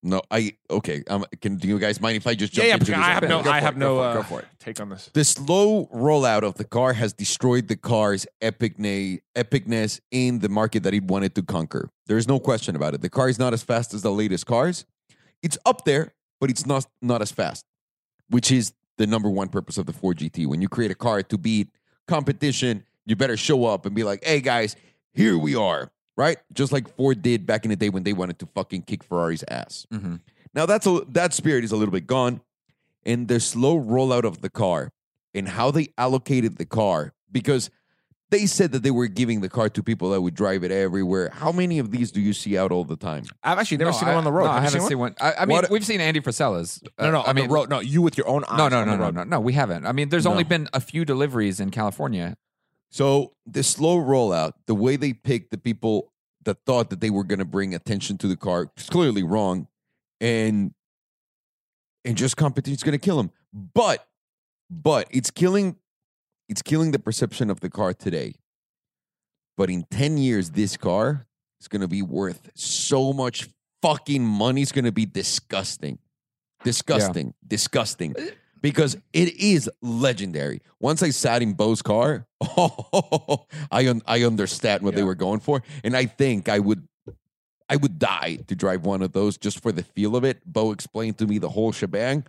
Speaker 2: No, I okay. Um, can do you guys mind if I just
Speaker 1: Yeah,
Speaker 2: jump
Speaker 1: yeah,
Speaker 2: into
Speaker 1: because
Speaker 2: this?
Speaker 1: I have no,
Speaker 3: Go
Speaker 1: I
Speaker 3: for
Speaker 1: have
Speaker 3: it,
Speaker 1: no
Speaker 3: go for
Speaker 1: uh,
Speaker 3: it, go for it.
Speaker 1: take on this.
Speaker 2: The slow rollout of the car has destroyed the car's epicna- epicness in the market that it wanted to conquer. There is no question about it. The car is not as fast as the latest cars. It's up there, but it's not not as fast, which is the number one purpose of the 4GT. When you create a car to beat competition, you better show up and be like, "Hey guys, here we are." Right? Just like Ford did back in the day when they wanted to fucking kick Ferrari's ass.
Speaker 3: Mm-hmm.
Speaker 2: Now that's a, that spirit is a little bit gone, and the slow rollout of the car and how they allocated the car because they said that they were giving the car to people that would drive it everywhere. How many of these do you see out all the time?
Speaker 1: I've actually never
Speaker 3: No,
Speaker 1: seen
Speaker 3: I-
Speaker 1: one on the road.
Speaker 3: No,
Speaker 1: Have
Speaker 3: I
Speaker 1: you
Speaker 3: haven't seen
Speaker 1: one?
Speaker 3: one. I, I mean,
Speaker 2: What-
Speaker 3: we've seen Andy Frisella's. uh,
Speaker 1: No, no,
Speaker 3: I
Speaker 1: on
Speaker 3: mean,
Speaker 1: the road. No, you with your own eyes.
Speaker 3: no, no,
Speaker 1: on
Speaker 3: no,
Speaker 1: the
Speaker 3: no,
Speaker 1: road.
Speaker 3: no, no. We haven't. I mean, there's only been a few deliveries in California.
Speaker 2: So the slow rollout, the way they picked the people that thought that they were going to bring attention to the car, is clearly wrong, and and just competition's going to kill them. But but it's killing it's killing the perception of the car today. But in ten years, this car is going to be worth so much fucking money. It's going to be disgusting, disgusting, disgusting
Speaker 1: Uh,
Speaker 2: because it is legendary. Once I sat in Bo's car, [LAUGHS] oh, I un- I understand what they
Speaker 1: Yeah.
Speaker 2: were going for, and I think I would I would die to drive one of those just for the feel of it. Bo explained to me the whole shebang,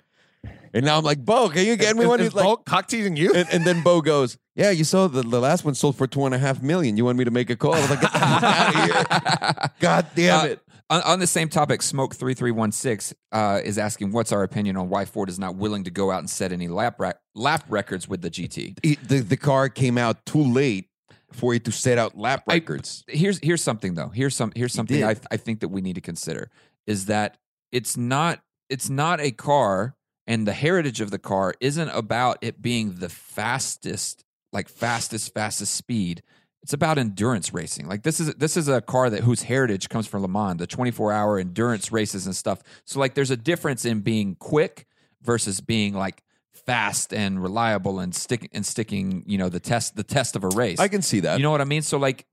Speaker 2: and now I'm like, Bo, can you get me
Speaker 1: Is-
Speaker 2: one?
Speaker 1: is
Speaker 2: He's like,
Speaker 1: Volk cock teasing you?
Speaker 2: and, and then Bo goes, "Yeah, you saw the, the last one sold for two and a half million. You want me to make a call?" I was like, "Get
Speaker 3: [LAUGHS]
Speaker 2: the fuck out of here! [LAUGHS] God damn
Speaker 3: Uh,
Speaker 2: it!"
Speaker 3: On, on the same topic, Smoke three three one six uh, is asking, "What's our opinion on why Ford is not willing to go out and set any lap rac- lap records with the GT?"
Speaker 2: It- the, the car came out too late for it to set out lap
Speaker 3: I-
Speaker 2: records.
Speaker 3: here's here's something though. Here's some here's something
Speaker 2: did.
Speaker 3: I I think that we need to consider is that it's not it's not a car and the heritage of the car isn't about it being the fastest like fastest fastest speed. It's about endurance racing. Like this is this is a car that whose heritage comes from Le Mans, the 24-hour endurance races and stuff. So like there's a difference in being quick versus being like fast and reliable and stick and sticking, you know, the test the test of a race.
Speaker 2: I can see that.
Speaker 3: You know what I mean? So like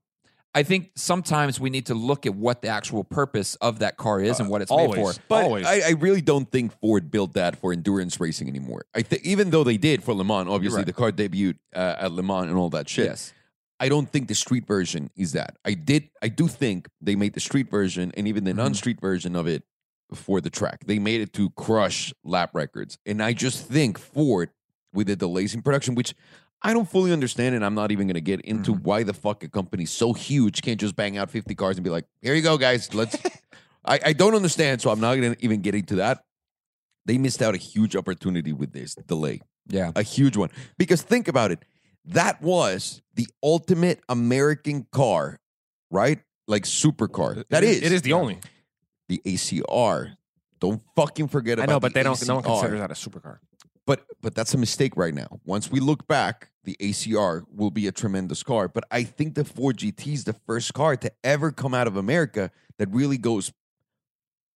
Speaker 3: I think sometimes we need to look at what the actual purpose of that car
Speaker 2: Uh,
Speaker 3: is and what it's made for.
Speaker 1: Always,
Speaker 2: But
Speaker 1: always.
Speaker 2: I, I really don't think Ford built that for endurance racing anymore. I think even though they did for Le Mans, obviously
Speaker 3: Right.
Speaker 2: the car debuted uh, at Le Mans and all that shit.
Speaker 3: Yes.
Speaker 2: I don't think the street version is that. I did. I do think they made the street version and even the
Speaker 3: Mhm.
Speaker 2: non-street version of it for the track. They made it to crush lap records, and I just think Ford with the delays in production, which I don't fully understand, and I'm not even going to get into why the fuck a company so huge can't just bang out 50 cars and be like, "Here you go, guys, let's." I, I don't understand, so I'm not going to even get into that. They missed out a huge opportunity with this delay
Speaker 3: Yeah.
Speaker 2: a huge one. Because think about it, that was the ultimate American car, right? Like supercar. That
Speaker 1: It
Speaker 2: is,
Speaker 1: It is the only.
Speaker 2: the ACR. Don't fucking forget
Speaker 1: I
Speaker 2: about.
Speaker 1: know, but
Speaker 2: the
Speaker 1: they don't. No one
Speaker 2: ACR.
Speaker 1: considers that a supercar.
Speaker 2: But but that's a mistake right now. Once we look back, the ACR will be a tremendous car. But I think the Ford GT is the first car to ever come out of America that really goes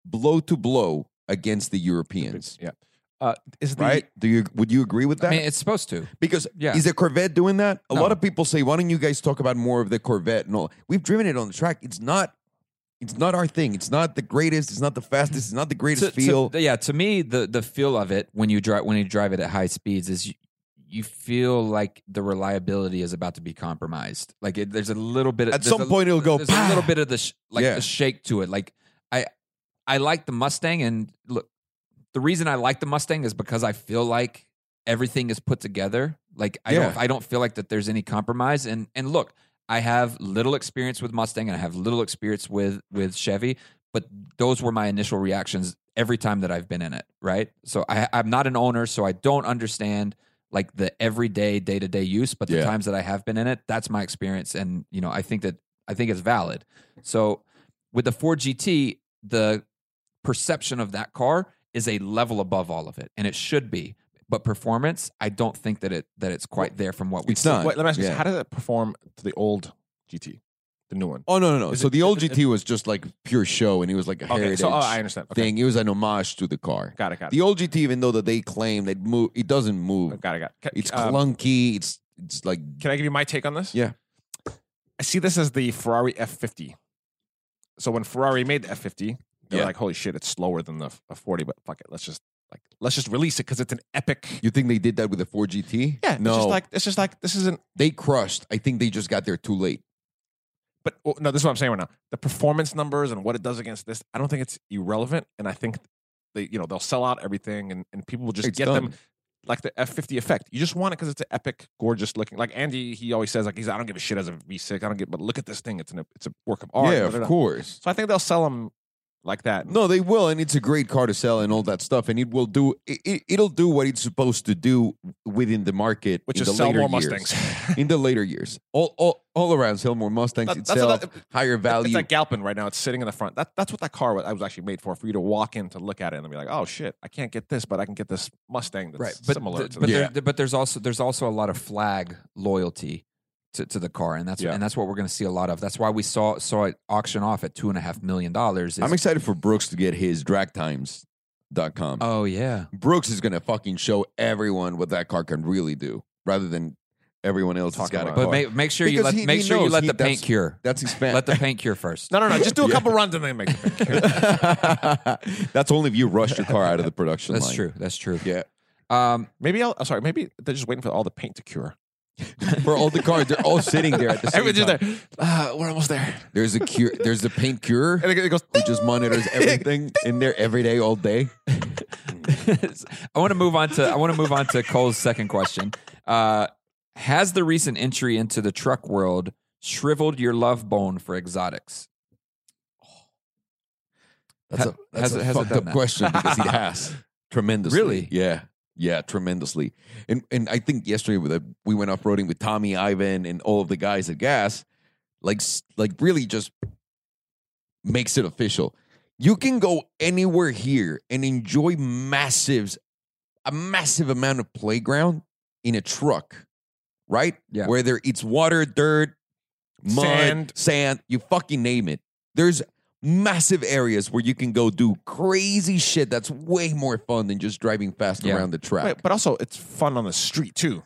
Speaker 2: blow to blow against the Europeans.
Speaker 1: Yeah. Uh, is the
Speaker 2: Right? Do you would you agree with that?
Speaker 3: I mean, it's supposed to.
Speaker 2: Because
Speaker 3: Yeah.
Speaker 2: is the Corvette doing that? A
Speaker 3: No.
Speaker 2: lot of people say, "Why don't you guys talk about more of the Corvette?" No, we've driven it on the track. It's not. It's not our thing. It's not the greatest. It's not the fastest. It's not the greatest
Speaker 3: To- to-
Speaker 2: feel.
Speaker 3: yeah, to me the the feel of it when you drive when you drive it at high speeds is you, you feel like the reliability is about to be compromised. Like it, there's a little bit of,
Speaker 2: At
Speaker 3: there's
Speaker 2: some
Speaker 3: a-
Speaker 2: point, it'll go,
Speaker 3: There's a little
Speaker 2: "Pah!"
Speaker 3: bit of the sh- like
Speaker 2: Yeah.
Speaker 3: the shake to it. Like I I like the Mustang and look the reason I like the Mustang is because I feel like everything is put together. Like I don't
Speaker 2: Yeah.
Speaker 3: I don't feel like that there's any compromise. And and look, I have little experience with Mustang and I have little experience with with Chevy, but those were my initial reactions every time that I've been in it. Right. So I I'm not an owner, so I don't understand like the everyday day to day use, but the
Speaker 2: Yeah.
Speaker 3: times that I have been in it, that's my experience. And you know, I think that I think it's valid. So with the Ford GT, the perception of that car is a level above all of it, and it should be. But performance, I don't think that it that it's quite there from what we've
Speaker 2: It's
Speaker 3: seen.
Speaker 2: not.
Speaker 1: Wait, let me ask you
Speaker 2: Yeah.
Speaker 1: this: How does it perform to the old GT? The new one.
Speaker 2: Oh no no no!
Speaker 1: Is
Speaker 2: so
Speaker 1: it-
Speaker 2: the old GT was just like pure show, and it was like a
Speaker 1: Okay,
Speaker 2: heritage
Speaker 1: so oh, I understand. Okay.
Speaker 2: thing. It was an homage to the car.
Speaker 1: Got it, got it.
Speaker 2: The old GT, even though that they claim that move, it doesn't move.
Speaker 1: Got it, got it. Ca-
Speaker 2: It's
Speaker 1: um,
Speaker 2: clunky. It's it's like
Speaker 1: Can I give you my take on this?
Speaker 2: Yeah.
Speaker 1: I see this as the Ferrari F50. So when Ferrari made the F50, they're
Speaker 2: Yeah.
Speaker 1: like, "Holy shit, it's slower than the F- a 40, but fuck it, let's just like let's just release it because it's an epic."
Speaker 2: you think they did that with the 4 GT.
Speaker 1: Yeah,
Speaker 2: no,
Speaker 1: it's just like it's just like this isn't.
Speaker 2: they crushed. I think they just got there too late.
Speaker 1: But well, no, this is what I'm saying right now. The performance numbers and what it does against this, I don't think it's irrelevant, and I think they, you know, they'll sell out everything, and, and people will just
Speaker 2: It's
Speaker 1: get
Speaker 2: done.
Speaker 1: them like the F50 effect. You just want it because it's an epic, gorgeous looking. Like Andy, he always says, like he's, I don't give a shit as a V6, I don't get, but look at this thing, it's an it's a work of art.
Speaker 2: yeah,
Speaker 1: da, da,
Speaker 2: of
Speaker 1: da.
Speaker 2: course.
Speaker 1: So I think they'll sell them like that.
Speaker 2: No, they will, and it's a great car to sell and all that stuff, and it will do it, it, it'll do what it's supposed to do within the market,
Speaker 1: which
Speaker 2: in the
Speaker 1: is sell
Speaker 2: later
Speaker 1: more
Speaker 2: years.
Speaker 1: Mustangs. [LAUGHS]
Speaker 2: in the later years, all all, all around, sell more Mustangs
Speaker 1: That- that's
Speaker 2: itself,
Speaker 1: what that-
Speaker 2: higher value.
Speaker 1: It's like Galpin right now. It's sitting in the front. That, that's what that car was, I was actually made for, for you to walk in to look at it and be like, oh shit, I can't get this, but I can get this Mustang that's
Speaker 3: right but,
Speaker 1: similar
Speaker 3: th-
Speaker 1: to
Speaker 3: but,
Speaker 1: this.
Speaker 2: Yeah.
Speaker 3: there, but there's also there's also a lot of flag loyalty to, to the car and that's
Speaker 1: Yeah.
Speaker 3: and that's what we're going to see a lot of that's why we saw saw it auction off at two and a half million dollars is-
Speaker 2: I'm excited for Brooks to get his dragtimes.com.
Speaker 1: Uh,
Speaker 3: oh yeah
Speaker 2: Brooks is gonna fucking show everyone what that car can really do, rather than everyone else has
Speaker 1: Talk
Speaker 2: got
Speaker 1: about
Speaker 2: a
Speaker 1: it.
Speaker 2: car.
Speaker 3: but make, make sure you
Speaker 2: Because
Speaker 3: let
Speaker 2: he-
Speaker 3: make
Speaker 2: he
Speaker 3: sure you
Speaker 2: knows
Speaker 3: let
Speaker 2: he-
Speaker 3: the paint
Speaker 2: that's-
Speaker 3: cure
Speaker 2: that's his fan. [LAUGHS]
Speaker 3: let the paint cure first
Speaker 1: No, no, no. Just do a
Speaker 2: Yeah.
Speaker 1: couple runs and then make it. big.
Speaker 2: [LAUGHS]
Speaker 1: [LAUGHS]
Speaker 2: That's only if you rush your car out of the production
Speaker 3: that's
Speaker 2: line.
Speaker 3: true that's true
Speaker 2: Yeah.
Speaker 3: um
Speaker 1: Maybe I'll, oh, sorry, maybe they're just waiting for all the paint to cure.
Speaker 2: For all the cars, they're all sitting
Speaker 1: [LAUGHS]
Speaker 2: there at the same
Speaker 1: Everything's
Speaker 2: time.
Speaker 1: there. Uh, we're almost there.
Speaker 2: There's a cure. There's a paint
Speaker 1: [LAUGHS]
Speaker 2: cure
Speaker 1: And it goes,
Speaker 2: [LAUGHS] who just monitors everything in there every day, all day.
Speaker 3: I want to move on to I want to move on to Cole's second question. Uh, has the recent entry into the truck world shriveled your love bone for exotics?
Speaker 2: That's a
Speaker 3: Ha-
Speaker 2: that's
Speaker 3: has it-
Speaker 2: a
Speaker 3: has it
Speaker 2: fucked
Speaker 3: done
Speaker 2: up
Speaker 3: that?
Speaker 2: question because
Speaker 3: [LAUGHS]
Speaker 2: he has tremendously.
Speaker 3: Really?
Speaker 2: Yeah. Yeah, tremendously. And and I think yesterday with the, we went off roading with Tommy, Ivan, and all of the guys at Gas. Like s- like really just makes it official. You can go anywhere here and enjoy massives, a massive amount of playground in a truck, right?
Speaker 3: Yeah.
Speaker 2: Whether it's water, dirt, mud,
Speaker 1: Sand.
Speaker 2: sand, you fucking name it. There's massive areas where you can go do crazy shit that's way more fun than just driving fast
Speaker 3: Yeah.
Speaker 2: around the track.
Speaker 1: Wait, but also, it's fun on the street too.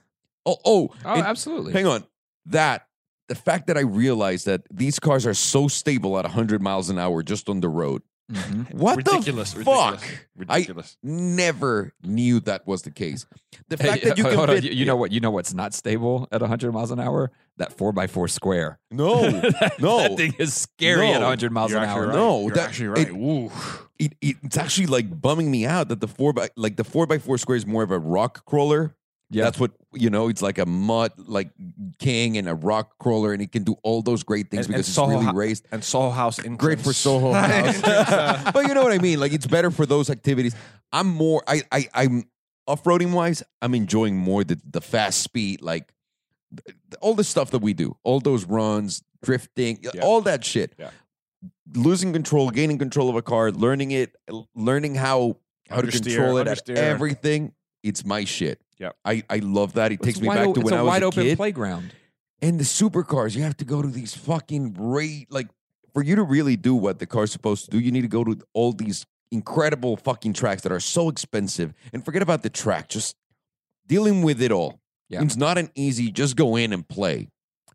Speaker 2: oh, oh,
Speaker 3: Oh,
Speaker 2: and-
Speaker 3: absolutely.
Speaker 2: hang on. That the fact that I realized that these cars are so stable at 100 miles an hour just on the road.
Speaker 3: Mhm.
Speaker 2: What
Speaker 1: ridiculous,
Speaker 2: the
Speaker 1: ridiculous,
Speaker 2: fuck? I
Speaker 1: ridiculous.
Speaker 2: never knew that was the case. The fact
Speaker 3: Hey,
Speaker 2: that you
Speaker 3: hold
Speaker 2: can
Speaker 3: on,
Speaker 2: fit,
Speaker 3: you- you know what? You know what's not stable at 100 miles an hour? That four by four square.
Speaker 2: [LAUGHS] no, no,
Speaker 3: [LAUGHS] that thing is scary at
Speaker 2: No.
Speaker 3: 100 miles
Speaker 1: You're
Speaker 3: an
Speaker 1: actually
Speaker 3: hour.
Speaker 1: right.
Speaker 2: No,
Speaker 1: You're
Speaker 2: that-
Speaker 1: actually right.
Speaker 2: it-
Speaker 1: Woo.
Speaker 2: it, it, it's actually like bumming me out that the four by like the four by four square is more of a rock crawler.
Speaker 3: Yeah.
Speaker 2: that's what you know. It's like a mud like king and a rock crawler, and it can do all those great things
Speaker 1: And- and
Speaker 2: because it's
Speaker 1: Soho
Speaker 2: really
Speaker 1: Hou-
Speaker 2: raised.
Speaker 1: And Soho House. Inclines.
Speaker 2: Great
Speaker 1: [LAUGHS]
Speaker 2: for Soho House, [LAUGHS] but you know what I mean. Like it's better for those activities. I'm more. I I I'm off roading wise. I'm enjoying more the the fast speed, like th- all the stuff that we do, all those runs, drifting,
Speaker 1: Yeah.
Speaker 2: all that shit.
Speaker 1: Yeah.
Speaker 2: Losing control, gaining control of a car, learning it, l- learning how how to
Speaker 1: Understeer,
Speaker 2: control it at
Speaker 1: understeer.
Speaker 2: everything. It's my shit.
Speaker 1: Yeah.
Speaker 2: I, I love that. It takes
Speaker 3: It's
Speaker 2: me
Speaker 3: wide
Speaker 2: back
Speaker 3: o-
Speaker 2: to
Speaker 3: it's
Speaker 2: when
Speaker 3: a
Speaker 2: I was
Speaker 3: wide
Speaker 2: a
Speaker 3: open
Speaker 2: kid
Speaker 3: playground.
Speaker 2: and the supercars you have to go to these fucking rate like for you to really do what the car's supposed to do you need to go to all these incredible fucking tracks that are so expensive and forget about the track just dealing with it all
Speaker 3: Yeah.
Speaker 2: it's not an easy just go in and play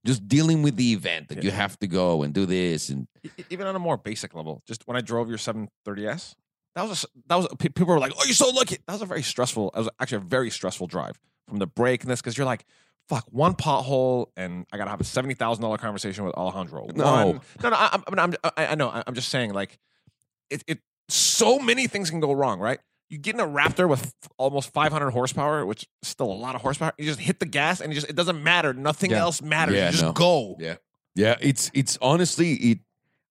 Speaker 2: just dealing with the event that
Speaker 1: Yeah.
Speaker 2: you have to go and do this and
Speaker 1: E- e- even on a more basic level, just when I drove your 730s, that was a, s- that was a- pe- people were like, "Oh, you're so lucky." That was a very stressful. That was actually a very stressful drive from the break and this because you're like, "Fuck, one pothole," and I gotta have a seventy thousand dollar conversation with Alejandro.
Speaker 2: No.
Speaker 1: One- no, no. I, I'm- I'm, I'm, I, I know. I, I'm just saying, like, it, it. So many things can go wrong, right? You get in a Raptor with f- almost 500 horsepower, which is still a lot of horsepower. You just hit the gas, and you just it doesn't matter. Nothing
Speaker 3: Yeah.
Speaker 1: else matters.
Speaker 2: Yeah,
Speaker 1: you just
Speaker 2: no.
Speaker 1: go.
Speaker 2: Yeah. yeah it's it's honestly it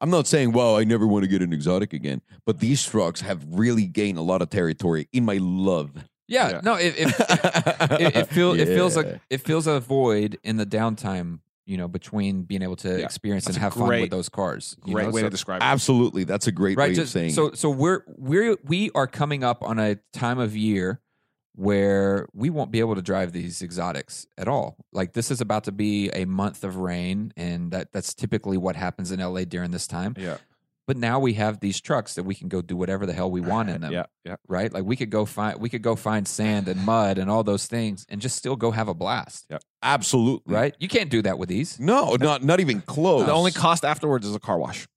Speaker 2: i'm not saying wow i never want to get an exotic again but these trucks have really gained a lot of territory in my [LAUGHS] love
Speaker 3: Yeah,
Speaker 1: Yeah.
Speaker 3: no, it, it,
Speaker 2: [LAUGHS]
Speaker 3: it, it feels it feels
Speaker 2: Yeah.
Speaker 3: like it feels a void in the downtime, you know, between being able to
Speaker 1: Yeah.
Speaker 3: experience
Speaker 1: That's
Speaker 3: and
Speaker 1: a
Speaker 3: have fun
Speaker 1: great-
Speaker 3: with those cars. you
Speaker 1: Great
Speaker 3: know?
Speaker 1: way
Speaker 3: So-
Speaker 1: to describe it.
Speaker 2: Absolutely, that's a great way
Speaker 3: right
Speaker 2: of
Speaker 3: just-
Speaker 2: saying.
Speaker 3: so so we're we're we are coming up on a time of year where we won't be able to drive these exotics at all. Like this is about to be a month of rain, and that that's typically what happens in LA during this time.
Speaker 1: Yeah.
Speaker 3: But now we have these trucks that we can go do whatever the hell we want in them.
Speaker 1: Yeah. Yeah.
Speaker 3: Right? Like we could go find we could go find sand and mud and all those things and just still go have a blast.
Speaker 2: Absolutely.
Speaker 3: Right? You can't do that with these.
Speaker 2: No, not not even close.
Speaker 1: Oh, The only cost afterwards is a car wash.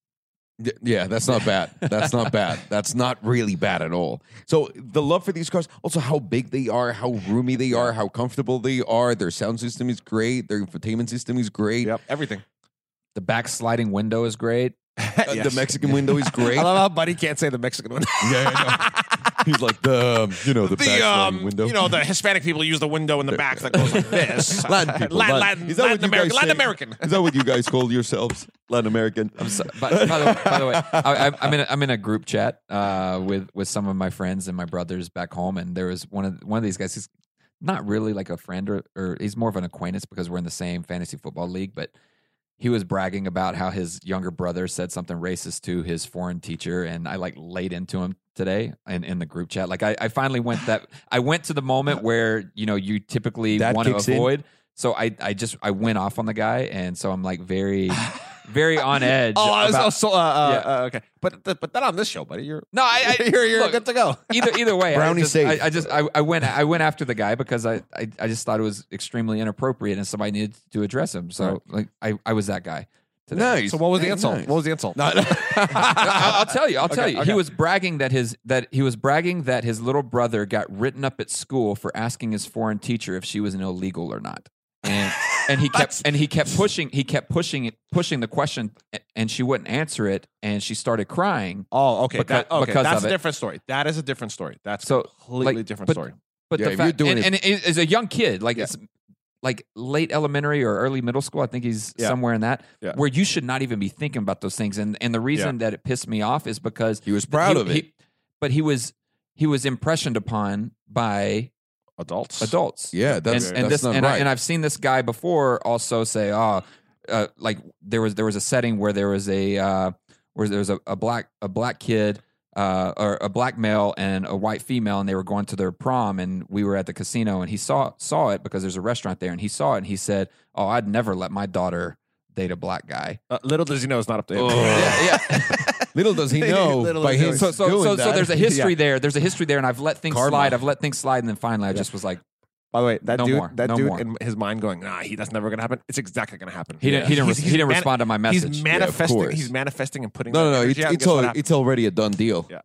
Speaker 2: Y- Yeah, that's not bad. That's
Speaker 1: [LAUGHS]
Speaker 2: not bad. That's not really bad at all. So the love for these cars, also how big they are, how roomy they are, how comfortable they are. Their sound system is great. Their infotainment system is great.
Speaker 1: Yep. Everything.
Speaker 3: The back sliding window is great.
Speaker 2: Uh, [LAUGHS] The Mexican
Speaker 1: [LAUGHS]
Speaker 2: window is great.
Speaker 1: I
Speaker 2: yeah,
Speaker 1: love how Buddy can't say the Mexican one.
Speaker 2: I
Speaker 1: [LAUGHS]
Speaker 2: know. he's like the um, you know the, back
Speaker 1: the
Speaker 2: sliding
Speaker 1: um,
Speaker 2: window.
Speaker 1: you
Speaker 2: [LAUGHS]
Speaker 1: know, the Hispanic people use the window in the back that goes like this.
Speaker 2: Latin people.
Speaker 1: Latin,
Speaker 2: Latin-
Speaker 1: Latin,
Speaker 2: Is that
Speaker 1: Latin
Speaker 2: what you guys
Speaker 1: American, Latin
Speaker 2: say?
Speaker 1: American.
Speaker 2: Is that what you guys call yourselves, Latin American?
Speaker 3: I'm so, by, by, the, by the way, I, I'm- I'm in a, I'm in a group chat uh, with with some of my friends and my brothers back home, and there was one of one of these guys. He's not really like a friend, or, or he's more of an acquaintance because we're in the same fantasy football league. But he was bragging about how his younger brother said something racist to his foreign teacher, and I like laid into him today in, in the group chat. Like I, I finally went that I went to the moment where you know you typically
Speaker 2: Uh, That
Speaker 3: want to
Speaker 2: kicks in?
Speaker 3: avoid. So I, I just I went off on the guy, and so I'm
Speaker 1: [LAUGHS]
Speaker 3: like very, very on edge.
Speaker 1: Oh, I was,
Speaker 3: about-
Speaker 1: oh, so, uh, uh,
Speaker 3: Yeah.
Speaker 1: uh, okay, but th- but not on this show, buddy. You're
Speaker 3: no, I, I
Speaker 1: you're, you're
Speaker 3: look,
Speaker 1: good to go.
Speaker 3: either either way.
Speaker 2: Brownie
Speaker 3: I just,
Speaker 2: safe.
Speaker 3: I, I just I, I went I went after the guy because I, I I just thought it was extremely inappropriate and somebody needed to address him. So like I, I was that guy. Today.
Speaker 2: Nice.
Speaker 1: So what was the
Speaker 2: Hey,
Speaker 1: insult?
Speaker 2: nice.
Speaker 1: What was the insult?
Speaker 3: No, I'll, I'll tell you. I'll tell
Speaker 1: Okay,
Speaker 3: you. He
Speaker 1: okay.
Speaker 3: was bragging that his that he was bragging that his little brother got written up at school for asking his foreign teacher if she was an illegal or not, and and he kept and he kept pushing he kept pushing it pushing the question, a- and she wouldn't answer it, and she started crying.
Speaker 1: [LAUGHS] Oh, okay,
Speaker 3: Because-
Speaker 1: that, okay.
Speaker 3: because
Speaker 1: that's
Speaker 3: of
Speaker 1: a
Speaker 3: it.
Speaker 1: different story. That is a different story. That's
Speaker 3: So,
Speaker 1: completely
Speaker 3: like,
Speaker 1: different
Speaker 3: but-
Speaker 1: story.
Speaker 3: But
Speaker 2: Yeah,
Speaker 3: the
Speaker 2: if
Speaker 3: fact,
Speaker 2: you're doing
Speaker 3: and,
Speaker 2: it-
Speaker 3: and it- as a young kid, like
Speaker 1: Yeah.
Speaker 3: it's like late elementary or early middle school, I think he's
Speaker 1: Yeah.
Speaker 3: somewhere in that
Speaker 1: Yeah.
Speaker 3: where you should not even be thinking about those things. And and the reason that it pissed me off is because
Speaker 2: He was proud
Speaker 3: he-
Speaker 2: of it.
Speaker 3: he- but he was he was impressioned upon by
Speaker 1: Adults,
Speaker 3: adults.
Speaker 2: yeah, that's
Speaker 3: and, and
Speaker 2: that's
Speaker 3: this
Speaker 2: not
Speaker 3: and,
Speaker 2: right.
Speaker 3: I, and I've seen this guy before also say, oh, uh, like there was there was a setting where there was a uh, where there was a, a black a black kid uh, or a black male and a white female, and they were going to their prom, and we were at the casino, and he saw saw it because there's a restaurant there, and he saw it, and he said, oh, I'd never let my daughter date a black guy.
Speaker 1: Uh, little does he know it's not up
Speaker 3: oh.
Speaker 1: to him.
Speaker 2: Oh.
Speaker 1: [LAUGHS]
Speaker 3: Yeah, yeah. [LAUGHS]
Speaker 2: little does he know
Speaker 1: Little
Speaker 2: by
Speaker 1: does he know.
Speaker 2: him
Speaker 3: So so
Speaker 2: doing
Speaker 3: so,
Speaker 2: that.
Speaker 3: so [LAUGHS] there's a history
Speaker 1: Yeah.
Speaker 3: there. There's a history there, and I've let things
Speaker 2: Karma.
Speaker 3: slide. I've let things slide, and then finally, I just was like,
Speaker 1: By the way, that
Speaker 3: No
Speaker 1: dude,
Speaker 3: more.
Speaker 1: that
Speaker 3: No
Speaker 1: dude
Speaker 3: more.
Speaker 1: in his mind going, nah, he that's never gonna happen. It's exactly gonna happen.
Speaker 3: he didn't he didn't
Speaker 1: He's-
Speaker 3: res-
Speaker 1: he's
Speaker 3: he didn't
Speaker 1: mani-
Speaker 3: respond to my message.
Speaker 1: He's
Speaker 2: of
Speaker 1: manifesting.
Speaker 2: course.
Speaker 1: he's manifesting and putting.
Speaker 2: no,
Speaker 1: that
Speaker 2: no, no.
Speaker 1: energy
Speaker 2: It's
Speaker 1: out.
Speaker 2: it's,
Speaker 1: Guess what
Speaker 2: al-
Speaker 1: happened?
Speaker 2: it's already a done deal.
Speaker 1: Yeah.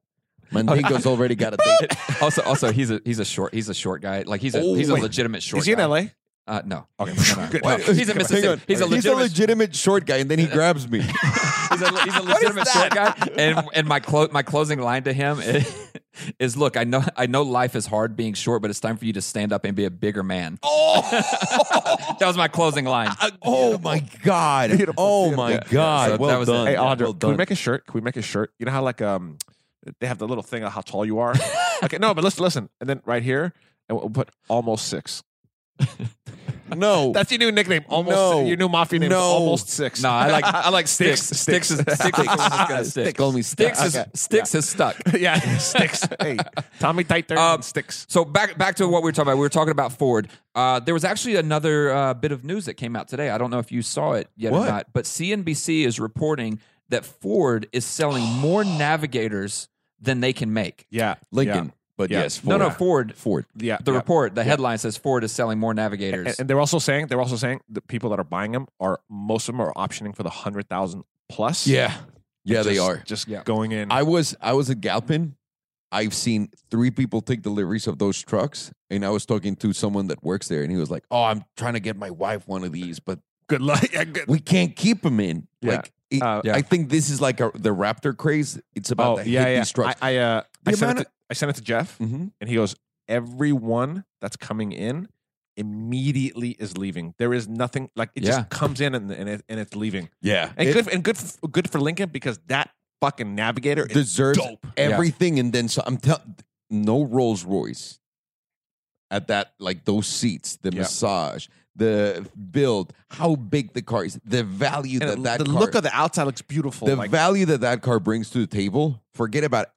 Speaker 2: Mandingo's already got a date.
Speaker 3: [LAUGHS] also, also, he's a he's a short he's a short guy. Like he's a
Speaker 2: Oh,
Speaker 3: he's a
Speaker 1: wait.
Speaker 3: legitimate short.
Speaker 1: Is he in
Speaker 3: guy.
Speaker 1: L.A.?
Speaker 3: Uh, no.
Speaker 1: Okay,
Speaker 3: No, no.
Speaker 1: [LAUGHS] good.
Speaker 3: [LAUGHS] Well, [LAUGHS] he's a
Speaker 1: Come on.
Speaker 2: Hang on.
Speaker 3: Mississippi. He's a legitimate.
Speaker 2: legitimate short guy,
Speaker 3: [LAUGHS]
Speaker 2: and then he grabs me.
Speaker 3: He's [LAUGHS] a, he's a legitimate short guy. And and my clo- my closing line to him [LAUGHS] is, is, look, I know I know life is hard being short, but it's time for you to stand up and be a bigger [LAUGHS] man.
Speaker 2: oh,
Speaker 3: That was my closing [LAUGHS] line.
Speaker 2: [LAUGHS] oh my god! Oh my god!
Speaker 3: So
Speaker 2: well
Speaker 3: that was it.
Speaker 2: done.
Speaker 1: Hey, Alejandro,
Speaker 2: well
Speaker 1: can we
Speaker 2: done.
Speaker 1: make a shirt? Can we make a shirt? You know how like um they have the little thing of how tall you
Speaker 3: [LAUGHS]
Speaker 1: are. okay, no, but listen, listen, and then right here, and we'll put almost six.
Speaker 3: [LAUGHS]
Speaker 2: no,
Speaker 1: That's your new nickname, almost.
Speaker 2: No.
Speaker 1: Your new mafia name, is
Speaker 2: No.
Speaker 1: almost six.
Speaker 3: No, I like I [LAUGHS] like sticks.
Speaker 1: Sticks,
Speaker 3: Sticks is
Speaker 1: sticks.
Speaker 3: [LAUGHS] sticks is just gonna stick.
Speaker 2: Call me
Speaker 3: Sticks is
Speaker 2: Okay.
Speaker 3: sticks is stuck.
Speaker 1: [LAUGHS] yeah, sticks.
Speaker 3: [LAUGHS]
Speaker 1: Hey, Tommy Tight there,
Speaker 3: Um,
Speaker 1: and sticks.
Speaker 3: So back back to what we were talking about. We were talking about Ford. Uh, there was actually another uh, bit of news that came out today. I don't know if you saw it yet
Speaker 2: What?
Speaker 3: or not, but CNBC is reporting that Ford is selling more Navigators than they can make.
Speaker 1: Yeah,
Speaker 2: Lincoln, but
Speaker 1: Yeah.
Speaker 2: yes,
Speaker 3: No,
Speaker 2: Ford.
Speaker 3: no, Ford.
Speaker 2: Ford.
Speaker 1: Yeah,
Speaker 3: The
Speaker 1: yeah.
Speaker 3: report, the headline says Ford is selling more
Speaker 1: And,
Speaker 3: Navigators.
Speaker 1: and they're also saying they're also saying the people that are buying them are most of them are optioning for the hundred thousand plus.
Speaker 2: Yeah, yeah, they
Speaker 1: Just-
Speaker 2: are.
Speaker 1: just
Speaker 3: Yeah.
Speaker 1: going in.
Speaker 2: I was I was at Galpin. I've seen three people take deliveries of those trucks, and I was talking to someone that works there, and he was like, "Oh, I'm trying to get my wife one of these, but
Speaker 1: good luck. [LAUGHS] Yeah, good-
Speaker 2: we can't keep them in."
Speaker 1: Yeah.
Speaker 2: Like, it-
Speaker 1: Uh,
Speaker 2: I think this is like a, the Raptor craze. It's about
Speaker 1: oh
Speaker 2: to
Speaker 1: yeah,
Speaker 2: hit
Speaker 1: yeah.
Speaker 2: these trucks.
Speaker 1: I, I uh,
Speaker 2: The
Speaker 1: I sent
Speaker 2: amount
Speaker 1: it to, I sent it to Jeff,
Speaker 2: Mhm.
Speaker 1: and he goes, "Everyone that's coming in immediately is leaving. There is nothing like it
Speaker 3: Yeah.
Speaker 1: just comes in and and, it, and it's leaving.
Speaker 2: Yeah,
Speaker 1: And
Speaker 2: it
Speaker 1: good and good for, good for Lincoln because that fucking navigator is
Speaker 2: deserves
Speaker 1: dope.
Speaker 2: everything, and then so I'm telling no Rolls Royce at that like those seats, the
Speaker 1: Yeah.
Speaker 2: massage, the build, how big the car is, the value
Speaker 1: And
Speaker 2: that that
Speaker 1: the
Speaker 2: car,
Speaker 1: look of the outside looks beautiful.
Speaker 2: the
Speaker 1: like,
Speaker 2: value that that car brings to the table, forget about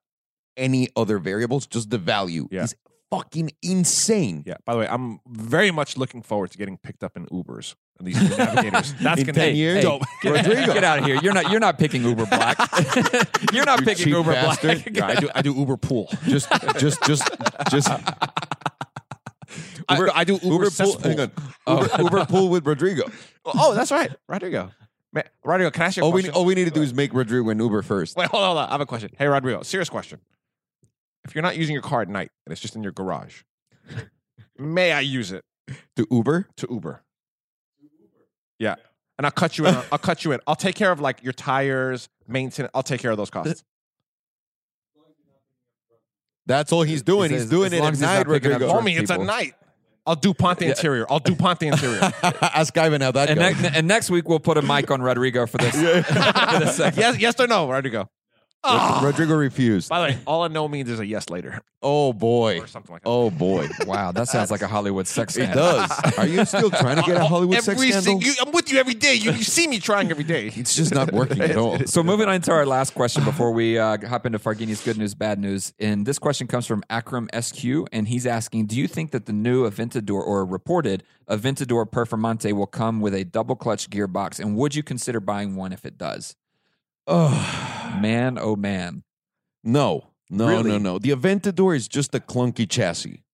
Speaker 2: any other variables, just the value
Speaker 1: Yeah.
Speaker 2: is fucking insane.
Speaker 1: Yeah. By the way, I'm very much looking forward to getting picked up in Ubers. and These
Speaker 3: [LAUGHS]
Speaker 1: navigators. That's
Speaker 2: In
Speaker 1: gonna
Speaker 2: 10
Speaker 1: be
Speaker 2: years?
Speaker 1: dope.
Speaker 3: Get, [LAUGHS] get out of here. You're not you're not picking Uber Black. you're not
Speaker 2: You
Speaker 3: picking
Speaker 2: cheap
Speaker 3: Uber
Speaker 2: bastard.
Speaker 1: [LAUGHS]
Speaker 3: Black.
Speaker 1: Yeah,
Speaker 3: [LAUGHS]
Speaker 1: I do. I do Uber pool.
Speaker 2: Just, just, just, just.
Speaker 1: I, no, I do Uber,
Speaker 2: pool.
Speaker 1: cesspool.
Speaker 2: Hang on. Uber, Uber pool with Rodrigo.
Speaker 1: Oh, that's right, Rodrigo. Ma- Rodrigo, can I ask you a
Speaker 2: All Oh, we,
Speaker 1: question?
Speaker 2: all we need to do is make Rodrigo an Uber first.
Speaker 1: Wait, hold on, hold on. I have a question. Hey, Rodrigo, serious question. If you're not using your car at night and it's just in your garage, may I use it
Speaker 2: To Uber?
Speaker 1: to Uber? Yeah, and I'll cut you in. I'll cut you in. I'll take care of like your tires, maintenance. I'll take care of those costs.
Speaker 2: That's all he's [LAUGHS] doing.
Speaker 3: He
Speaker 2: he's
Speaker 3: says,
Speaker 2: doing
Speaker 3: as
Speaker 2: it
Speaker 3: long
Speaker 2: at
Speaker 3: as he's
Speaker 2: night,
Speaker 3: not picking up
Speaker 2: Rodrigo.
Speaker 3: drunk
Speaker 1: Homie, it's at
Speaker 3: people.
Speaker 1: night. I'll do Ponte interior. I'll do Ponte [LAUGHS] interior.
Speaker 2: Ask Ivan how that
Speaker 3: And,
Speaker 2: goes.
Speaker 3: ne- and next week we'll put a mic on Rodrigo for this. for this segment.
Speaker 1: yes, yes or no, Rodrigo. Ah.
Speaker 2: Rodrigo refused.
Speaker 1: By the way, all a no means is a yes later
Speaker 2: Oh boy.
Speaker 1: or something like that.
Speaker 2: Oh boy.
Speaker 3: Wow, that sounds like a Hollywood sex
Speaker 2: It
Speaker 3: scandal.
Speaker 2: does. Are you still trying to
Speaker 1: [LAUGHS]
Speaker 2: get a Hollywood
Speaker 1: every
Speaker 2: sex scandal?
Speaker 1: sing- you- I'm with you every day. You, you see me trying every day. [LAUGHS]
Speaker 2: it's just not working [LAUGHS] at all.
Speaker 3: So moving on to our last [LAUGHS] question before we uh, hop into Farghini's good news, bad news. And this question comes from Akram SQ, and he's asking, do you think that the new Aventador or reported Aventador Performante will come with a double clutch gearbox? And would you consider buying one if it does?
Speaker 2: Oh
Speaker 3: Man, oh man.
Speaker 2: no. No, no,
Speaker 3: Really?
Speaker 2: no. The Aventador is just a clunky chassis.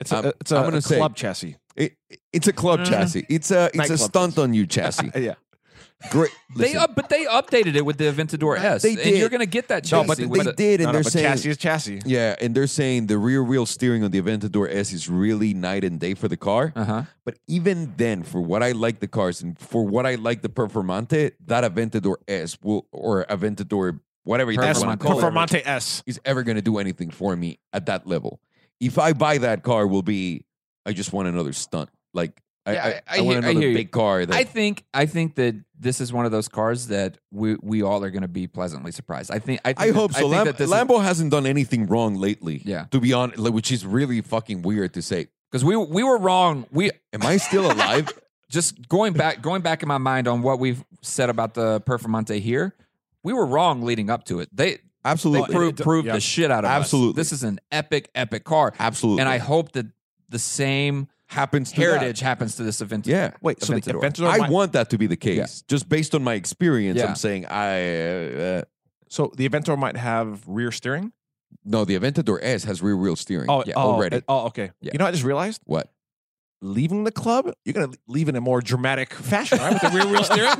Speaker 1: It's a,
Speaker 2: I'm-
Speaker 1: it's a,
Speaker 2: I'm gonna
Speaker 1: a
Speaker 2: say-
Speaker 1: club chassis.
Speaker 2: It, it's a club chassis. It's a it's a
Speaker 1: Uh-huh. Nightclub
Speaker 2: stunt on you chassis.
Speaker 1: Yeah.
Speaker 2: [LAUGHS] Great.
Speaker 3: They
Speaker 2: listen,
Speaker 3: up, but they updated it with the Aventador S.
Speaker 2: They
Speaker 3: And
Speaker 2: did.
Speaker 3: you're going to get that
Speaker 2: no,
Speaker 3: chassis.
Speaker 2: but they
Speaker 3: with a-
Speaker 2: did,
Speaker 1: No,
Speaker 2: and
Speaker 1: no,
Speaker 2: they're
Speaker 1: but
Speaker 2: saying
Speaker 1: chassis is chassis.
Speaker 2: yeah, and they're saying the rear wheel steering on the Aventador S is really night and day for the car.
Speaker 3: uh-huh.
Speaker 2: But even then, for what I like the cars and for what I like the Performante, that Aventador S will or Aventador whatever you
Speaker 1: S,
Speaker 2: want to call it
Speaker 1: Performante S.
Speaker 2: is ever going to do anything for me at that level. If I buy that car, will be I just want another stunt. Like I,
Speaker 3: Yeah,
Speaker 2: I,
Speaker 3: I-
Speaker 2: I,
Speaker 3: I hear-
Speaker 2: want
Speaker 3: I
Speaker 2: another
Speaker 3: hear you.
Speaker 2: big car. That,
Speaker 3: I think I think that this is one of those cars that we we all are going to be pleasantly surprised. I think I, think
Speaker 2: I hope
Speaker 3: that,
Speaker 2: so.
Speaker 3: I think
Speaker 2: Lam-
Speaker 3: that this
Speaker 2: Lambo hasn't done anything wrong lately.
Speaker 3: Yeah.
Speaker 2: to be honest, like, which is really fucking weird to say.
Speaker 3: because we we were wrong. We
Speaker 2: Am I still alive?
Speaker 3: [LAUGHS] just going back going back in my mind on what we've said about the Performante here. We were wrong leading up to it. They they
Speaker 2: Absolutely,
Speaker 3: proved proved
Speaker 1: yeah.
Speaker 3: the shit out of
Speaker 2: Absolutely.
Speaker 3: us. This is an epic epic car,
Speaker 2: absolutely.
Speaker 3: and I hope that the same
Speaker 2: happens to that.
Speaker 3: heritage happens to this event.
Speaker 2: Yeah.
Speaker 1: Wait, so the
Speaker 3: Aventador.
Speaker 1: Aventador.
Speaker 2: I
Speaker 1: might-
Speaker 2: want that to be the case. Just based on my experience,
Speaker 3: Yeah.
Speaker 2: I'm saying I. Uh, uh,
Speaker 1: so the Aventador might have rear steering.
Speaker 2: no, the Aventador S has rear wheel steering
Speaker 1: Oh,
Speaker 2: yeah,
Speaker 1: oh,
Speaker 2: already.
Speaker 1: it- oh, okay.
Speaker 3: Yeah.
Speaker 1: You know, what I just realized
Speaker 2: what?
Speaker 1: leaving the club, you're gonna leave in a more dramatic fashion, right? With the rear wheel [LAUGHS] steering,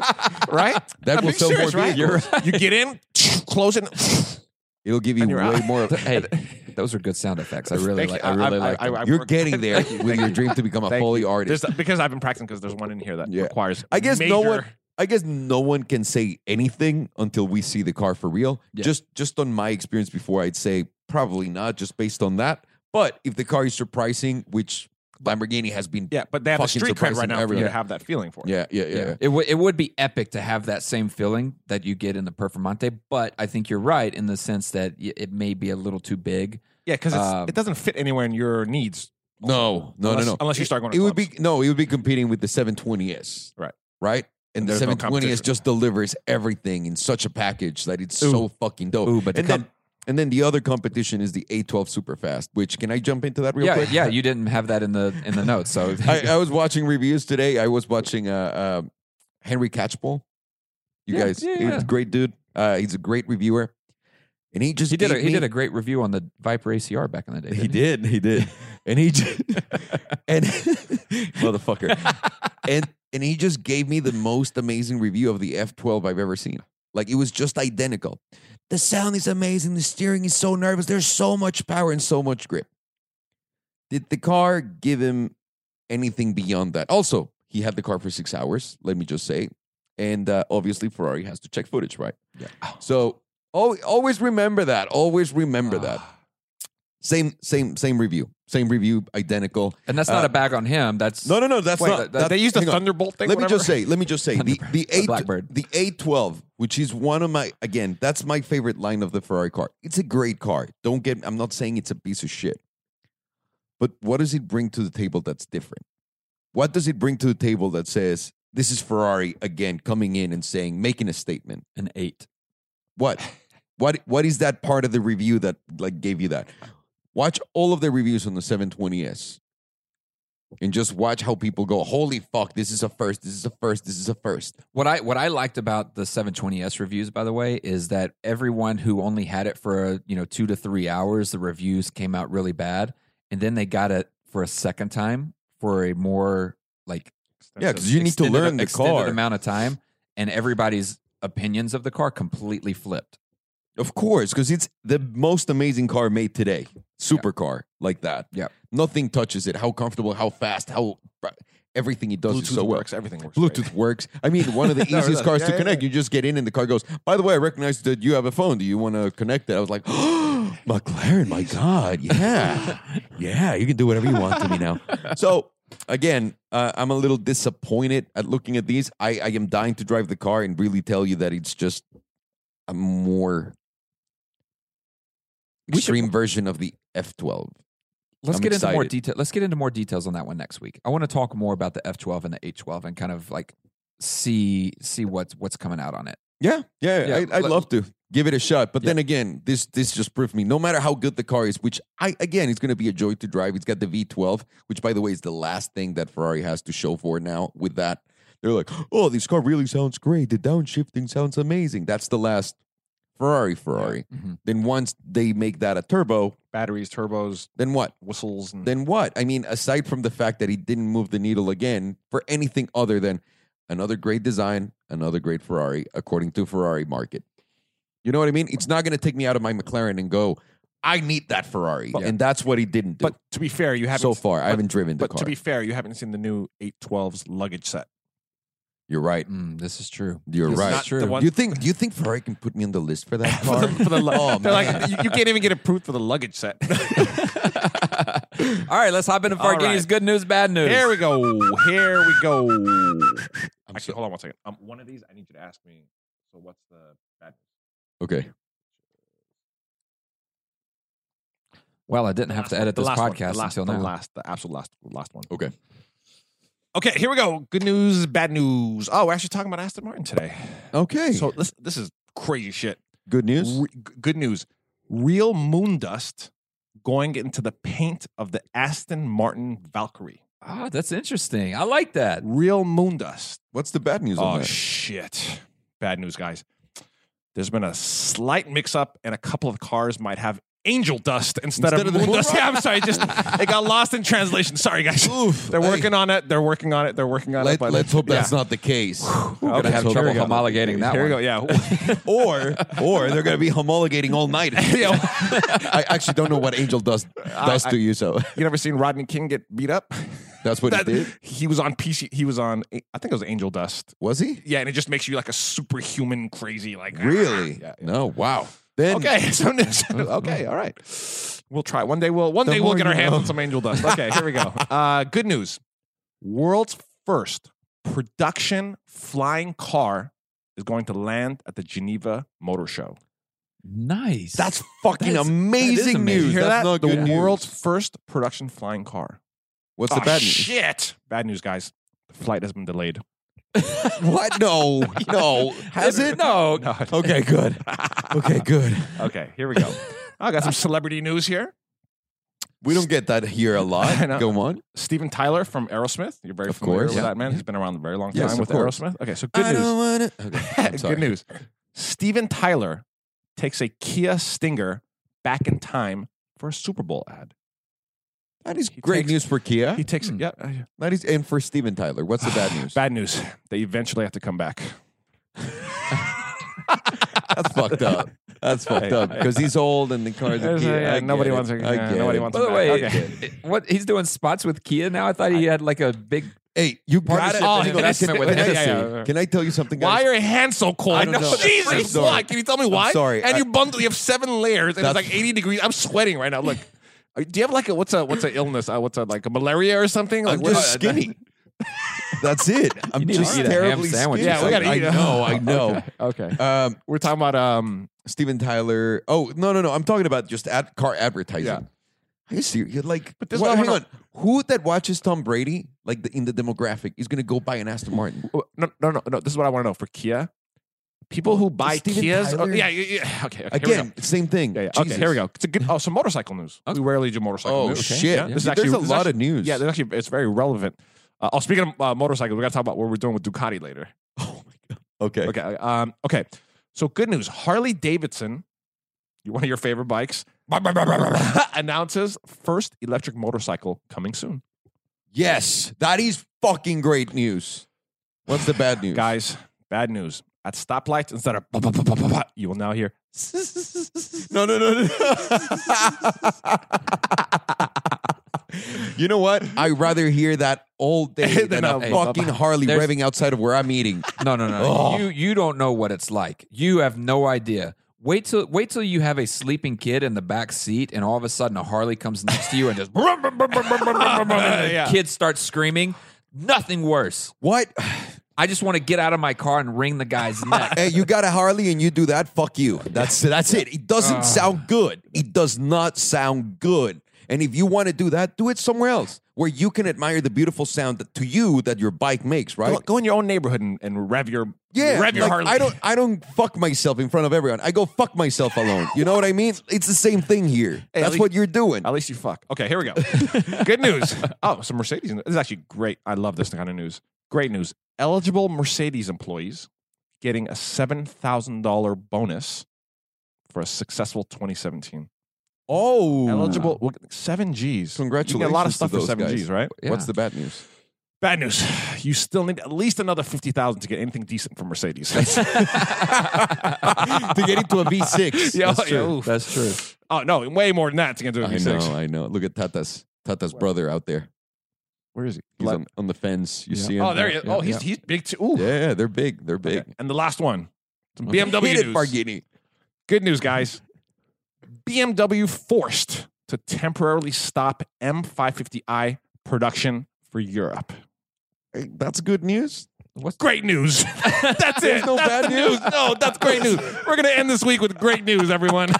Speaker 1: right?
Speaker 2: That
Speaker 1: I'm
Speaker 2: will
Speaker 1: being
Speaker 2: sell
Speaker 1: serious,
Speaker 2: more
Speaker 1: right?
Speaker 2: vehicles.
Speaker 1: [LAUGHS] You get in, [SNIFFS] close it.
Speaker 2: It'll give you
Speaker 1: And you're
Speaker 2: way
Speaker 1: out.
Speaker 3: [LAUGHS]
Speaker 2: more. [LAUGHS]
Speaker 3: Hey, those are good sound effects. I really
Speaker 1: Thank
Speaker 3: like.
Speaker 1: you.
Speaker 3: I really
Speaker 1: I- I-
Speaker 3: like.
Speaker 1: I-
Speaker 3: them.
Speaker 1: I-
Speaker 2: You're
Speaker 1: work-
Speaker 2: [LAUGHS] getting there
Speaker 1: Thank you,
Speaker 2: with
Speaker 1: thank
Speaker 2: your
Speaker 1: you.
Speaker 2: dream to become a
Speaker 1: Thank
Speaker 2: Foley
Speaker 1: There's,
Speaker 2: artist.
Speaker 1: because I've been practicing because there's one in here that
Speaker 2: Yeah.
Speaker 1: requires.
Speaker 2: I guess no one.
Speaker 1: major-
Speaker 2: I guess no one can say anything until we see the car for real.
Speaker 3: Yeah.
Speaker 2: Just just on my experience before, I'd say probably not. Just based on that, but if the car is surprising, which Lamborghini has been,
Speaker 1: Yeah, but they have the
Speaker 2: Fucking
Speaker 1: street cred right
Speaker 2: surprising
Speaker 1: now for you
Speaker 2: everyone.
Speaker 1: to have that feeling for. it.
Speaker 2: yeah, yeah, yeah.
Speaker 3: Yeah. It, w- it would be epic to have that same feeling that you get in the Performante, but I think you're right in the sense that y- it may be a little too big.
Speaker 1: yeah, because
Speaker 3: Um,
Speaker 1: it doesn't fit anywhere in your needs.
Speaker 2: No, no,
Speaker 1: Unless-
Speaker 2: no, no.
Speaker 1: unless you start going to
Speaker 2: it would be no. It would be competing with the 720s.
Speaker 1: Right.
Speaker 2: Right. And the
Speaker 1: There's no
Speaker 2: 720s
Speaker 1: competition.
Speaker 2: just delivers everything in such a package that it's
Speaker 3: Ooh.
Speaker 2: so fucking dope.
Speaker 3: Ooh, but the
Speaker 2: and then and then the other competition is the A12 Superfast. Which can I jump into that real
Speaker 3: yeah,
Speaker 2: quick?
Speaker 3: yeah. You didn't have that in the in the notes, so
Speaker 2: [LAUGHS] I, uh, I was watching reviews today. I was watching uh, uh, Henry Catchpole. You
Speaker 3: Yeah,
Speaker 2: guys,
Speaker 3: yeah,
Speaker 2: he's
Speaker 3: yeah.
Speaker 2: a great dude. Uh, he's a great reviewer, and he just
Speaker 3: he did a,
Speaker 2: gave
Speaker 3: he
Speaker 2: me-
Speaker 3: did a great review on the Viper ACR back in the day.
Speaker 2: He
Speaker 3: didn't
Speaker 2: did. He did. [LAUGHS] And he just, and [LAUGHS] motherfucker. And and he just gave me the most amazing review of the F12 I've ever seen. Like it was just identical. The sound is amazing. The steering is so nervous. There's so much power and so much grip. Did the car give him anything beyond that? Also, he had the car for six hours. Let me just say, and uh, obviously Ferrari has to check footage, right?
Speaker 3: Yeah.
Speaker 2: So al- always remember that. Always remember
Speaker 3: Ah.
Speaker 2: that. Same, same, same review. Same review, identical.
Speaker 3: And that's not
Speaker 2: Uh,
Speaker 3: a bag on him. That's
Speaker 2: No, no, no. That's
Speaker 3: Wait,
Speaker 2: not.
Speaker 3: that-
Speaker 2: that-
Speaker 1: They used the
Speaker 2: hang on.
Speaker 1: Thunderbolt thing.
Speaker 2: Let me
Speaker 1: whatever.
Speaker 2: just say. Let me just say the the
Speaker 3: A
Speaker 2: eight
Speaker 3: Blackbird.
Speaker 2: the eight twelve, which is one of my again. That's my favorite line of the Ferrari car. It's a great car. Don't get. I'm not saying it's a piece of shit. But what does it bring to the table that's different? What does it bring to the table that says this is Ferrari again coming in and saying making a statement?
Speaker 3: an eight.
Speaker 2: What? What what is that part of the review that like gave you that? Watch all of the reviews on the 720S and just watch how people go, holy fuck, this is a first, this is a first, this is a first.
Speaker 3: What I what I liked about the 720s reviews, by the way, is that everyone who only had it for you know two to three hours, the reviews came out really bad, and then they got it for a second time for a more like
Speaker 2: Yeah, because you need to
Speaker 3: extended-
Speaker 2: learn the
Speaker 3: extended
Speaker 2: car.
Speaker 3: amount of time, and everybody's opinions of the car completely flipped.
Speaker 2: Of course, because it's the most amazing car made today. Supercar like that.
Speaker 3: Yeah.
Speaker 2: Nothing touches it. How comfortable, how fast, how everything it does
Speaker 1: Bluetooth
Speaker 2: is so well.
Speaker 1: works. Everything works. great.
Speaker 2: Bluetooth works. I mean, one of the
Speaker 1: [LAUGHS] No, it
Speaker 2: easiest
Speaker 1: does.
Speaker 2: cars
Speaker 1: Yeah,
Speaker 2: to
Speaker 1: yeah,
Speaker 2: connect.
Speaker 1: yeah.
Speaker 2: You just get in and the car goes, by the way, I recognize that you have a phone. Do you want to connect it? I was like, [GASPS] oh, McLaren, my
Speaker 1: [LAUGHS]
Speaker 2: God. Yeah. yeah. You can do whatever you want to me now. So again, uh, I'm a little disappointed at looking at these. I, I am dying to drive the car and really tell you that it's just a more
Speaker 3: We should-
Speaker 2: extreme version of the F12.
Speaker 3: Let's
Speaker 2: I'm
Speaker 3: get into more
Speaker 2: excited.
Speaker 3: detail. Let's get into more details on that one next week. I want to talk more about the F12 and the H12 and kind of like see see what's what's coming out on it.
Speaker 2: Yeah, yeah,
Speaker 3: Yeah,
Speaker 2: I, I'd
Speaker 3: let-
Speaker 2: love to give it a shot. But
Speaker 3: Yeah.
Speaker 2: then again, this this just proved me. No matter how good the car is, which I again, it's going to be a joy to drive. It's got the V12, which by the way is the last thing that Ferrari has to show for now. With that, they're like, oh, this car really sounds great. The downshifting sounds amazing. That's the last Ferrari, Ferrari.
Speaker 1: Mm-hmm.
Speaker 3: Mhm.
Speaker 2: Then once they make that a turbo,
Speaker 1: Batteries, turbos,
Speaker 2: then what?
Speaker 1: whistles, and
Speaker 2: Then what? I mean, aside from the fact that he didn't move the needle again for anything other than another great design, another great Ferrari, according to Ferrari market. You know what I mean? It's not going to take me out of my McLaren and go, I need that Ferrari.
Speaker 1: But-
Speaker 2: and that's what he didn't do
Speaker 1: But to be fair, you haven't
Speaker 2: so far. I
Speaker 1: but-
Speaker 2: haven't driven the
Speaker 1: But
Speaker 2: car.
Speaker 1: to be fair, you haven't seen the new 812's luggage
Speaker 2: [LAUGHS]
Speaker 1: set.
Speaker 2: You're right.
Speaker 3: Mm, this is true.
Speaker 2: You're
Speaker 3: This is
Speaker 2: right.
Speaker 1: Not
Speaker 3: true.
Speaker 1: the
Speaker 2: Do
Speaker 1: one-
Speaker 2: you think do you think Ferrari can put me on the list for that
Speaker 1: [LAUGHS] For
Speaker 2: car?
Speaker 1: the- for the lu-
Speaker 2: [LAUGHS] oh,
Speaker 1: They're
Speaker 2: man.
Speaker 1: like, you, you can't even get approved for the luggage set.
Speaker 2: [LAUGHS]
Speaker 3: All right, let's hop into
Speaker 1: All
Speaker 3: Farghini's
Speaker 1: right.
Speaker 3: good news, bad news.
Speaker 1: Here we go. Here we go.
Speaker 2: I'm
Speaker 1: Actually,
Speaker 2: so-
Speaker 1: hold on one second. Um, one of these, I need you to ask me. So, what's the bad
Speaker 2: okay.
Speaker 3: Well, I didn't have to edit
Speaker 1: The
Speaker 3: this
Speaker 1: last one, the
Speaker 3: podcast
Speaker 1: last-
Speaker 3: until
Speaker 1: the
Speaker 3: now.
Speaker 1: last, the absolute last, last one.
Speaker 2: Okay.
Speaker 1: Okay, here we go. Good news, bad news. Oh, we're actually talking about Aston Martin today.
Speaker 2: Okay.
Speaker 1: So this this is crazy shit.
Speaker 2: good news.
Speaker 1: Re- g- good news. Real moon dust going into the paint of the Aston Martin Valkyrie.
Speaker 3: Ah, that's interesting. I like that.
Speaker 1: Real moon dust.
Speaker 2: What's the bad news on
Speaker 1: Oh
Speaker 2: that?
Speaker 1: shit! Bad news, guys. There's been a slight mix-up, and a couple of cars might have angel dust instead,
Speaker 2: Instead of
Speaker 1: of,
Speaker 2: the
Speaker 1: moon
Speaker 2: moon
Speaker 1: dust. [LAUGHS] Yeah, I'm sorry, just it got lost in translation. Sorry,
Speaker 2: [LAUGHS]
Speaker 1: guys.
Speaker 2: Oof.
Speaker 1: They're
Speaker 2: Hey,
Speaker 1: working on it. They're working on it. They're working on it.
Speaker 2: Let,
Speaker 1: But
Speaker 2: us hope
Speaker 1: yeah.
Speaker 2: that's not the case.
Speaker 3: We're
Speaker 2: Okay,
Speaker 3: gonna have
Speaker 2: so
Speaker 3: trouble
Speaker 2: there we go.
Speaker 3: homologating that
Speaker 1: Here
Speaker 3: one.
Speaker 1: we go. Yeah. [LAUGHS]
Speaker 2: [LAUGHS] or or they're going to be homologating all night.
Speaker 1: yeah.
Speaker 2: I actually don't know what Angel does does to you, so
Speaker 1: You never seen Rodney King get beat up?
Speaker 2: that's what
Speaker 1: That-
Speaker 2: he did.
Speaker 1: he was on PC. He was on. I think it was Angel Dust.
Speaker 2: Was he
Speaker 1: Yeah, and it just makes you like a superhuman, crazy, like
Speaker 2: really?
Speaker 1: [LAUGHS] Yeah, yeah.
Speaker 2: No, wow. Then
Speaker 1: Okay, [LAUGHS] so
Speaker 2: [LAUGHS]
Speaker 1: okay, all right. We'll try. it. One day we'll one
Speaker 2: The
Speaker 1: day we'll
Speaker 2: more
Speaker 1: get our
Speaker 2: you
Speaker 1: hands
Speaker 2: know.
Speaker 1: on some angel dust. Okay, here we
Speaker 2: [LAUGHS]
Speaker 1: go. Uh, good news. World's first production flying car is going to land at the Geneva Motor Show.
Speaker 3: Nice.
Speaker 2: that's fucking
Speaker 3: That is-
Speaker 2: amazing,
Speaker 3: amazing.
Speaker 2: news.
Speaker 3: You
Speaker 1: Hear that?
Speaker 2: that's not
Speaker 1: the
Speaker 2: good news. Ah,
Speaker 1: world's first production flying car.
Speaker 2: What's
Speaker 1: Oh,
Speaker 2: the bad news?
Speaker 1: shit. [LAUGHS] Bad news, guys. The flight has been delayed.
Speaker 2: [LAUGHS] What? No,
Speaker 1: [LAUGHS]
Speaker 2: no. Has it?
Speaker 3: No.
Speaker 1: No.
Speaker 2: Okay, good. Okay, good.
Speaker 1: [LAUGHS] okay, here we
Speaker 2: [LAUGHS]
Speaker 1: go. I got some celebrity news here.
Speaker 2: We don't get that here
Speaker 1: [LAUGHS]
Speaker 2: a
Speaker 1: I
Speaker 2: lot.
Speaker 1: know.
Speaker 2: Go on.
Speaker 1: Steven Tyler from Aerosmith. You're very
Speaker 2: Of
Speaker 1: familiar
Speaker 2: course.
Speaker 1: with
Speaker 2: Yeah.
Speaker 1: that man. He's been around a very long time
Speaker 2: Yes, of
Speaker 1: with
Speaker 2: course.
Speaker 1: Aerosmith. Okay, so good
Speaker 2: I
Speaker 1: news. [LAUGHS]
Speaker 2: don't want to. Okay, [LAUGHS] I'm sorry.
Speaker 1: Good news. Steven Tyler takes a Kia Stinger back in time for a Super Bowl ad.
Speaker 2: That is
Speaker 1: He
Speaker 2: great
Speaker 1: takes-
Speaker 2: news for Kia.
Speaker 1: He takes
Speaker 3: Hmm.
Speaker 1: yeah. I-
Speaker 2: That is, and for Steven Tyler. What's the
Speaker 1: [SIGHS]
Speaker 2: bad news?
Speaker 1: Bad news. They eventually have to come back.
Speaker 2: That's fucked up.
Speaker 1: [LAUGHS]
Speaker 2: That's fucked up because he's old and the car's a
Speaker 1: There's a-
Speaker 2: Kia.
Speaker 1: uh, yeah,
Speaker 2: I
Speaker 1: nobody
Speaker 2: get it.
Speaker 1: wants a-
Speaker 2: I
Speaker 1: yeah,
Speaker 2: get
Speaker 1: nobody
Speaker 2: it.
Speaker 1: wants
Speaker 3: By
Speaker 1: a-
Speaker 3: the way,
Speaker 1: Okay.
Speaker 3: it- what he's doing spots with Kia now? I thought he had like a big.
Speaker 2: Hey, you got
Speaker 3: Partnership and investment with
Speaker 2: can,
Speaker 1: Hennessy.
Speaker 2: I- can I tell you something,
Speaker 1: Why
Speaker 2: guys?
Speaker 1: are your hands so cold?
Speaker 2: I don't know.
Speaker 1: [LAUGHS]
Speaker 2: I'm
Speaker 1: Jesus,
Speaker 2: sorry.
Speaker 1: why? Can you tell me why?
Speaker 2: sorry.
Speaker 1: And
Speaker 2: I-
Speaker 1: you bundle. You have seven layers, and it's
Speaker 2: That's-
Speaker 1: like 80 degrees. I'm sweating right
Speaker 2: [LAUGHS]
Speaker 1: now. Look. Are- Do you have like a what's a what's a illness? Uh, what's a like a malaria or something? Like
Speaker 2: I'm
Speaker 1: what-
Speaker 2: just skinny. That's it. I'm
Speaker 3: need to
Speaker 2: just
Speaker 3: eat a ham
Speaker 2: terribly
Speaker 3: sandwich
Speaker 2: skinny.
Speaker 3: or
Speaker 1: Yeah, we gotta
Speaker 2: I
Speaker 1: eat. [LAUGHS] a-
Speaker 2: know. I know.
Speaker 1: Okay, [LAUGHS] okay.
Speaker 2: Um,
Speaker 1: we're talking about um
Speaker 2: Steven Tyler. Oh no, no, no. I'm talking about just ad car advertising.
Speaker 1: Yeah.
Speaker 2: Are you serious? You're like,
Speaker 1: But there's no
Speaker 2: what- hang
Speaker 1: one-
Speaker 2: on. Who that watches Tom Brady,
Speaker 1: Oh,
Speaker 2: like the, in the demographic, is going to go buy an Aston Martin?
Speaker 1: no, no, no, no. This is what I want to know for Kia. people who buy
Speaker 2: Steven
Speaker 1: Kias.
Speaker 2: Tyler?
Speaker 1: Are, yeah, yeah, yeah. [SIGHS] Okay. okay Here we
Speaker 2: Again,
Speaker 1: go.
Speaker 2: same thing.
Speaker 1: Yeah, yeah. Okay,
Speaker 2: Jesus.
Speaker 1: here we go. It's a good. Oh, some motorcycle news. We rarely do motorcycle
Speaker 2: Oh,
Speaker 1: news.
Speaker 2: shit.
Speaker 1: Yeah.
Speaker 2: There's a
Speaker 1: this
Speaker 2: lot
Speaker 1: actually-
Speaker 2: of news.
Speaker 1: Yeah, there's actually it's very relevant. Uh, oh, speaking of uh, motorcycles, we got to talk about what we're doing with Ducati later.
Speaker 2: Okay.
Speaker 1: Okay. Um, okay. So good news. Harley Davidson, one of your favorite bikes, [LAUGHS] announces first electric motorcycle coming soon.
Speaker 2: Yes, that is fucking great news. What's the bad news?
Speaker 1: Guys, bad news. At stoplights, instead of bah, bah, bah, bah, bah, bah, you will now hear. [LAUGHS]
Speaker 2: No, no, no, you know [LAUGHS] what? I'd rather hear that all
Speaker 1: [LAUGHS]
Speaker 2: day
Speaker 1: Than
Speaker 2: than,
Speaker 1: a
Speaker 2: a,
Speaker 1: bop,
Speaker 3: bop,
Speaker 2: fucking
Speaker 3: bop.
Speaker 2: Harley
Speaker 3: There's-
Speaker 2: revving outside of where I'm eating.
Speaker 3: No, no, no.
Speaker 2: Oh.
Speaker 3: You you don't know what it's like. You have no idea. Wait till wait till you have a sleeping kid in the back seat, and all of a sudden a Harley comes next to you and just [LAUGHS]
Speaker 1: yeah.
Speaker 3: kids start screaming. Nothing worse.
Speaker 1: [LAUGHS]
Speaker 2: What?
Speaker 3: I just want to get out of my car and wring the guy's neck.
Speaker 2: hey, you got a Harley and you do that? Fuck you. That's that's it. It doesn't
Speaker 1: Ah.
Speaker 2: sound good. It does not sound good. And if you want to do that, do it somewhere else where you can admire the beautiful sound that, to you that your bike makes, right?
Speaker 1: Go, go in your own neighborhood and, and rev your
Speaker 2: Yeah,
Speaker 1: rev your
Speaker 2: like,
Speaker 1: Harley.
Speaker 2: I don't. I don't fuck myself in front of everyone. I go fuck myself alone. You know what I mean? It's the same thing
Speaker 1: Hey,
Speaker 2: here.
Speaker 1: at
Speaker 2: That's
Speaker 1: least-
Speaker 2: what you're doing.
Speaker 1: At least you fuck. Okay, here we
Speaker 2: [LAUGHS]
Speaker 1: go. Good news. Oh, some Mercedes. This is actually great. I love this kind of news. Great news. Eligible Mercedes employees getting a seven thousand dollar bonus for a successful 2017.
Speaker 2: Oh,
Speaker 1: Eligible well, seven Gs. You
Speaker 2: Congratulations!
Speaker 1: get a lot of
Speaker 2: to
Speaker 1: stuff for
Speaker 2: those
Speaker 1: seven
Speaker 2: guys.
Speaker 1: Gs, right?
Speaker 3: Yeah.
Speaker 2: What's the
Speaker 1: [LAUGHS]
Speaker 2: bad news?
Speaker 1: Bad news. You still need at least another fifty thousand to get anything decent from
Speaker 2: [LAUGHS]
Speaker 1: Mercedes.
Speaker 2: to get into a V6.
Speaker 1: Yeah,
Speaker 2: [LAUGHS] That's
Speaker 1: yeah,
Speaker 2: true.
Speaker 1: oof.
Speaker 3: That's true.
Speaker 1: Oh no, way more than that to get into a
Speaker 2: I
Speaker 1: V6.
Speaker 2: know. I know. Look at Tata's Tata's brother out there.
Speaker 1: Where is he?
Speaker 2: He's on, on the fence. You see him?
Speaker 1: Oh, there he is.
Speaker 2: Yeah,
Speaker 1: Oh, he's he's big too. Ooh.
Speaker 2: yeah. yeah, yeah, They're big. They're big.
Speaker 1: Okay. And the last one. Some
Speaker 2: Okay.
Speaker 1: BMW
Speaker 2: Hit it,
Speaker 1: news.
Speaker 2: Barghini.
Speaker 1: Good news, guys. BMW forced to temporarily stop M550i production for Europe.
Speaker 2: Hey, That's good news.
Speaker 1: Great news. [LAUGHS] That's
Speaker 2: There's
Speaker 1: it.
Speaker 2: no
Speaker 1: that's
Speaker 2: bad
Speaker 1: the
Speaker 2: news?
Speaker 1: No, that's great news. We're going to end this week with great news, everyone.
Speaker 2: [LAUGHS]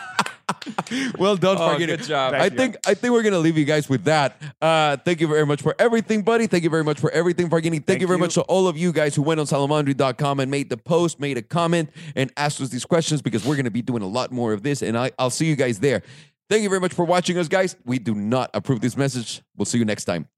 Speaker 2: Well done,
Speaker 3: Oh,
Speaker 2: Barghini.
Speaker 3: good job.
Speaker 1: Thank
Speaker 2: I
Speaker 1: you.
Speaker 2: think I think we're gonna leave you guys with that. Uh, thank you very much for everything, buddy. Thank you very much for everything, Fargini. Thank,
Speaker 1: Thank
Speaker 2: you very
Speaker 1: you.
Speaker 2: much to all of you guys who went on salamandri.com and made the post, made a comment, and asked us these questions because we're gonna be doing a lot more of this. And I, I'll see you guys there. Thank you very much for watching us, guys. We do not approve this message. We'll see you next time.